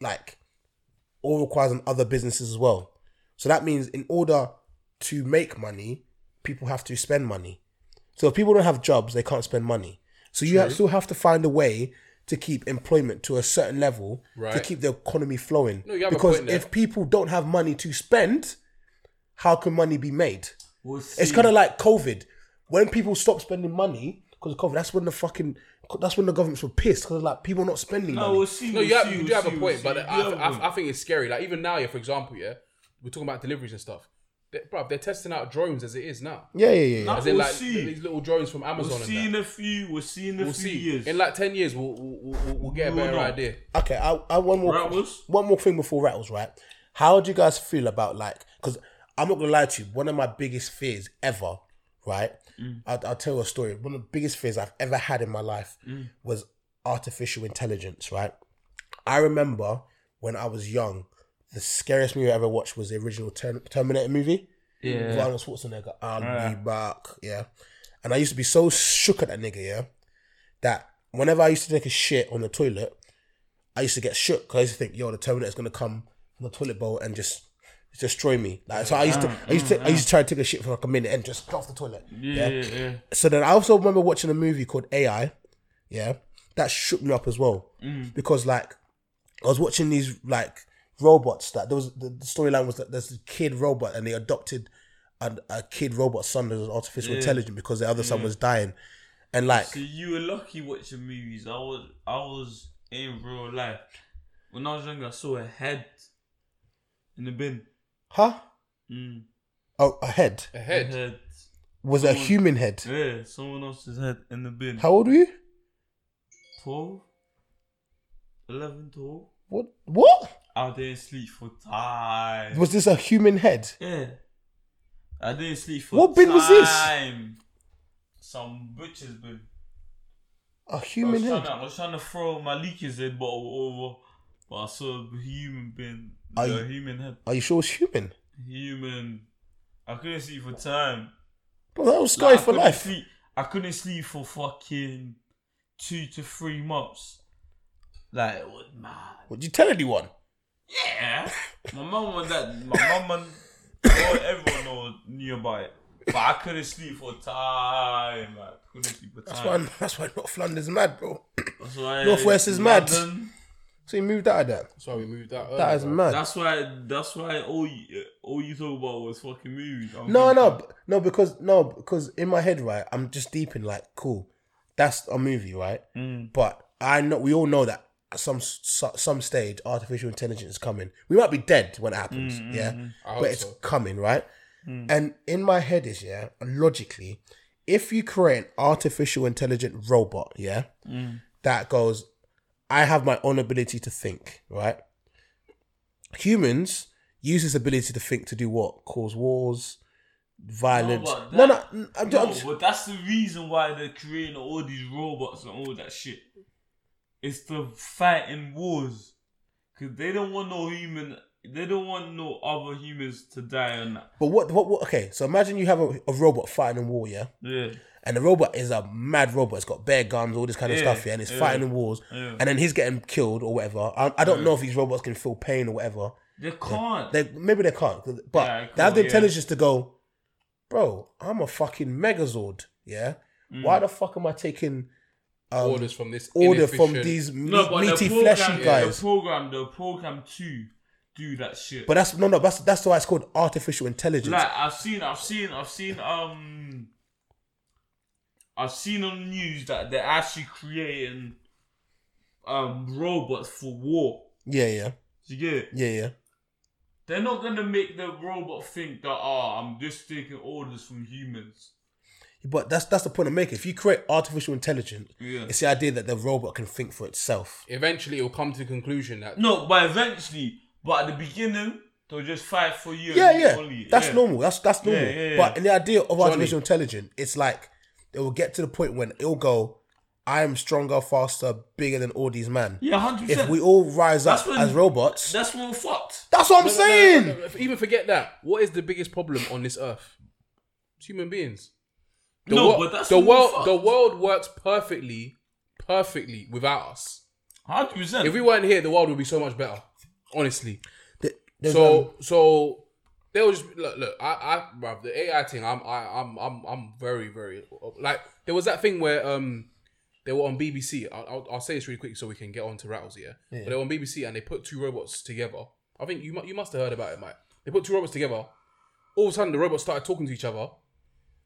Speaker 4: like all requires on other businesses as well. So that means in order to make money, people have to spend money. So if people don't have jobs, they can't spend money. So you have, still have to find a way to keep employment to a certain level to
Speaker 6: Right.
Speaker 4: keep the economy flowing.
Speaker 6: No, you have a
Speaker 4: because
Speaker 6: point there.
Speaker 4: if people don't have money to spend, how can money be made?
Speaker 5: We'll see.
Speaker 4: It's kind of like COVID. When people stop spending money because of COVID, that's when the fucking that's when the governments were pissed because like people are not spending
Speaker 5: No,
Speaker 4: money.
Speaker 5: we'll see.
Speaker 6: No,
Speaker 5: we'll
Speaker 6: you, have,
Speaker 5: see,
Speaker 6: you
Speaker 5: we'll
Speaker 6: do have
Speaker 5: see,
Speaker 6: a
Speaker 5: we'll
Speaker 6: point,
Speaker 5: see.
Speaker 6: but
Speaker 5: You
Speaker 6: I,
Speaker 5: do have a
Speaker 6: I, I
Speaker 5: point.
Speaker 6: think it's scary. Like even now, yeah, for example, yeah, we're talking about deliveries and stuff. They, bruv, they're testing out drones as it is now.
Speaker 4: Yeah, yeah, yeah. yeah.
Speaker 5: No,
Speaker 6: As in,
Speaker 5: we'll
Speaker 6: like
Speaker 5: see.
Speaker 6: these little drones from Amazon
Speaker 5: We'll
Speaker 6: and
Speaker 5: see
Speaker 6: that.
Speaker 5: in a few. We'll see in a
Speaker 6: we'll
Speaker 5: few
Speaker 6: see.
Speaker 5: years.
Speaker 6: In like ten years, we'll we'll, we'll, we'll get a
Speaker 5: We'll
Speaker 6: better
Speaker 5: know.
Speaker 6: idea.
Speaker 4: Okay, I, I one more
Speaker 5: Rattles?
Speaker 4: one more thing before rattles, right? How do you guys feel about like? Because I'm not gonna lie to you, one of my biggest fears ever, right?
Speaker 5: Mm.
Speaker 4: I'll, I'll tell you a story. One of the biggest fears I've ever had in my life
Speaker 5: Mm.
Speaker 4: was artificial intelligence, right? I remember when I was young, the scariest movie I ever watched was the original Ter- Terminator movie. Yeah. With Arnold Schwarzenegger. I'll be back. Yeah. And I used to be so shook at that nigga, yeah, that whenever I used to take a shit on the toilet, I used to get shook because I used to think, yo, the Terminator's gonna come from the toilet bowl and just destroy me. Like, so I used to, I used to, I used to try to take a shit for like a minute and just go off the toilet.
Speaker 5: yeah, yeah, yeah.
Speaker 4: So then I also remember watching a movie called AI. Yeah, that shook me up as well
Speaker 5: Mm.
Speaker 4: because like I was watching these like robots that there was the, the storyline was that there's a kid robot and they adopted a, a kid robot son that was artificial intelligent because the other
Speaker 5: Mm.
Speaker 4: son was dying, and like
Speaker 5: So you were lucky watching movies. I was, I was in real life. When I was younger, I saw a head in the bin.
Speaker 4: huh
Speaker 5: Mm,
Speaker 4: oh a head
Speaker 6: A
Speaker 5: a
Speaker 6: head.
Speaker 5: head.
Speaker 4: was it a human head.
Speaker 5: Yeah, someone else's head in the bin.
Speaker 4: How old were you?
Speaker 5: 12? 11, 12?
Speaker 4: What what
Speaker 5: I didn't sleep for time.
Speaker 4: was this a human head?
Speaker 5: Yeah. I didn't sleep for
Speaker 4: What bin was this?
Speaker 5: time. Some butcher's bin.
Speaker 4: A
Speaker 5: I was,
Speaker 4: human
Speaker 5: trying to,
Speaker 4: head.
Speaker 5: I was trying to throw my leakers head bottle over, but I saw a human bin.
Speaker 4: Are
Speaker 5: a
Speaker 4: you-
Speaker 5: human head.
Speaker 4: Are you sure it's human?
Speaker 5: Human. I couldn't sleep for time.
Speaker 4: Bro, that was Sky
Speaker 5: Like, I
Speaker 4: for
Speaker 5: couldn't
Speaker 4: life.
Speaker 5: Sleep, I couldn't sleep for fucking two to three months. Like, it was mad.
Speaker 4: Would you tell anyone?
Speaker 5: Yeah. My mum was that. My mum and well, everyone know, knew about it. But I couldn't sleep for time. I couldn't sleep for
Speaker 4: That's
Speaker 5: time.
Speaker 4: why. That's why North London's mad, bro.
Speaker 5: That's why
Speaker 4: Northwest is mad.
Speaker 5: London-
Speaker 4: So you moved out of that.
Speaker 6: That's why we moved out.
Speaker 4: That
Speaker 6: early,
Speaker 4: is
Speaker 6: bro.
Speaker 4: mad.
Speaker 5: That's why. That's why all you, all you talk about was fucking movies. I'm
Speaker 4: no,
Speaker 5: thinking, oh,
Speaker 4: no, b- no. Because no, because in my head, right, I'm just deep in like, cool, that's a movie, right? But I know we all know that at some s- so- some stage, artificial intelligence is coming. We might be dead when it happens, yeah,
Speaker 6: I
Speaker 4: but
Speaker 6: hope
Speaker 4: it's
Speaker 6: so.
Speaker 4: coming, right? And in my head is yeah, logically, if you create an artificial intelligent robot, yeah, that goes, I have my own ability to think, right? Humans use this ability to think to do what? Cause wars, violence.
Speaker 5: No, but
Speaker 4: No, no,
Speaker 5: that-
Speaker 4: n- I'm, ju- I'm
Speaker 5: No,
Speaker 4: just-
Speaker 5: but that's the reason why they're creating all these robots and all that shit. It's to fight in wars, cause they don't want no human. They don't want no other humans to die on that.
Speaker 4: but what, what, what? Okay, so imagine you have a, a robot fighting in war, yeah,
Speaker 5: Yeah,
Speaker 4: and the robot is a mad robot. It's got bear guns, all this kind of
Speaker 5: Yeah,
Speaker 4: stuff, yeah, and it's
Speaker 5: yeah,
Speaker 4: fighting in wars,
Speaker 5: yeah.
Speaker 4: and then he's getting killed or whatever. I, I don't know if these robots can feel pain or whatever.
Speaker 5: they can't.
Speaker 4: They maybe they can't, 'cause- but
Speaker 5: Yeah,
Speaker 4: they have the
Speaker 5: cool, yeah.
Speaker 4: intelligence to go, bro. I'm a fucking Megazord, yeah.
Speaker 5: Mm.
Speaker 4: Why the fuck am I taking um,
Speaker 6: orders from this
Speaker 4: order from
Speaker 6: inefficient-
Speaker 4: these me-
Speaker 5: no, but
Speaker 4: meaty,
Speaker 5: the program,
Speaker 4: fleshy
Speaker 5: yeah,
Speaker 4: guys?
Speaker 5: the program, the program to do that shit.
Speaker 4: But that's no, no. That's that's why it's called artificial intelligence.
Speaker 5: Like I've seen, I've seen, I've seen. Um, I've seen on the news that they're actually creating um robots for war.
Speaker 4: yeah, yeah,
Speaker 5: You get it?
Speaker 4: yeah, yeah.
Speaker 5: They're not gonna make the robot think that oh, I'm just taking orders from humans.
Speaker 4: But that's that's the point I'm making. If you create artificial intelligence,
Speaker 5: Yeah.
Speaker 4: it's the idea that the robot can think for itself.
Speaker 6: Eventually, it'll come to the conclusion that
Speaker 5: No, but eventually, but at the beginning, they'll just fight for you. and
Speaker 4: Yeah,
Speaker 5: you
Speaker 4: yeah,
Speaker 5: only.
Speaker 4: that's
Speaker 5: Yeah.
Speaker 4: normal. That's that's normal.
Speaker 5: yeah, yeah.
Speaker 4: But in the idea of artificial intelligence, it's like it will get to the point when it'll go, "I am stronger, faster, bigger than all these men."
Speaker 5: Yeah, hundred
Speaker 4: If
Speaker 5: percent.
Speaker 4: we all rise up
Speaker 5: That's when-
Speaker 4: as robots,
Speaker 5: That's when we're fucked.
Speaker 4: that's what I'm
Speaker 6: No, no, no,
Speaker 4: saying.
Speaker 6: no, no, no, Even forget that. What is the biggest problem on this earth? It's human beings. The
Speaker 5: No,
Speaker 6: wor-
Speaker 5: but that's
Speaker 6: the
Speaker 5: when we're
Speaker 6: world.
Speaker 5: fucked.
Speaker 6: The world works perfectly, perfectly without us.
Speaker 5: Hundred percent.
Speaker 6: If we weren't here, the world would be so much better. Honestly.
Speaker 4: Th- there's, um,
Speaker 6: So so they'll just look look I I bruv, the AI thing I'm I, I'm I'm I'm very very like there was that thing where um they were on BBC I'll, I'll, I'll say this really quick so we can get on to rattles here but they were on BBC and they put two robots together I think you mu- you must have heard about it Mike they put two robots together all of a sudden the robots started talking to each other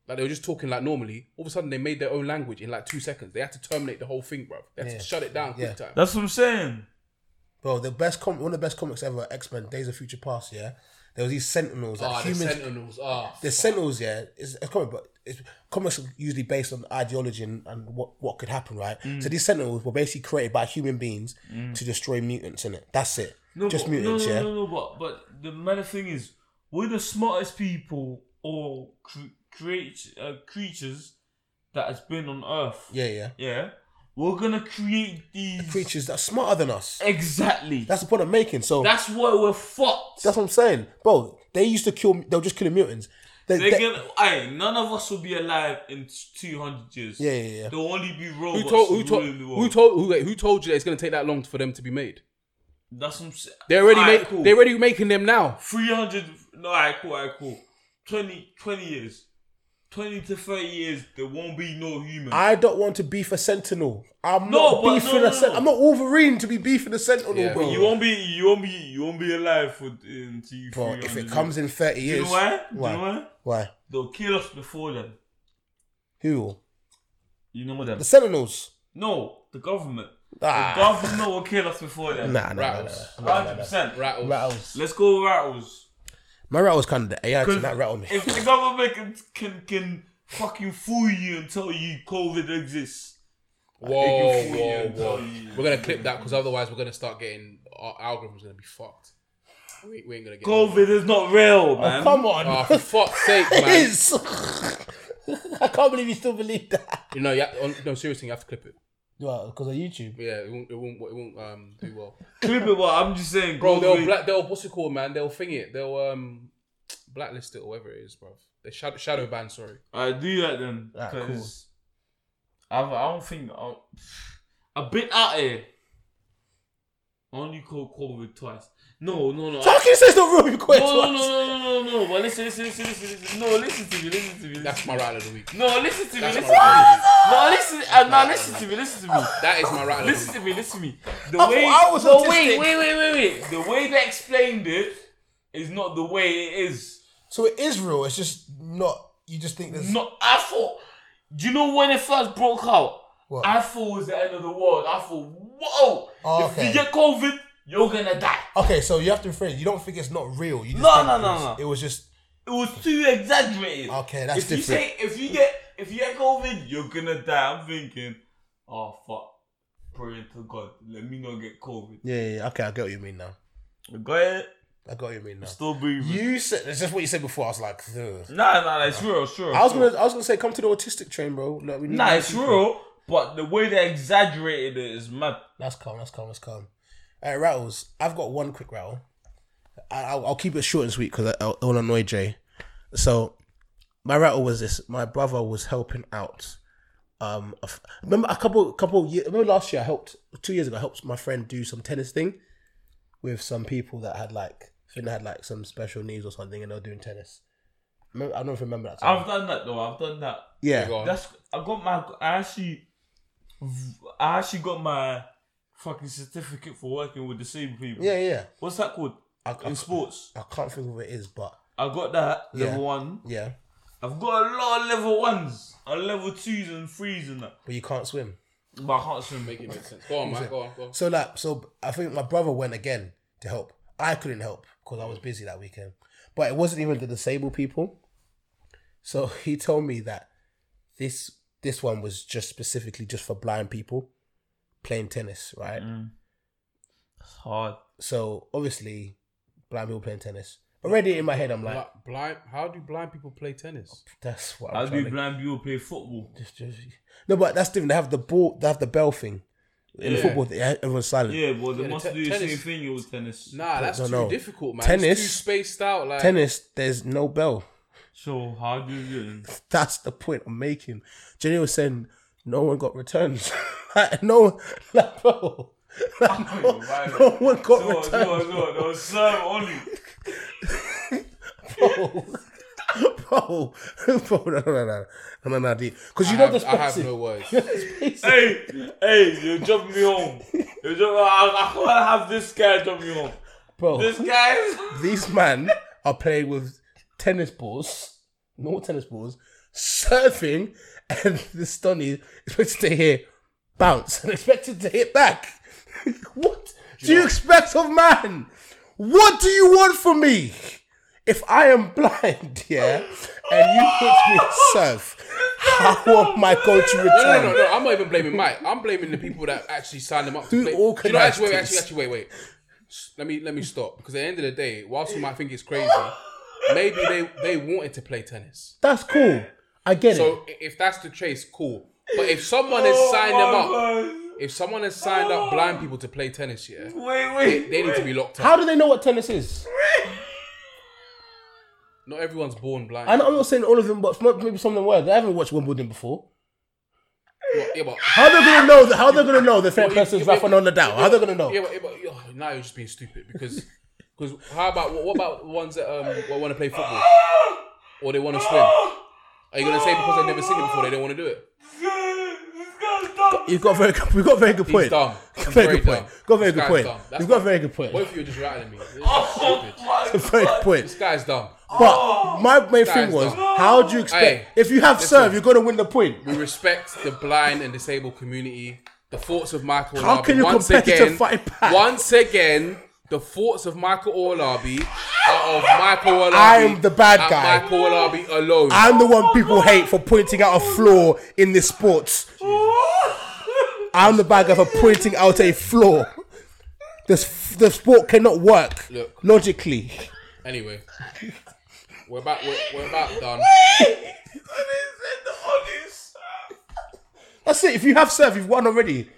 Speaker 6: like they were just talking like normally all of a sudden they made their own language in like two seconds they had to terminate the whole thing bruv they had
Speaker 4: Yeah.
Speaker 6: to shut it down quick
Speaker 4: Yeah.
Speaker 6: time
Speaker 5: That's what I'm saying.
Speaker 4: Bro, the best com- one of the best comics ever, X Men: Days of Future Past. Yeah, there was these Sentinels.
Speaker 6: ah
Speaker 4: like
Speaker 6: the
Speaker 4: humans,
Speaker 6: sentinels ah
Speaker 4: the Sentinels. Yeah, it's a comic, but it's, comics are usually based on ideology and, and what what could happen, right? So
Speaker 5: Mm.
Speaker 4: these Sentinels were basically created by human beings to destroy mutants. In it, that's it. Just
Speaker 5: but,
Speaker 4: mutants.
Speaker 5: Mm. No, no,
Speaker 4: yeah.
Speaker 5: no, no, but but the matter thing is, we're the smartest people or cre- create uh, creatures that has been on Earth.
Speaker 4: Yeah, yeah.
Speaker 5: Yeah. We're gonna create these
Speaker 4: Creatures that are smarter than us.
Speaker 5: Exactly. That's,
Speaker 4: That's the point I'm making. So that's,
Speaker 5: why we're fucked.
Speaker 4: what I'm saying, bro. They used to kill. They were just killing mutants. They,
Speaker 5: They're
Speaker 4: they-
Speaker 5: gonna, aye, none of us will be alive in two hundred years.
Speaker 4: Yeah, yeah, yeah.
Speaker 5: There'll only be robots.
Speaker 6: Who told who told
Speaker 5: ruling the world.
Speaker 6: who told who, wait, who told you that it's going to take that long for them to be made?
Speaker 5: That's what I'm saying.
Speaker 6: They're already make, they're already making them now.
Speaker 5: three hundred. No, alright, cool, alright, cool. 20, 20 years, twenty to thirty years. There won't be no human.
Speaker 4: I don't want to beef a sentinel. I'm
Speaker 5: No,
Speaker 4: not
Speaker 5: but
Speaker 4: beefing
Speaker 5: no, no,
Speaker 4: a sentinel.
Speaker 5: no.
Speaker 4: I'm not Wolverine to be beefing a sentinel,
Speaker 6: Yeah.
Speaker 4: bro.
Speaker 5: you won't be. You won't be. You won't be alive for until you.
Speaker 4: Bro,
Speaker 5: 300
Speaker 4: if it
Speaker 5: years.
Speaker 4: comes in 30
Speaker 5: you
Speaker 4: years.
Speaker 5: know why?
Speaker 4: Why?
Speaker 5: You know why?
Speaker 4: Why?
Speaker 5: They'll kill us before then.
Speaker 4: Who?
Speaker 5: You know that?
Speaker 4: The Sentinels.
Speaker 5: No, the government.
Speaker 4: Ah.
Speaker 5: The government will kill us before then.
Speaker 4: Nah, nah, nah, nah,
Speaker 6: Rattles.
Speaker 5: Hundred percent.
Speaker 6: Rattles.
Speaker 4: Rattles.
Speaker 5: Let's go rattles.
Speaker 4: My rattle was kind of the AI thing.
Speaker 5: 'Cause
Speaker 4: That rattled me.
Speaker 5: If the government can, can can fucking fool you and tell you COVID exists,
Speaker 6: Whoa,
Speaker 5: They can fool you
Speaker 6: whoa,
Speaker 5: and
Speaker 6: whoa.
Speaker 5: tell you.
Speaker 6: We're going to clip that because otherwise we're going to start getting our algorithm's going to be fucked. We, we ain't going to get
Speaker 5: COVID is not real, man.
Speaker 4: Oh, Come on.
Speaker 6: Ah, for fuck's sake,
Speaker 4: it
Speaker 6: man.
Speaker 4: is. I can't believe you still believe that.
Speaker 6: You know, you have, on, no, seriously, you have to clip it.
Speaker 4: Because of YouTube.
Speaker 6: Yeah, it won't, it won't, it won't um, do well.
Speaker 5: Clip it, but I'm just saying,
Speaker 6: Bro, they'll
Speaker 5: COVID,
Speaker 6: black, they'll what's it called, man? They'll thing it. They'll um blacklist it or whatever it is, bro. They shadow, shadow ban. Sorry.
Speaker 5: I do that then
Speaker 4: Ah, cool.
Speaker 5: because I I don't think I'll, a bit out here. I Only called COVID twice. No, no, no. I-
Speaker 4: How can you say it's not real? You quit.
Speaker 5: no, no, no, no, no, no, no. But listen, listen, listen, listen, listen. No, listen to me, listen to me. Listen.
Speaker 6: That's my rattle of the week.
Speaker 5: No, listen to me,
Speaker 6: That's
Speaker 5: listen
Speaker 6: my
Speaker 5: to me.
Speaker 6: rattle of the week.
Speaker 5: No, listen, uh, no, listen to me, listen to me.
Speaker 6: That is my rattle of the week.
Speaker 5: Listen to me, listen to me. The
Speaker 4: I
Speaker 5: way
Speaker 4: thought I was
Speaker 5: no,
Speaker 4: autistic.
Speaker 5: wait, wait, wait, wait, wait. The way they explained it is not the way it is.
Speaker 4: So it is real. It's just not. You just think there's.
Speaker 5: Not I thought. Do you know when it first broke out?
Speaker 4: What?
Speaker 5: I thought it was the end of the world. I thought, whoa!
Speaker 4: Oh,
Speaker 5: If
Speaker 4: okay.
Speaker 5: you get COVID, you're gonna die.
Speaker 4: Okay, so you have to rephrase. You don't think it's not real. You just
Speaker 5: No,
Speaker 4: think
Speaker 5: no,
Speaker 4: it
Speaker 5: no,
Speaker 4: was-
Speaker 5: no.
Speaker 4: It was just.
Speaker 5: It was too exaggerated.
Speaker 4: Okay, that's
Speaker 5: if
Speaker 4: different.
Speaker 5: You say, if you get if you get COVID, you're gonna die. I'm thinking, oh fuck. Praying to God, let me not get COVID.
Speaker 4: Yeah, yeah, yeah. okay, I get what you mean now.
Speaker 5: Got it?
Speaker 4: I got what you mean now.
Speaker 5: Still breathing.
Speaker 4: You said it's just what you said before. I was like, Ugh.
Speaker 5: Nah, nah, nah, it's real, it's real.
Speaker 4: I was
Speaker 5: it's real.
Speaker 4: gonna, I was gonna say, come to the autistic train, bro. Like, we need
Speaker 5: Nah,
Speaker 4: more
Speaker 5: it's
Speaker 4: people.
Speaker 5: real, but the way they exaggerated it is mad.
Speaker 4: That's calm. That's calm. That's calm. All right, rattles. I've got one quick rattle. I, I'll, I'll keep it short and sweet because I'll, I'll annoy Jay. So, my rattle was this: my brother was helping out. Um, a f- remember a couple, couple years. Remember last year, I helped two years ago. I helped my friend do some tennis thing with some people that had like, I think they had like some special needs or something, and they were doing tennis. Remember, I don't remember that. Time.
Speaker 5: I've done that though. I've done that.
Speaker 4: yeah,
Speaker 6: Go on.
Speaker 5: That's I got my I actually I actually got my fucking certificate for working with disabled people.
Speaker 4: yeah, yeah.
Speaker 5: What's that called?
Speaker 4: I, I,
Speaker 5: In sports.
Speaker 4: I can't think of what it is, but
Speaker 5: I got that
Speaker 4: Yeah.
Speaker 5: level one.
Speaker 4: yeah.
Speaker 5: I've got a lot of level ones. And level twos and threes and that.
Speaker 4: But you can't swim.
Speaker 5: But I can't swim.
Speaker 6: Make it make sense. Go on, man. Go on. Go on.
Speaker 4: So like, so I think my brother went again to help. I couldn't help because I was busy that weekend. But it wasn't even the disabled people. So he told me that this this one was just specifically just for blind people playing tennis, right?
Speaker 5: It's hard.
Speaker 4: So obviously, blind people playing tennis. Already in my head, I'm like,
Speaker 6: Bli- Blind? How do blind people play tennis?
Speaker 4: that's what
Speaker 5: I'll
Speaker 4: I'm
Speaker 5: be
Speaker 4: trying to.
Speaker 5: blind people play football.
Speaker 4: Just, just, no, but that's different. They have the ball. They have the bell thing in
Speaker 6: Yeah.
Speaker 4: football. They, everyone's silent.
Speaker 5: Yeah, but they
Speaker 6: Yeah,
Speaker 5: must
Speaker 6: te-
Speaker 5: do the same
Speaker 6: tennis-
Speaker 5: thing with tennis.
Speaker 6: Nah, that's
Speaker 4: No,
Speaker 6: too
Speaker 4: no.
Speaker 6: difficult, man.
Speaker 4: Tennis-
Speaker 6: It's too spaced out. Like
Speaker 4: Tennis, there's no bell.
Speaker 5: So how do you do it?
Speaker 4: That's the point I'm making. Jenny was saying no one got returns. like, no one, like, bro, like, no,
Speaker 5: right.
Speaker 4: no one got
Speaker 5: No,
Speaker 4: returns.
Speaker 5: no, no, no, serve only.
Speaker 4: Bro, bro, bro, no, no, no, no, no, no, no, because you know
Speaker 6: I,
Speaker 4: this
Speaker 6: have, I have no words.
Speaker 5: hey, hey, you drop me home. You drop I, I can't have this guy drop me home.
Speaker 4: bro.
Speaker 5: This guy.
Speaker 4: These man are playing with tennis balls, normal tennis balls, surfing, and the stunny is expected to hit bounce and expected to hit back. what do you expect of man? What do you want from me? If I am blind, yeah, and you hit me with surf, how am I going to
Speaker 6: No, no, no,
Speaker 4: return?
Speaker 6: no. I'm not even blaming Mike. I'm blaming the people that actually signed him up. to
Speaker 4: Who
Speaker 6: play. Do you know,
Speaker 4: organised
Speaker 6: actually, wait,
Speaker 4: this?
Speaker 6: actually, actually, wait, wait. S- Let me let me stop because at the end of the day, whilst you might think it's crazy, maybe they they wanted to play tennis.
Speaker 4: That's cool. I get
Speaker 6: So
Speaker 4: it.
Speaker 6: i- if that's the case, cool. But if someone has signed them up, if someone has signed up blind people to play tennis, yeah,
Speaker 5: Wait, wait.
Speaker 6: they need to be locked up.
Speaker 4: How do they know what tennis is?
Speaker 6: Not everyone's born blind.
Speaker 4: I know, I'm not saying all of them, but maybe some of them were. I haven't watched Wimbledon before.
Speaker 6: Well, yeah, but
Speaker 4: How they gonna know? That, how they gonna know the third
Speaker 6: Well,
Speaker 4: person's
Speaker 6: yeah, yeah,
Speaker 4: Rafa on the down? How they gonna know?
Speaker 6: Yeah, but, yeah, but yo, now you're just being stupid because because how about what, what about the ones that um want to play football or they want to swim? Are you gonna say because they've never seen it before they don't want to do it?
Speaker 4: You've got very, good, we've got very good
Speaker 6: He's
Speaker 4: point.
Speaker 6: dumb. He's
Speaker 4: Very
Speaker 6: very
Speaker 4: good point.
Speaker 6: dumb.
Speaker 4: Got very
Speaker 6: This
Speaker 4: good
Speaker 6: guy's
Speaker 4: point.
Speaker 6: dumb. That's
Speaker 4: You've got
Speaker 6: not-
Speaker 4: very good point.
Speaker 6: Both of you are just rattling me. This is stupid.
Speaker 4: Very good point.
Speaker 6: This guy's dumb.
Speaker 4: But my main thing
Speaker 6: guy's
Speaker 4: was,
Speaker 6: dumb.
Speaker 4: how do you expect
Speaker 6: Hey,
Speaker 4: if you have serve, you're gonna win the point?
Speaker 6: We respect the blind and disabled community. The thoughts of Michael
Speaker 4: How
Speaker 6: Olabi
Speaker 4: can your
Speaker 6: once
Speaker 4: competitor
Speaker 6: again,
Speaker 4: fight back?
Speaker 6: once again, the thoughts of Michael Olabi are of Michael Olabi.
Speaker 4: I'm the bad
Speaker 6: and
Speaker 4: guy.
Speaker 6: Michael Olabi alone.
Speaker 4: I'm the one people hate for pointing out a flaw in this sport. I'm the bad guy for pointing out a flaw. This the sport cannot work
Speaker 6: Look.
Speaker 4: logically.
Speaker 6: Anyway, we're about we're, we're about done.
Speaker 4: That's it. If you have serve, you've won already.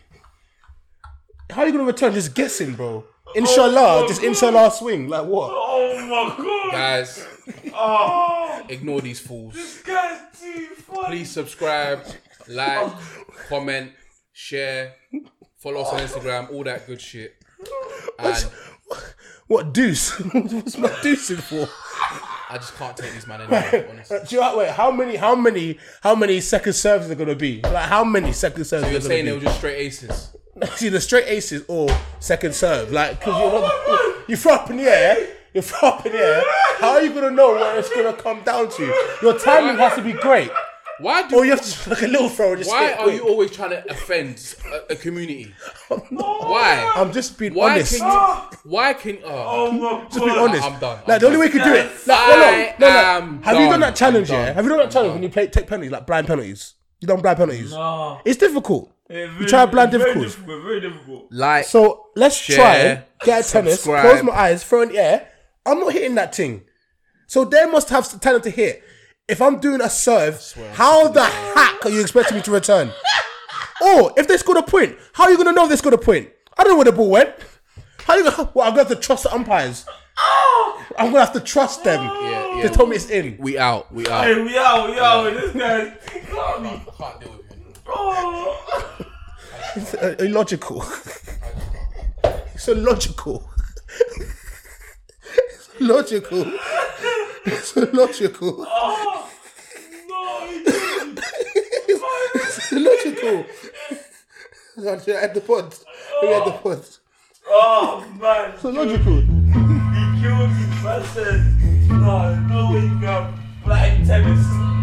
Speaker 4: How are you going to return? Just guessing, bro. Inshallah, just inshallah swing. Like what?
Speaker 5: Oh my god.
Speaker 6: Guys,
Speaker 5: Oh,
Speaker 6: ignore these fools.
Speaker 5: this guy's too funny.
Speaker 6: Please subscribe, like, comment, share, follow us on Instagram, all that good shit. And
Speaker 4: What deuce? What's my deucing for?
Speaker 6: I just can't take these man anymore, honestly.
Speaker 4: Do you know, wait, how many, how many, how many second serves are going to be? Like how many second serves
Speaker 6: You're
Speaker 4: are
Speaker 6: saying they were
Speaker 4: going to
Speaker 6: just straight aces.
Speaker 4: be? See the straight aces or second serve? Like because you're not, you throw up in the air. You throw up in the air. How are you going to know where it's going to come down to? Your timing has to be great.
Speaker 6: Why
Speaker 4: Or
Speaker 6: do
Speaker 4: you have to just like a little throw. and Just
Speaker 6: why
Speaker 4: hit
Speaker 6: are
Speaker 4: quick.
Speaker 6: you always trying to offend a, a community? Why?
Speaker 4: I'm just being
Speaker 6: Why
Speaker 4: honest.
Speaker 6: can you? Why can? Oh,
Speaker 5: Oh my
Speaker 4: Just be
Speaker 5: god.
Speaker 4: honest.
Speaker 6: I'm done.
Speaker 4: Like
Speaker 6: I'm
Speaker 4: the only
Speaker 6: done.
Speaker 4: way you could do it.
Speaker 5: Yes.
Speaker 4: Like, hold on.
Speaker 6: I
Speaker 4: No, no.
Speaker 6: am
Speaker 4: Have you
Speaker 6: done.
Speaker 4: done that challenge?
Speaker 6: I'm
Speaker 4: Yeah.
Speaker 6: done.
Speaker 4: Have you done that
Speaker 6: I'm
Speaker 4: challenge
Speaker 6: done.
Speaker 4: when you play take penalties, like blind penalties? You done blind penalties.
Speaker 5: No.
Speaker 4: It's difficult.
Speaker 5: It's Ah, eh, very-
Speaker 4: you try blind
Speaker 5: it's very
Speaker 4: difficult.
Speaker 5: difficult. Very difficult.
Speaker 6: Like
Speaker 4: So let's
Speaker 6: Share,
Speaker 4: try get a tennis,
Speaker 6: subscribe.
Speaker 4: close my eyes, throw in the air, I'm not hitting that thing. So they must have s- talent to hit. If I'm doing a serve, how the heck are you expecting me to return? or if they scored a point, how are you gonna know they scored a point? I don't know where the ball went. How you gonna? Well, I'm gonna have to trust the umpires. I'm gonna have to trust them.
Speaker 6: yeah.
Speaker 4: They told me it's in.
Speaker 6: We out. We out.
Speaker 5: Hey, yo, yo, this guy's got me.
Speaker 6: I can't deal with you anymore.
Speaker 5: Oh.
Speaker 4: It's uh, illogical. it's illogical. it's illogical. It's illogical.
Speaker 5: No, he didn't.
Speaker 4: It's illogical. At the pod. Maybe at the pod.
Speaker 5: Oh, man.
Speaker 4: It's illogical.
Speaker 5: He killed his person. No, no, he got black tennis.